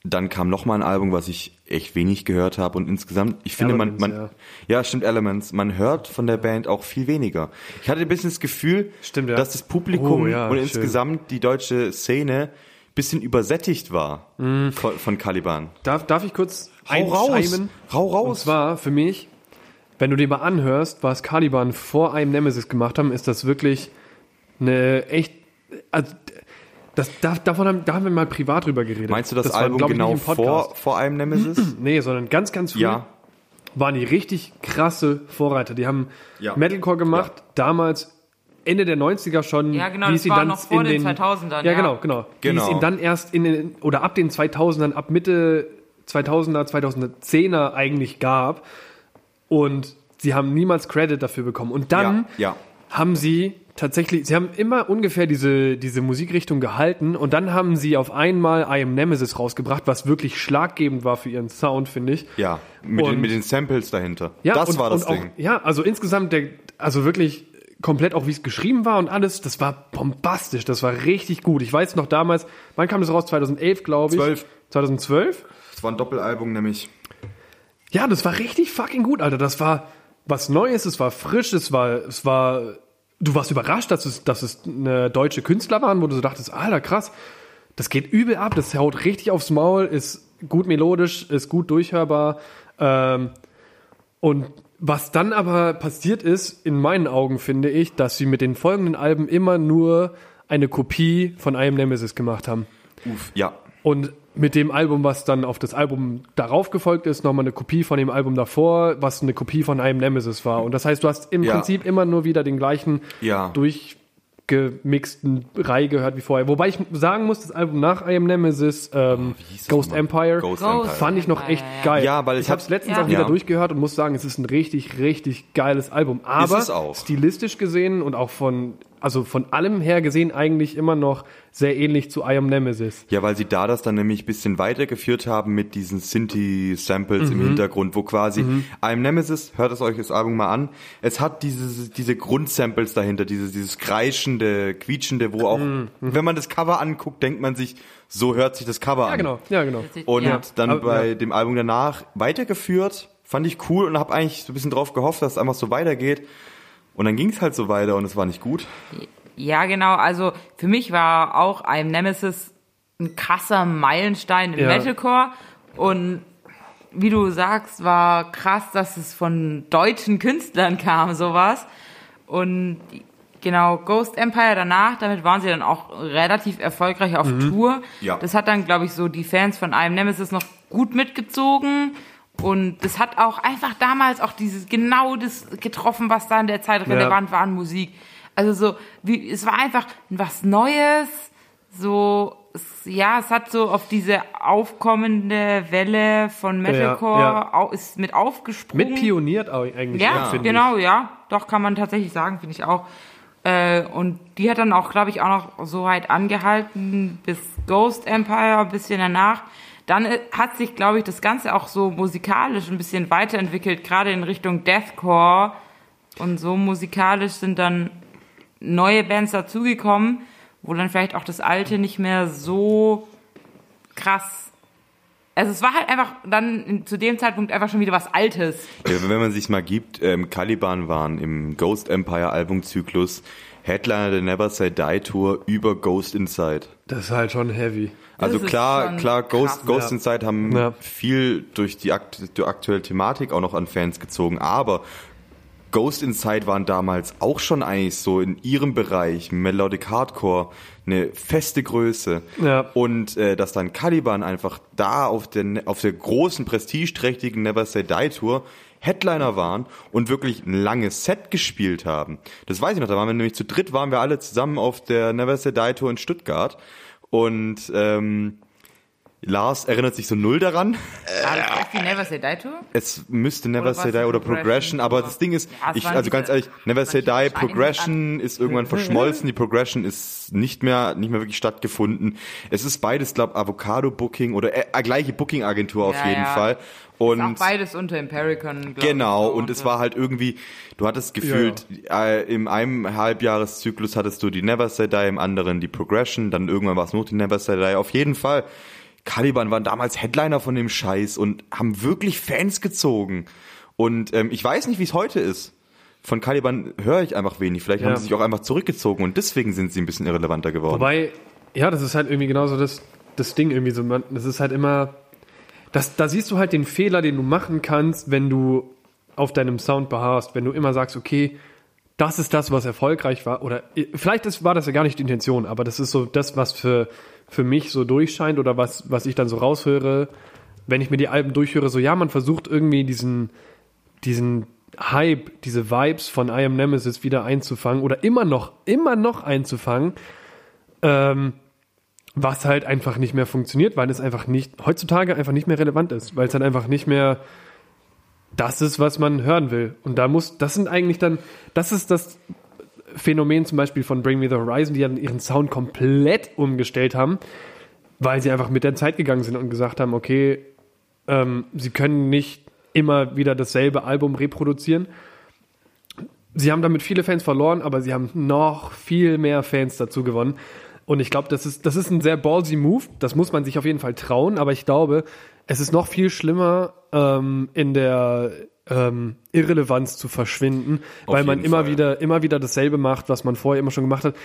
[SPEAKER 1] dann kam noch mal ein Album, was ich echt wenig gehört habe und insgesamt, ich finde man, man,
[SPEAKER 2] Elements,
[SPEAKER 1] ja. stimmt Elements, man hört von der Band auch viel weniger. Ich hatte ein bisschen das Gefühl,
[SPEAKER 2] Stimmt, ja.
[SPEAKER 1] dass das Publikum
[SPEAKER 2] Oh, ja,
[SPEAKER 1] und
[SPEAKER 2] schön.
[SPEAKER 1] insgesamt die deutsche Szene ein bisschen übersättigt war
[SPEAKER 2] Mhm.
[SPEAKER 1] von, von Caliban.
[SPEAKER 2] Darf, darf ich kurz einschreiben?
[SPEAKER 1] hau
[SPEAKER 2] Und
[SPEAKER 1] raus.
[SPEAKER 2] zwar für mich, wenn du dir mal anhörst, was Caliban vor einem Nemesis gemacht haben, ist das wirklich eine echt. Also, das, da, davon haben, da haben wir mal privat drüber geredet.
[SPEAKER 1] Meinst du das,
[SPEAKER 2] war,
[SPEAKER 1] Album
[SPEAKER 2] glaub ich,
[SPEAKER 1] genau
[SPEAKER 2] nicht im Podcast. Mhm.
[SPEAKER 1] vor, vor einem Nemesis?
[SPEAKER 2] Nee, sondern ganz, ganz früh
[SPEAKER 1] ja.
[SPEAKER 2] waren die richtig krasse Vorreiter. Die haben
[SPEAKER 1] Ja.
[SPEAKER 2] Metalcore gemacht, damals Ende der 90er schon.
[SPEAKER 3] Ja, genau,
[SPEAKER 2] wie
[SPEAKER 3] das
[SPEAKER 2] es ihn
[SPEAKER 3] war
[SPEAKER 2] dann
[SPEAKER 3] noch vor
[SPEAKER 2] in
[SPEAKER 3] den 2000ern,
[SPEAKER 2] Ja,
[SPEAKER 3] ja.
[SPEAKER 2] genau, genau.
[SPEAKER 1] Genau.
[SPEAKER 2] Wie es ihn dann erst in den, oder ab den 2000ern, ab Mitte 2000er, 2010er eigentlich gab. Und sie haben niemals Credit dafür bekommen. Und dann
[SPEAKER 1] Ja, ja.
[SPEAKER 2] haben sie tatsächlich, sie haben immer ungefähr diese, diese Musikrichtung gehalten und dann haben sie auf einmal I Am Nemesis rausgebracht, was wirklich schlaggebend war für ihren Sound, finde ich.
[SPEAKER 1] Ja, mit, den,
[SPEAKER 2] Und-
[SPEAKER 1] mit den Samples dahinter.
[SPEAKER 2] Ja,
[SPEAKER 1] das
[SPEAKER 2] und,
[SPEAKER 1] war das
[SPEAKER 2] und
[SPEAKER 1] Ding.
[SPEAKER 2] Auch, ja, also insgesamt, der, also wirklich komplett auch, wie es geschrieben war und alles, das war bombastisch, das war richtig gut. Ich weiß noch damals, wann kam das raus? 2011, glaube ich.
[SPEAKER 1] 12.
[SPEAKER 2] 2012?
[SPEAKER 1] Das war ein Doppelalbum nämlich.
[SPEAKER 2] Ja, das war richtig fucking gut, Alter. Das war was Neues, es war frisch, es war, es war, du warst überrascht, dass es, dass es eine deutsche Künstler waren, wo du so dachtest, Alter, krass, das geht übel ab, das haut richtig aufs Maul, ist gut melodisch, ist gut durchhörbar. Ähm, und was dann aber passiert ist, in meinen Augen finde ich, dass sie mit den folgenden Alben immer nur eine Kopie von I Am Nemesis gemacht haben.
[SPEAKER 1] Uff, ja.
[SPEAKER 2] Und mit dem Album, was dann auf das Album darauf gefolgt ist, nochmal eine Kopie von dem Album davor, was eine Kopie von einem Nemesis war. Und das heißt, du hast im
[SPEAKER 1] Ja.
[SPEAKER 2] Prinzip immer nur wieder den gleichen
[SPEAKER 1] Ja.
[SPEAKER 2] durchgemixten Reihe gehört wie vorher. Wobei ich sagen muss, das Album nach I Am Nemesis, ähm,
[SPEAKER 1] Oh, wie hieß das
[SPEAKER 2] Ghost
[SPEAKER 1] nochmal?
[SPEAKER 2] Empire,
[SPEAKER 1] Ghost
[SPEAKER 3] Ghost.
[SPEAKER 1] Empire.
[SPEAKER 2] fand ich noch echt geil.
[SPEAKER 1] Ja, weil ich
[SPEAKER 2] ich habe es
[SPEAKER 1] hab-
[SPEAKER 2] letztens
[SPEAKER 3] Ja.
[SPEAKER 2] auch wieder
[SPEAKER 1] Ja.
[SPEAKER 2] durchgehört und muss sagen, es ist ein richtig, richtig geiles Album. Aber
[SPEAKER 1] es auch.
[SPEAKER 2] stilistisch gesehen und auch von, also von allem her gesehen eigentlich immer noch sehr ähnlich zu I Am Nemesis.
[SPEAKER 1] Ja, weil sie da das dann nämlich ein bisschen weitergeführt haben mit diesen Sinti-Samples
[SPEAKER 2] Mhm.
[SPEAKER 1] im Hintergrund, wo quasi I'm Nemesis, hört es euch das Album mal an, es hat dieses, diese Grundsamples dahinter, dieses, dieses kreischende, quietschende, wo auch,
[SPEAKER 2] Mhm.
[SPEAKER 1] wenn man das Cover anguckt, denkt man sich, so hört sich das Cover
[SPEAKER 2] Ja,
[SPEAKER 1] an.
[SPEAKER 2] genau, ja, genau.
[SPEAKER 1] Und
[SPEAKER 3] ja.
[SPEAKER 1] dann
[SPEAKER 2] Aber-
[SPEAKER 1] bei
[SPEAKER 2] ja.
[SPEAKER 1] dem Album danach weitergeführt, fand ich cool und habe eigentlich so ein bisschen drauf gehofft, dass es einfach so weitergeht. Und dann ging es halt so weiter und es war nicht gut.
[SPEAKER 3] Ja, genau. Also für mich war auch I'm Nemesis ein krasser Meilenstein im
[SPEAKER 2] Ja.
[SPEAKER 3] Metalcore. Und wie du sagst, war krass, dass es von deutschen Künstlern kam, sowas. Und genau, Ghost Empire danach, damit waren sie dann auch relativ erfolgreich auf Tour.
[SPEAKER 1] Ja.
[SPEAKER 3] Das hat dann, glaube ich, so die Fans von I'm Nemesis noch gut mitgezogen. Und das hat auch einfach damals auch dieses genau das getroffen, was da in der Zeit relevant war an Musik. Also so, wie, es war einfach was Neues, so, es, ja, es hat so auf diese aufkommende Welle von Metalcore
[SPEAKER 2] ja.
[SPEAKER 3] au- ist mit aufgesprungen.
[SPEAKER 2] Mit pioniert au- eigentlich, eher,
[SPEAKER 3] Ja,
[SPEAKER 2] finde
[SPEAKER 3] genau, ja. Doch, kann man tatsächlich sagen, finde ich auch. Äh, und die hat dann auch, glaube ich, auch noch so halt angehalten bis Ghost Empire, ein bisschen danach. Dann äh, hat sich, glaube ich, das Ganze auch so musikalisch ein bisschen weiterentwickelt, gerade in Richtung Deathcore. Und so musikalisch sind dann neue Bands dazugekommen, wo dann vielleicht auch das alte nicht mehr so krass. Also es war halt einfach dann in- zu dem Zeitpunkt einfach schon wieder was Altes.
[SPEAKER 1] Ja, Äh, wenn man sich mal gibt, ähm, Caliban waren im Ghost Empire Albumzyklus Headliner der Never Say Die Tour über Ghost Inside.
[SPEAKER 2] ich. Das ist halt schon heavy.
[SPEAKER 1] Also
[SPEAKER 3] ist
[SPEAKER 1] klar,
[SPEAKER 3] schon
[SPEAKER 1] klar, Ghost,
[SPEAKER 3] krass.
[SPEAKER 1] Ghost
[SPEAKER 2] Ja.
[SPEAKER 1] Inside haben
[SPEAKER 2] Ja.
[SPEAKER 1] viel durch die, akt die aktuelle Thematik auch noch an Fans gezogen, aber Ghost Inside waren damals auch schon eigentlich so in ihrem Bereich Melodic Hardcore eine feste Größe.
[SPEAKER 2] Ja.
[SPEAKER 1] Und äh, dass dann Caliban einfach da auf der, auf der großen, prestigeträchtigen Never Say Die Tour Headliner waren und wirklich ein langes Set gespielt haben. Das weiß ich noch, da waren wir nämlich zu dritt, waren wir alle zusammen auf der Never Say Die Tour in Stuttgart. Und ähm, Lars erinnert sich so null daran.
[SPEAKER 3] War das auch die Never Say Die Tour?
[SPEAKER 1] Es müsste Never
[SPEAKER 3] Oder
[SPEAKER 1] Say
[SPEAKER 3] war's
[SPEAKER 1] Die
[SPEAKER 3] die
[SPEAKER 1] oder
[SPEAKER 3] Progression?
[SPEAKER 1] Progression, aber
[SPEAKER 3] Ja.
[SPEAKER 1] das Ding ist,
[SPEAKER 3] Ja, es
[SPEAKER 1] ich,
[SPEAKER 3] waren
[SPEAKER 1] also
[SPEAKER 3] diese-
[SPEAKER 1] ganz einiges- ehrlich, Never
[SPEAKER 3] es
[SPEAKER 1] Say
[SPEAKER 3] waren
[SPEAKER 1] Die,
[SPEAKER 3] diese Steine mit
[SPEAKER 1] Progression ist irgendwann verschmolzen, die Progression ist nicht mehr, nicht mehr wirklich stattgefunden. Es ist beides, glaub, Avocado Booking oder äh, äh, gleiche Booking Agentur auf
[SPEAKER 3] Ja,
[SPEAKER 1] jeden
[SPEAKER 3] ja.
[SPEAKER 1] Fall. Und
[SPEAKER 3] Auch beides unter Impericon, glaub
[SPEAKER 1] Genau,
[SPEAKER 3] ich, so
[SPEAKER 1] und es war halt irgendwie, du hattest gefühlt, Äh, in einem Halbjahreszyklus hattest du die Never Say Die, im anderen die Progression, dann irgendwann war es noch die Never Say Die. Auf jeden Fall, Caliban waren damals Headliner von dem Scheiß und haben wirklich Fans gezogen. Und ähm, ich weiß nicht, wie es heute ist. Von Caliban höre ich einfach wenig. Vielleicht haben
[SPEAKER 2] Ja.
[SPEAKER 1] sie sich auch einfach zurückgezogen und deswegen sind sie ein bisschen irrelevanter geworden.
[SPEAKER 2] Wobei, ja, das ist halt irgendwie genauso das, das Ding irgendwie so. Man, das ist halt immer. Das, da siehst du halt den Fehler, den du machen kannst, wenn du auf deinem Sound beharrst, wenn du immer sagst, okay, das ist das, was erfolgreich war. Oder äh, vielleicht ist, war das ja gar nicht die Intention, aber das ist so das, was für, für mich so durchscheint oder was, was ich dann so raushöre, wenn ich mir die Alben durchhöre, so ja, man versucht irgendwie diesen, diesen Hype, diese Vibes von I Am Nemesis wieder einzufangen oder immer noch, immer noch einzufangen, ähm, was halt einfach nicht mehr funktioniert, weil es einfach nicht, heutzutage einfach nicht mehr relevant ist, weil es dann einfach nicht mehr das ist, was man hören will. Und da muss, das sind eigentlich dann, das ist das Phänomen zum Beispiel von Bring Me the Horizon, die dann ihren Sound komplett umgestellt haben, weil sie einfach mit der Zeit gegangen sind und gesagt haben, okay, ähm, sie können nicht immer wieder dasselbe Album reproduzieren. sie haben damit viele Fans verloren, aber sie haben noch viel mehr Fans dazu gewonnen. Und ich glaube, das ist, das ist ein sehr ballsy Move. Das muss man sich auf jeden Fall trauen. Aber ich glaube, es ist noch viel schlimmer, ähm, in der ähm, Irrelevanz zu verschwinden,
[SPEAKER 1] Auf
[SPEAKER 2] weil man
[SPEAKER 1] jeden
[SPEAKER 2] immer
[SPEAKER 1] Fall.
[SPEAKER 2] wieder, immer wieder dasselbe macht, was man vorher immer schon gemacht hat.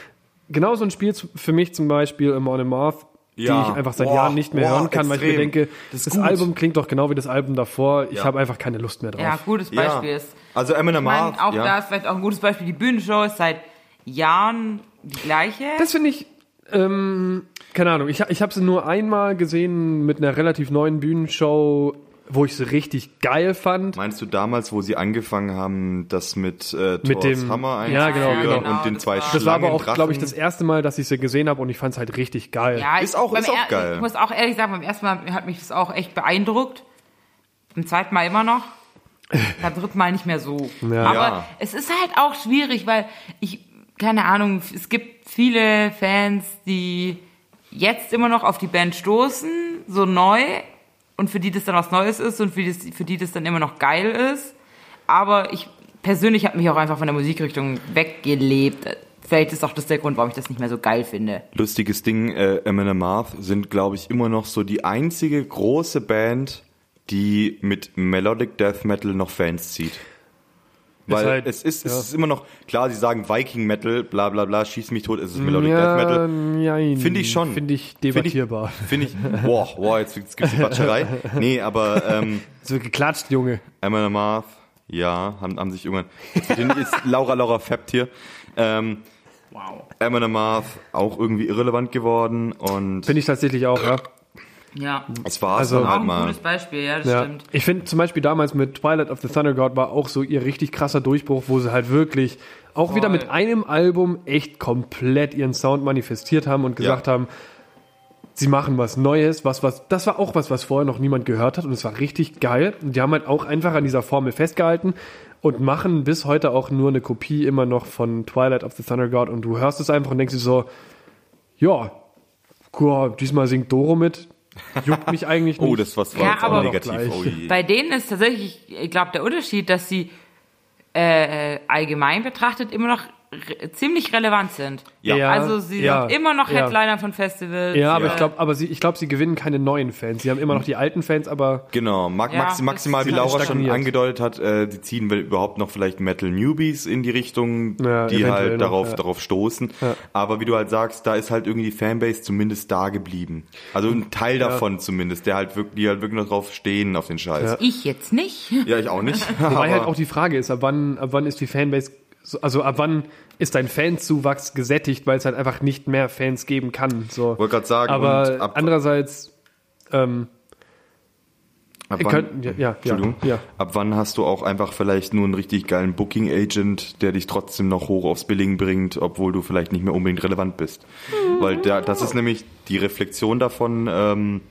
[SPEAKER 2] Genauso ein Spiel zu- für mich zum Beispiel, A Morning Moth,
[SPEAKER 1] Ja.
[SPEAKER 2] die ich einfach seit
[SPEAKER 1] Boah,
[SPEAKER 2] Jahren nicht mehr
[SPEAKER 1] boah,
[SPEAKER 2] hören kann, weil ich mir
[SPEAKER 1] extrem.
[SPEAKER 2] denke,
[SPEAKER 1] Das
[SPEAKER 2] das,
[SPEAKER 1] ist gut.
[SPEAKER 2] Album klingt doch genau wie das Album davor. Ich
[SPEAKER 1] Ja.
[SPEAKER 2] habe einfach keine Lust mehr drauf.
[SPEAKER 3] Ja, gutes Beispiel ist.
[SPEAKER 1] Also Eminem
[SPEAKER 3] Ich meine, auch
[SPEAKER 1] ja.
[SPEAKER 3] da ist vielleicht auch ein gutes Beispiel. Die Bühnenshow ist seit Jahren die gleiche.
[SPEAKER 2] Das finde ich, ähm, keine Ahnung, ich, ich habe sie nur einmal gesehen mit einer relativ neuen Bühnenshow, wo ich sie richtig geil fand.
[SPEAKER 1] Meinst du damals, wo sie angefangen haben, das mit, äh, Thors
[SPEAKER 2] Mit dem-
[SPEAKER 1] Hammer
[SPEAKER 2] Ja,
[SPEAKER 1] einzuführen
[SPEAKER 2] genau, genau.
[SPEAKER 1] und den zwei
[SPEAKER 3] Das
[SPEAKER 2] Das war aber auch,
[SPEAKER 1] Schlangendrachen?
[SPEAKER 2] glaube ich, das erste Mal, dass ich sie gesehen habe und ich fand es halt richtig geil.
[SPEAKER 3] ja,
[SPEAKER 1] ist
[SPEAKER 3] ich-
[SPEAKER 1] auch-
[SPEAKER 3] beim
[SPEAKER 1] ist auch
[SPEAKER 3] er-
[SPEAKER 1] geil.
[SPEAKER 3] Ich muss auch ehrlich sagen, beim ersten Mal hat mich das auch echt beeindruckt. Beim zweiten Mal immer noch. Beim dritten Mal nicht mehr so. Aber
[SPEAKER 1] Ja.
[SPEAKER 3] es ist halt auch schwierig, weil ich, keine Ahnung, es gibt viele Fans, die jetzt immer noch auf die Band stoßen, so neu, und für die das dann was Neues ist und für die das, für die das dann immer noch geil ist. Aber ich persönlich habe mich auch einfach von der Musikrichtung weggelebt. Vielleicht ist auch das der Grund, warum ich das nicht mehr so geil finde.
[SPEAKER 2] e-
[SPEAKER 1] Lustiges Ding, äh, Eminem Marth sind, glaube ich, immer noch so die einzige große Band, die mit Melodic Death Metal noch Fans zieht. Weil
[SPEAKER 2] halt-
[SPEAKER 1] es, ist,
[SPEAKER 2] ja.
[SPEAKER 1] es ist immer noch, klar, sie sagen Viking Metal, bla bla bla, schieß mich tot, es ist Melodic Death Metal.
[SPEAKER 2] nein,
[SPEAKER 1] Finde ich schon.
[SPEAKER 2] Finde ich debattierbar.
[SPEAKER 1] Finde ich, find ich boah, boah, jetzt gibt's gibt's die Quatscherei. Nee, aber ähm,
[SPEAKER 2] So geklatscht, Junge.
[SPEAKER 1] Emma Marth, ja, haben, haben sich irgendwann. Jetzt wird hier- ist Laura Laura Fappt hier. Ähm, wow. Emma Marth auch irgendwie irrelevant geworden und
[SPEAKER 2] Finde ich tatsächlich auch, ja.
[SPEAKER 3] Ja.
[SPEAKER 1] es war
[SPEAKER 2] also-
[SPEAKER 1] dann
[SPEAKER 3] Auch
[SPEAKER 1] halt
[SPEAKER 3] ein
[SPEAKER 1] mal.
[SPEAKER 3] gutes Beispiel, ja, das
[SPEAKER 2] ja.
[SPEAKER 3] stimmt.
[SPEAKER 2] Ich finde zum Beispiel damals mit Twilight of the Thunder God war auch so ihr richtig krasser Durchbruch, wo sie halt wirklich auch wieder mit einem Album echt komplett ihren Sound manifestiert haben und gesagt haben, sie machen was Neues, was, was, das war auch was, was vorher noch niemand gehört hat und es war richtig geil. Und die haben halt auch einfach an dieser Formel festgehalten und machen bis heute auch nur eine Kopie immer noch von Twilight of the Thunder God und du hörst es einfach und denkst dir so, ja, cool, diesmal singt Doro mit, juckt mich eigentlich nicht.
[SPEAKER 1] Oh, das was war
[SPEAKER 3] Ja,
[SPEAKER 1] jetzt auch
[SPEAKER 3] aber-
[SPEAKER 1] negativ.
[SPEAKER 2] Gleich.
[SPEAKER 1] Oh, je.
[SPEAKER 3] Bei denen ist tatsächlich, ich glaube, der Unterschied, dass sie äh, äh, allgemein betrachtet immer noch re ziemlich relevant sind.
[SPEAKER 2] Ja.
[SPEAKER 3] also sie
[SPEAKER 2] ja,
[SPEAKER 3] sind immer noch
[SPEAKER 2] ja.
[SPEAKER 3] Headliner von Festivals.
[SPEAKER 2] Ja, aber
[SPEAKER 3] äh,
[SPEAKER 2] ich glaube, aber sie, ich glaube, sie gewinnen keine neuen Fans. Sie haben immer noch die alten Fans, aber
[SPEAKER 1] Genau, Mag,
[SPEAKER 3] Ja,
[SPEAKER 1] maxi,
[SPEAKER 3] das
[SPEAKER 1] maximal, wie
[SPEAKER 2] ist
[SPEAKER 1] Laura schon
[SPEAKER 2] stagniert.
[SPEAKER 1] angedeutet hat, äh, die ziehen wir überhaupt noch vielleicht Metal Newbies in die Richtung,
[SPEAKER 2] Ja,
[SPEAKER 1] die
[SPEAKER 2] eventuell
[SPEAKER 1] halt
[SPEAKER 2] noch,
[SPEAKER 1] darauf,
[SPEAKER 2] ja.
[SPEAKER 1] darauf stoßen. Aber wie du halt sagst, da ist halt irgendwie die Fanbase zumindest da geblieben. Also ein Teil davon zumindest, der halt wirklich, die halt wirklich noch drauf stehen auf den Scheiß.
[SPEAKER 3] Ich jetzt nicht.
[SPEAKER 1] Ja, ich auch nicht.
[SPEAKER 2] weil halt
[SPEAKER 1] aber-
[SPEAKER 2] auch die Frage ist, ab wann, ab wann ist die Fanbase, so- also ab wann ist dein Fanzuwachs gesättigt, weil es halt einfach nicht mehr Fans geben kann. So.
[SPEAKER 1] Wollte gerade sagen, und
[SPEAKER 2] Aber
[SPEAKER 1] ab-
[SPEAKER 2] andererseits, ähm,
[SPEAKER 1] Ab
[SPEAKER 2] Ihr
[SPEAKER 1] wann,
[SPEAKER 2] könnt- ja, ja,
[SPEAKER 1] Entschuldigung.
[SPEAKER 2] ja.
[SPEAKER 1] Ab wann hast du auch einfach vielleicht nur einen richtig geilen Booking Agent, der dich trotzdem noch hoch aufs Billing bringt, obwohl du vielleicht nicht mehr unbedingt relevant bist? Weil da, das ist nämlich die Reflexion davon. Ähm,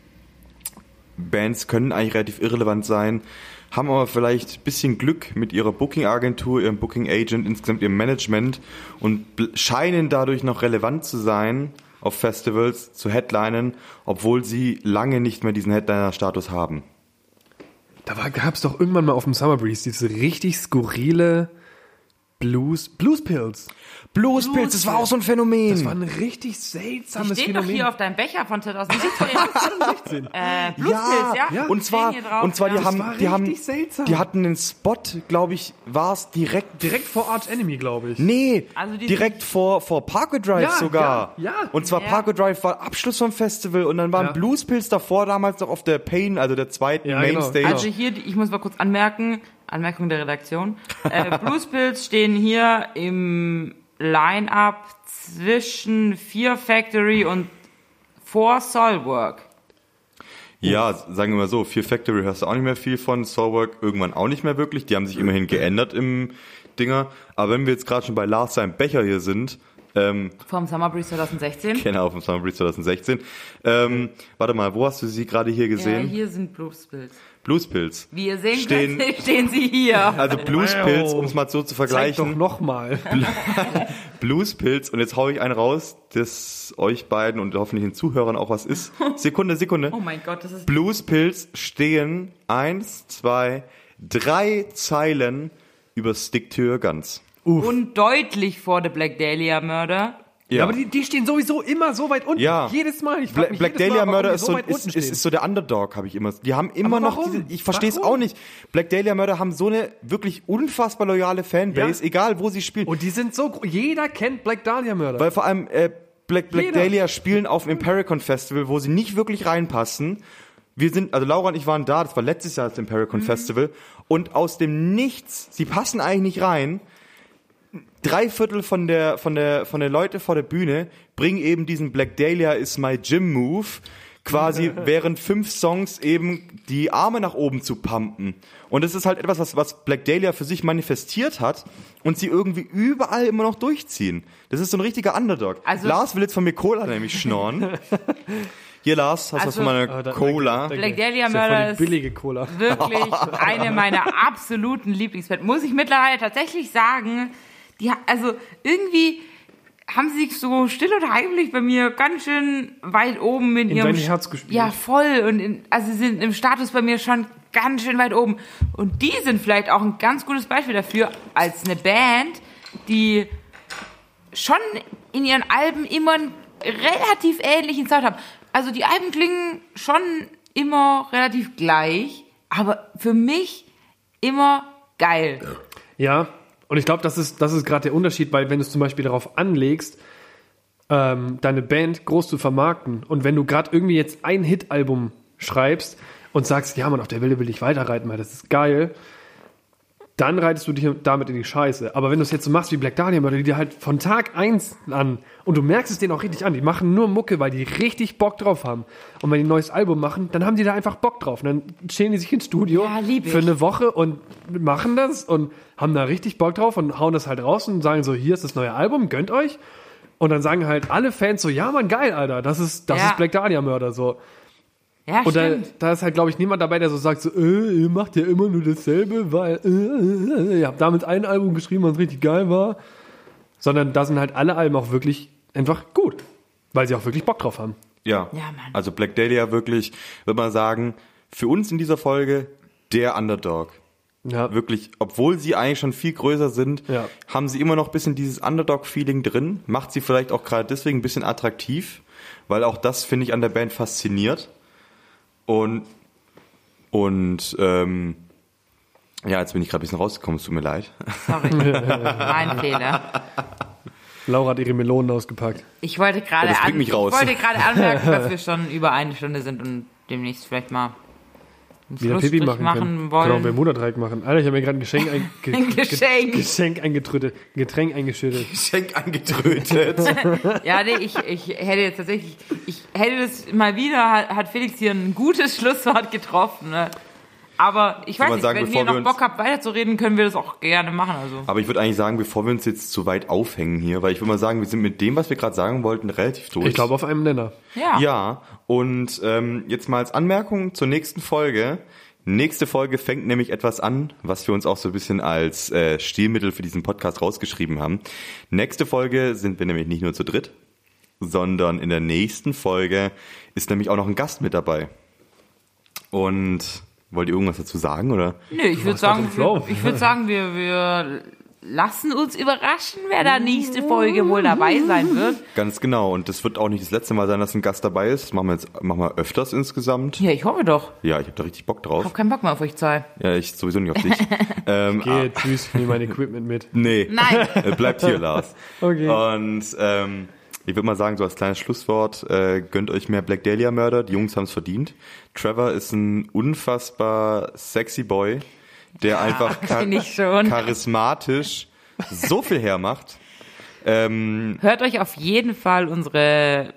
[SPEAKER 1] Bands können eigentlich relativ irrelevant sein, haben aber vielleicht ein bisschen Glück mit ihrer Booking-Agentur, ihrem Booking-Agent, insgesamt ihrem Management und bl- scheinen dadurch noch relevant zu sein auf Festivals, zu Headlinen, obwohl sie lange nicht mehr diesen Headliner-Status haben.
[SPEAKER 2] da gab es doch irgendwann mal auf dem Summer Breeze diese richtig skurrile Blues, Blues Pills.
[SPEAKER 1] Bluespilz, das war auch so ein Phänomen.
[SPEAKER 2] Das war ein richtig seltsames
[SPEAKER 3] Stehen doch
[SPEAKER 2] Phänomen.
[SPEAKER 3] hier auf deinem Becher von 2016. äh, Blues
[SPEAKER 1] ja,
[SPEAKER 3] ja.
[SPEAKER 1] ja. Und zwar,
[SPEAKER 3] Stehen hier drauf,
[SPEAKER 1] und zwar die
[SPEAKER 3] ja.
[SPEAKER 1] haben,
[SPEAKER 2] war
[SPEAKER 1] die haben,
[SPEAKER 2] richtig seltsam.
[SPEAKER 1] die hatten einen Spot, glaube ich, war es direkt,
[SPEAKER 2] Direkt vor Arch Enemy, glaube ich.
[SPEAKER 1] nee,
[SPEAKER 3] Also die-
[SPEAKER 1] direkt vor, vor Parkway Drive
[SPEAKER 2] Ja,
[SPEAKER 1] sogar.
[SPEAKER 2] ja, ja.
[SPEAKER 1] Und zwar
[SPEAKER 3] Ja.
[SPEAKER 1] Parkway Drive war Abschluss vom Festival und dann waren
[SPEAKER 2] Ja.
[SPEAKER 1] Bluespilz davor damals noch auf der Pain, also der zweiten
[SPEAKER 2] Ja, genau.
[SPEAKER 1] Mainstage.
[SPEAKER 3] Also hier, die- ich muss mal kurz anmerken, Anmerkung der Redaktion. Äh, Bluespills stehen hier im Line-Up zwischen Fear Factory und Four Solwork.
[SPEAKER 1] Ja, sagen wir mal so, Fear Factory hörst du auch nicht mehr viel von, Soulwork irgendwann auch nicht mehr wirklich. Die haben sich immerhin geändert im Dinger. Aber wenn wir jetzt gerade schon bei Lars sein Becher hier sind, ähm,
[SPEAKER 3] Vom Summer Breeze 2016.
[SPEAKER 1] Kenner auf dem Summer Breeze 2016. Ähm, warte mal, wo hast du sie gerade hier
[SPEAKER 3] Ja,
[SPEAKER 1] gesehen?
[SPEAKER 3] Äh, hier sind Bluespills.
[SPEAKER 1] Bluespilz.
[SPEAKER 3] Wie ihr sehen
[SPEAKER 1] Stehen-
[SPEAKER 3] könnt, stehen sie hier.
[SPEAKER 1] Also Bluespilz, um es mal so zu
[SPEAKER 2] Zeig doch
[SPEAKER 1] vergleichen.
[SPEAKER 2] nochmal.
[SPEAKER 1] Bluespilz und jetzt hau ich einen raus, das euch beiden und hoffentlich den Zuhörern auch was ist. Sekunde, Sekunde.
[SPEAKER 3] Oh mein Gott, das ist...
[SPEAKER 1] Bluespilz stehen eins, zwei, drei Zeilen über Stick to your Guns.
[SPEAKER 3] und deutlich vor The Black Dahlia Murder.
[SPEAKER 1] Ja.
[SPEAKER 2] Aber die, die stehen sowieso immer so weit unten.
[SPEAKER 1] Ja.
[SPEAKER 2] Jedes Mal. Ich frag
[SPEAKER 1] Bla
[SPEAKER 2] mich
[SPEAKER 1] Black
[SPEAKER 2] jedes Mal,
[SPEAKER 1] Dahlia
[SPEAKER 2] warum
[SPEAKER 1] Murder
[SPEAKER 2] die
[SPEAKER 1] ist
[SPEAKER 2] so
[SPEAKER 1] so,
[SPEAKER 2] weit
[SPEAKER 1] ist,
[SPEAKER 2] unten
[SPEAKER 1] ist,
[SPEAKER 2] stehen.
[SPEAKER 1] ist so der Underdog, habe ich immer. Die haben immer
[SPEAKER 2] Aber
[SPEAKER 1] noch
[SPEAKER 2] warum?
[SPEAKER 1] diese. Ich verstehe es
[SPEAKER 2] Warum?
[SPEAKER 1] auch nicht. Black Dahlia Murder haben so eine wirklich unfassbar loyale Fanbase,
[SPEAKER 2] Ja.
[SPEAKER 1] egal wo sie spielen.
[SPEAKER 2] Und die sind so gro- Jeder kennt Black Dahlia Mörder.
[SPEAKER 1] Weil vor allem äh, Black, Black
[SPEAKER 2] Jeder.
[SPEAKER 1] Dahlia spielen auf dem Impericon Festival, wo sie nicht wirklich reinpassen. Wir sind, also Laura und ich waren da, das war letztes Jahr das
[SPEAKER 2] Mhm.
[SPEAKER 1] Impericon Festival. Und aus dem Nichts, sie passen eigentlich nicht rein. Drei Viertel von der, von der, von der Leute vor der Bühne bringen eben diesen Black Dahlia is my Gym Move. Quasi während fünf Songs eben die Arme nach oben zu pumpen. Und das ist halt etwas, was, was Black Dahlia für sich manifestiert hat und sie irgendwie überall immer noch durchziehen. Das ist so ein richtiger Underdog.
[SPEAKER 3] Also-
[SPEAKER 1] Lars will jetzt von mir Cola nämlich schnorren. Hier, Lars, hast du was
[SPEAKER 3] Also-
[SPEAKER 1] von meiner
[SPEAKER 2] Ah, da-
[SPEAKER 1] Cola?
[SPEAKER 2] danke, danke.
[SPEAKER 3] Black Dahlia
[SPEAKER 2] Ist ja voll
[SPEAKER 3] Mörder
[SPEAKER 2] die
[SPEAKER 3] ist-
[SPEAKER 2] billige Cola.
[SPEAKER 3] wirklich eine meiner absoluten Lieblingsbands. Muss ich mittlerweile tatsächlich sagen, die, ha- also irgendwie haben sie sich so still und heimlich bei mir ganz schön weit oben in, ihrem...
[SPEAKER 2] dein Herz gespielt.
[SPEAKER 3] Ja, voll. Und in, also sie sind im Status bei mir schon ganz schön weit oben. Und die sind vielleicht auch ein ganz gutes Beispiel dafür, als eine Band, die schon in ihren Alben immer einen relativ ähnlichen Sound haben. Also die Alben klingen schon immer relativ gleich, aber für mich immer geil.
[SPEAKER 2] Ja, und ich glaube, das ist, das ist gerade der Unterschied, weil wenn du es zum Beispiel darauf anlegst, ähm, deine Band groß zu vermarkten und wenn du gerade irgendwie jetzt ein Hit-Album schreibst und sagst, ja man, auf der Welle will ich weiterreiten, weil das ist geil, dann reitest du dich damit in die Scheiße. Aber wenn du es jetzt so machst wie Black Dahlia Murder, die dir halt von Tag eins an, und du merkst es denen auch richtig an, die machen nur Mucke, weil die richtig Bock drauf haben. Und wenn die ein neues Album machen, dann haben die da einfach Bock drauf. Und dann stehen die sich ins Studio
[SPEAKER 3] Ja, lieb ich.
[SPEAKER 2] für eine Woche und machen das und haben da richtig Bock drauf und hauen das halt raus und sagen so, hier ist das neue Album, gönnt euch. Und dann sagen halt alle Fans so, ja man, geil, Alter, das ist, das
[SPEAKER 3] Ja.
[SPEAKER 2] ist Black Dahlia Murder, so.
[SPEAKER 3] Ja,
[SPEAKER 2] Und da,
[SPEAKER 3] stimmt.
[SPEAKER 2] da ist halt, glaube ich, niemand dabei, der so sagt, so, äh, ihr macht ja immer nur dasselbe, weil äh, äh, ihr habt damit ein Album geschrieben, was richtig geil war. Sondern da sind halt alle Alben auch wirklich einfach gut. Weil sie auch wirklich Bock drauf haben.
[SPEAKER 1] Ja.
[SPEAKER 3] Ja, Mann.
[SPEAKER 1] Also Black Dahlia wirklich, würde man sagen, für uns in dieser Folge der Underdog.
[SPEAKER 2] Ja,
[SPEAKER 1] wirklich, obwohl sie eigentlich schon viel größer sind,
[SPEAKER 2] Ja.
[SPEAKER 1] haben sie immer noch ein bisschen dieses Underdog-Feeling drin, macht sie vielleicht auch gerade deswegen ein bisschen attraktiv, weil auch das finde ich an der Band fasziniert. Und, und ähm, ja, jetzt bin ich gerade ein bisschen rausgekommen, es tut mir leid.
[SPEAKER 3] Sorry. mein Fehler.
[SPEAKER 2] Laura hat ihre Melonen ausgepackt.
[SPEAKER 3] Ich wollte gerade
[SPEAKER 1] Ja, das bringt
[SPEAKER 3] an-
[SPEAKER 1] mich raus.
[SPEAKER 3] Ich wollte gerade anmerken, dass wir schon über eine Stunde sind und demnächst vielleicht mal einen
[SPEAKER 2] Wieder Pipi machen, können. Genau,
[SPEAKER 3] machen
[SPEAKER 2] Können auch
[SPEAKER 3] wollen.
[SPEAKER 2] Bermuda-Dreieck machen. Alter, ich habe mir gerade ein Geschenk, einge
[SPEAKER 3] Ein Geschenk.
[SPEAKER 2] Ge- Geschenk eingetrötet, ein Getränk eingeschüttet.
[SPEAKER 1] Schenk angetrötet.
[SPEAKER 3] Ja, nee, ich, ich hätte jetzt tatsächlich, ich hätte das mal wieder, hat, hat Felix hier ein gutes Schlusswort getroffen. Ne? Aber ich weiß
[SPEAKER 1] man
[SPEAKER 3] nicht,
[SPEAKER 1] sagen,
[SPEAKER 3] wenn
[SPEAKER 1] bevor
[SPEAKER 3] ihr noch
[SPEAKER 1] wir uns-
[SPEAKER 3] Bock habt, weiterzureden, können wir das auch gerne machen. Also.
[SPEAKER 1] Aber ich würde eigentlich sagen, bevor wir uns jetzt zu weit aufhängen hier, weil ich würde mal sagen, wir sind mit dem, was wir gerade sagen wollten, relativ durch.
[SPEAKER 2] Ich glaube auf einem Nenner.
[SPEAKER 3] Ja.
[SPEAKER 1] Ja, und ähm, jetzt mal als Anmerkung zur nächsten Folge. Nächste Folge fängt nämlich etwas an, was wir uns auch so ein bisschen als äh, Stilmittel für diesen Podcast rausgeschrieben haben. Nächste Folge sind wir nämlich nicht nur zu dritt, sondern in der nächsten Folge ist nämlich auch noch ein Gast mit dabei. Und wollt ihr irgendwas dazu sagen, oder?
[SPEAKER 3] Nö, ich würde
[SPEAKER 2] warst grad
[SPEAKER 3] sagen,
[SPEAKER 2] im
[SPEAKER 3] wir,
[SPEAKER 2] Flow.
[SPEAKER 3] ich würde sagen, wir, wir lassen uns überraschen, wer da nächste Folge wohl dabei sein wird.
[SPEAKER 1] Ganz genau. Und das wird auch nicht das letzte Mal sein, dass ein Gast dabei ist. Das machen wir jetzt machen wir öfters insgesamt.
[SPEAKER 3] Ja, ich hoffe doch.
[SPEAKER 1] Ja, ich habe da richtig Bock
[SPEAKER 3] Ich
[SPEAKER 1] drauf.
[SPEAKER 3] habe keinen Bock mehr auf euch zwei.
[SPEAKER 1] Ja, ich sowieso nicht auf dich. ähm,
[SPEAKER 2] Geh, tschüss, ich nehme mein Equipment mit.
[SPEAKER 1] Nee.
[SPEAKER 3] Nein.
[SPEAKER 1] Äh, Bleibt hier, Lars.
[SPEAKER 2] Okay.
[SPEAKER 1] Und ähm, ich würde mal sagen, so als kleines Schlusswort, äh, gönnt euch mehr Black Dahlia Mörder, die Jungs haben es verdient. Trevor ist ein unfassbar sexy Boy, der einfach char
[SPEAKER 3] Finde ich schon.
[SPEAKER 1] charismatisch so viel hermacht. Ähm,
[SPEAKER 3] Hört euch auf jeden Fall unsere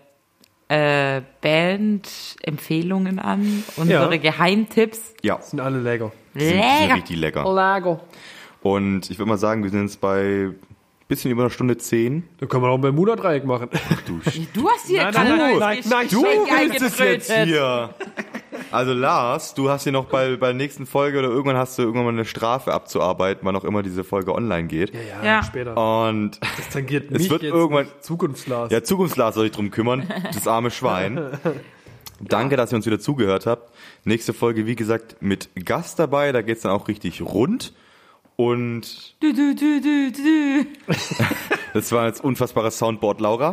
[SPEAKER 3] äh, Band-Empfehlungen an, unsere Geheimtipps.
[SPEAKER 1] ja,
[SPEAKER 2] Sind alle Lego.
[SPEAKER 1] sind, sind
[SPEAKER 3] Lecker.
[SPEAKER 1] richtig lecker.
[SPEAKER 2] Lego.
[SPEAKER 1] Und ich würde mal sagen, wir sind jetzt bei bisschen über einer Stunde zehn.
[SPEAKER 2] Da können wir auch ein Bermuda-Dreieck machen.
[SPEAKER 1] Du,
[SPEAKER 3] Du hast hier
[SPEAKER 2] Nein,
[SPEAKER 3] gerade
[SPEAKER 2] nein, nein,
[SPEAKER 3] neues
[SPEAKER 2] nein, nein,
[SPEAKER 1] du
[SPEAKER 3] Geschenk
[SPEAKER 1] willst es jetzt
[SPEAKER 3] eingetrötet.
[SPEAKER 1] hier. Also Lars, du hast hier noch bei, bei der nächsten Folge oder irgendwann hast du irgendwann mal eine Strafe abzuarbeiten, wann auch immer diese Folge online geht.
[SPEAKER 3] Ja.
[SPEAKER 2] später.
[SPEAKER 1] Und
[SPEAKER 2] Das tangiert
[SPEAKER 1] Oh. Es
[SPEAKER 2] mich
[SPEAKER 1] wird
[SPEAKER 2] jetzt
[SPEAKER 1] irgendwann-
[SPEAKER 2] nicht. Zukunftslas.
[SPEAKER 1] ja, Zukunftslars soll sich drum kümmern, das arme Schwein. Danke, dass ihr uns wieder zugehört habt. Nächste Folge, wie gesagt, mit Gast dabei. Da geht's dann auch richtig rund. Und
[SPEAKER 3] Du, du, du, du, du.
[SPEAKER 1] das war jetzt unfassbares Soundboard, Laura.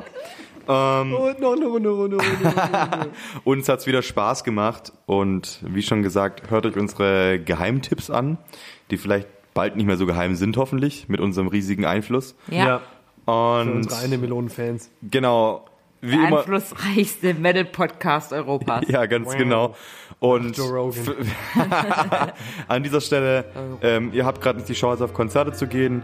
[SPEAKER 2] Und noch eine Runde, Runde, Runde.
[SPEAKER 1] Uns hat's wieder Spaß gemacht und wie schon gesagt, hört euch unsere Geheimtipps an, die vielleicht bald nicht mehr so geheim sind, hoffentlich, mit unserem riesigen Einfluss.
[SPEAKER 3] Ja.
[SPEAKER 1] Und
[SPEAKER 2] Unsere eine Million Fans.
[SPEAKER 1] genau, wie
[SPEAKER 3] Der
[SPEAKER 1] immer.
[SPEAKER 3] einflussreichste Metal-Podcast Europas.
[SPEAKER 1] Ja, ganz
[SPEAKER 2] Wow.
[SPEAKER 1] genau. Und
[SPEAKER 2] Joe Rogan.
[SPEAKER 1] an dieser Stelle, ähm, ihr habt gerade nicht die Chance, auf Konzerte zu gehen.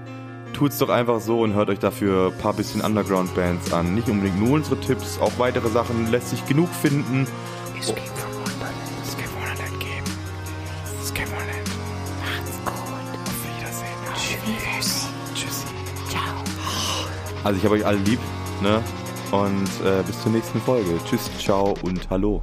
[SPEAKER 1] Tut's doch einfach so und hört euch dafür ein paar bisschen Underground-Bands an. Nicht unbedingt nur unsere Tipps, auch weitere Sachen lässt sich genug finden. Also ich habe euch alle lieb, ne? Und äh, bis zur nächsten Folge. Tschüss, ciao und hallo.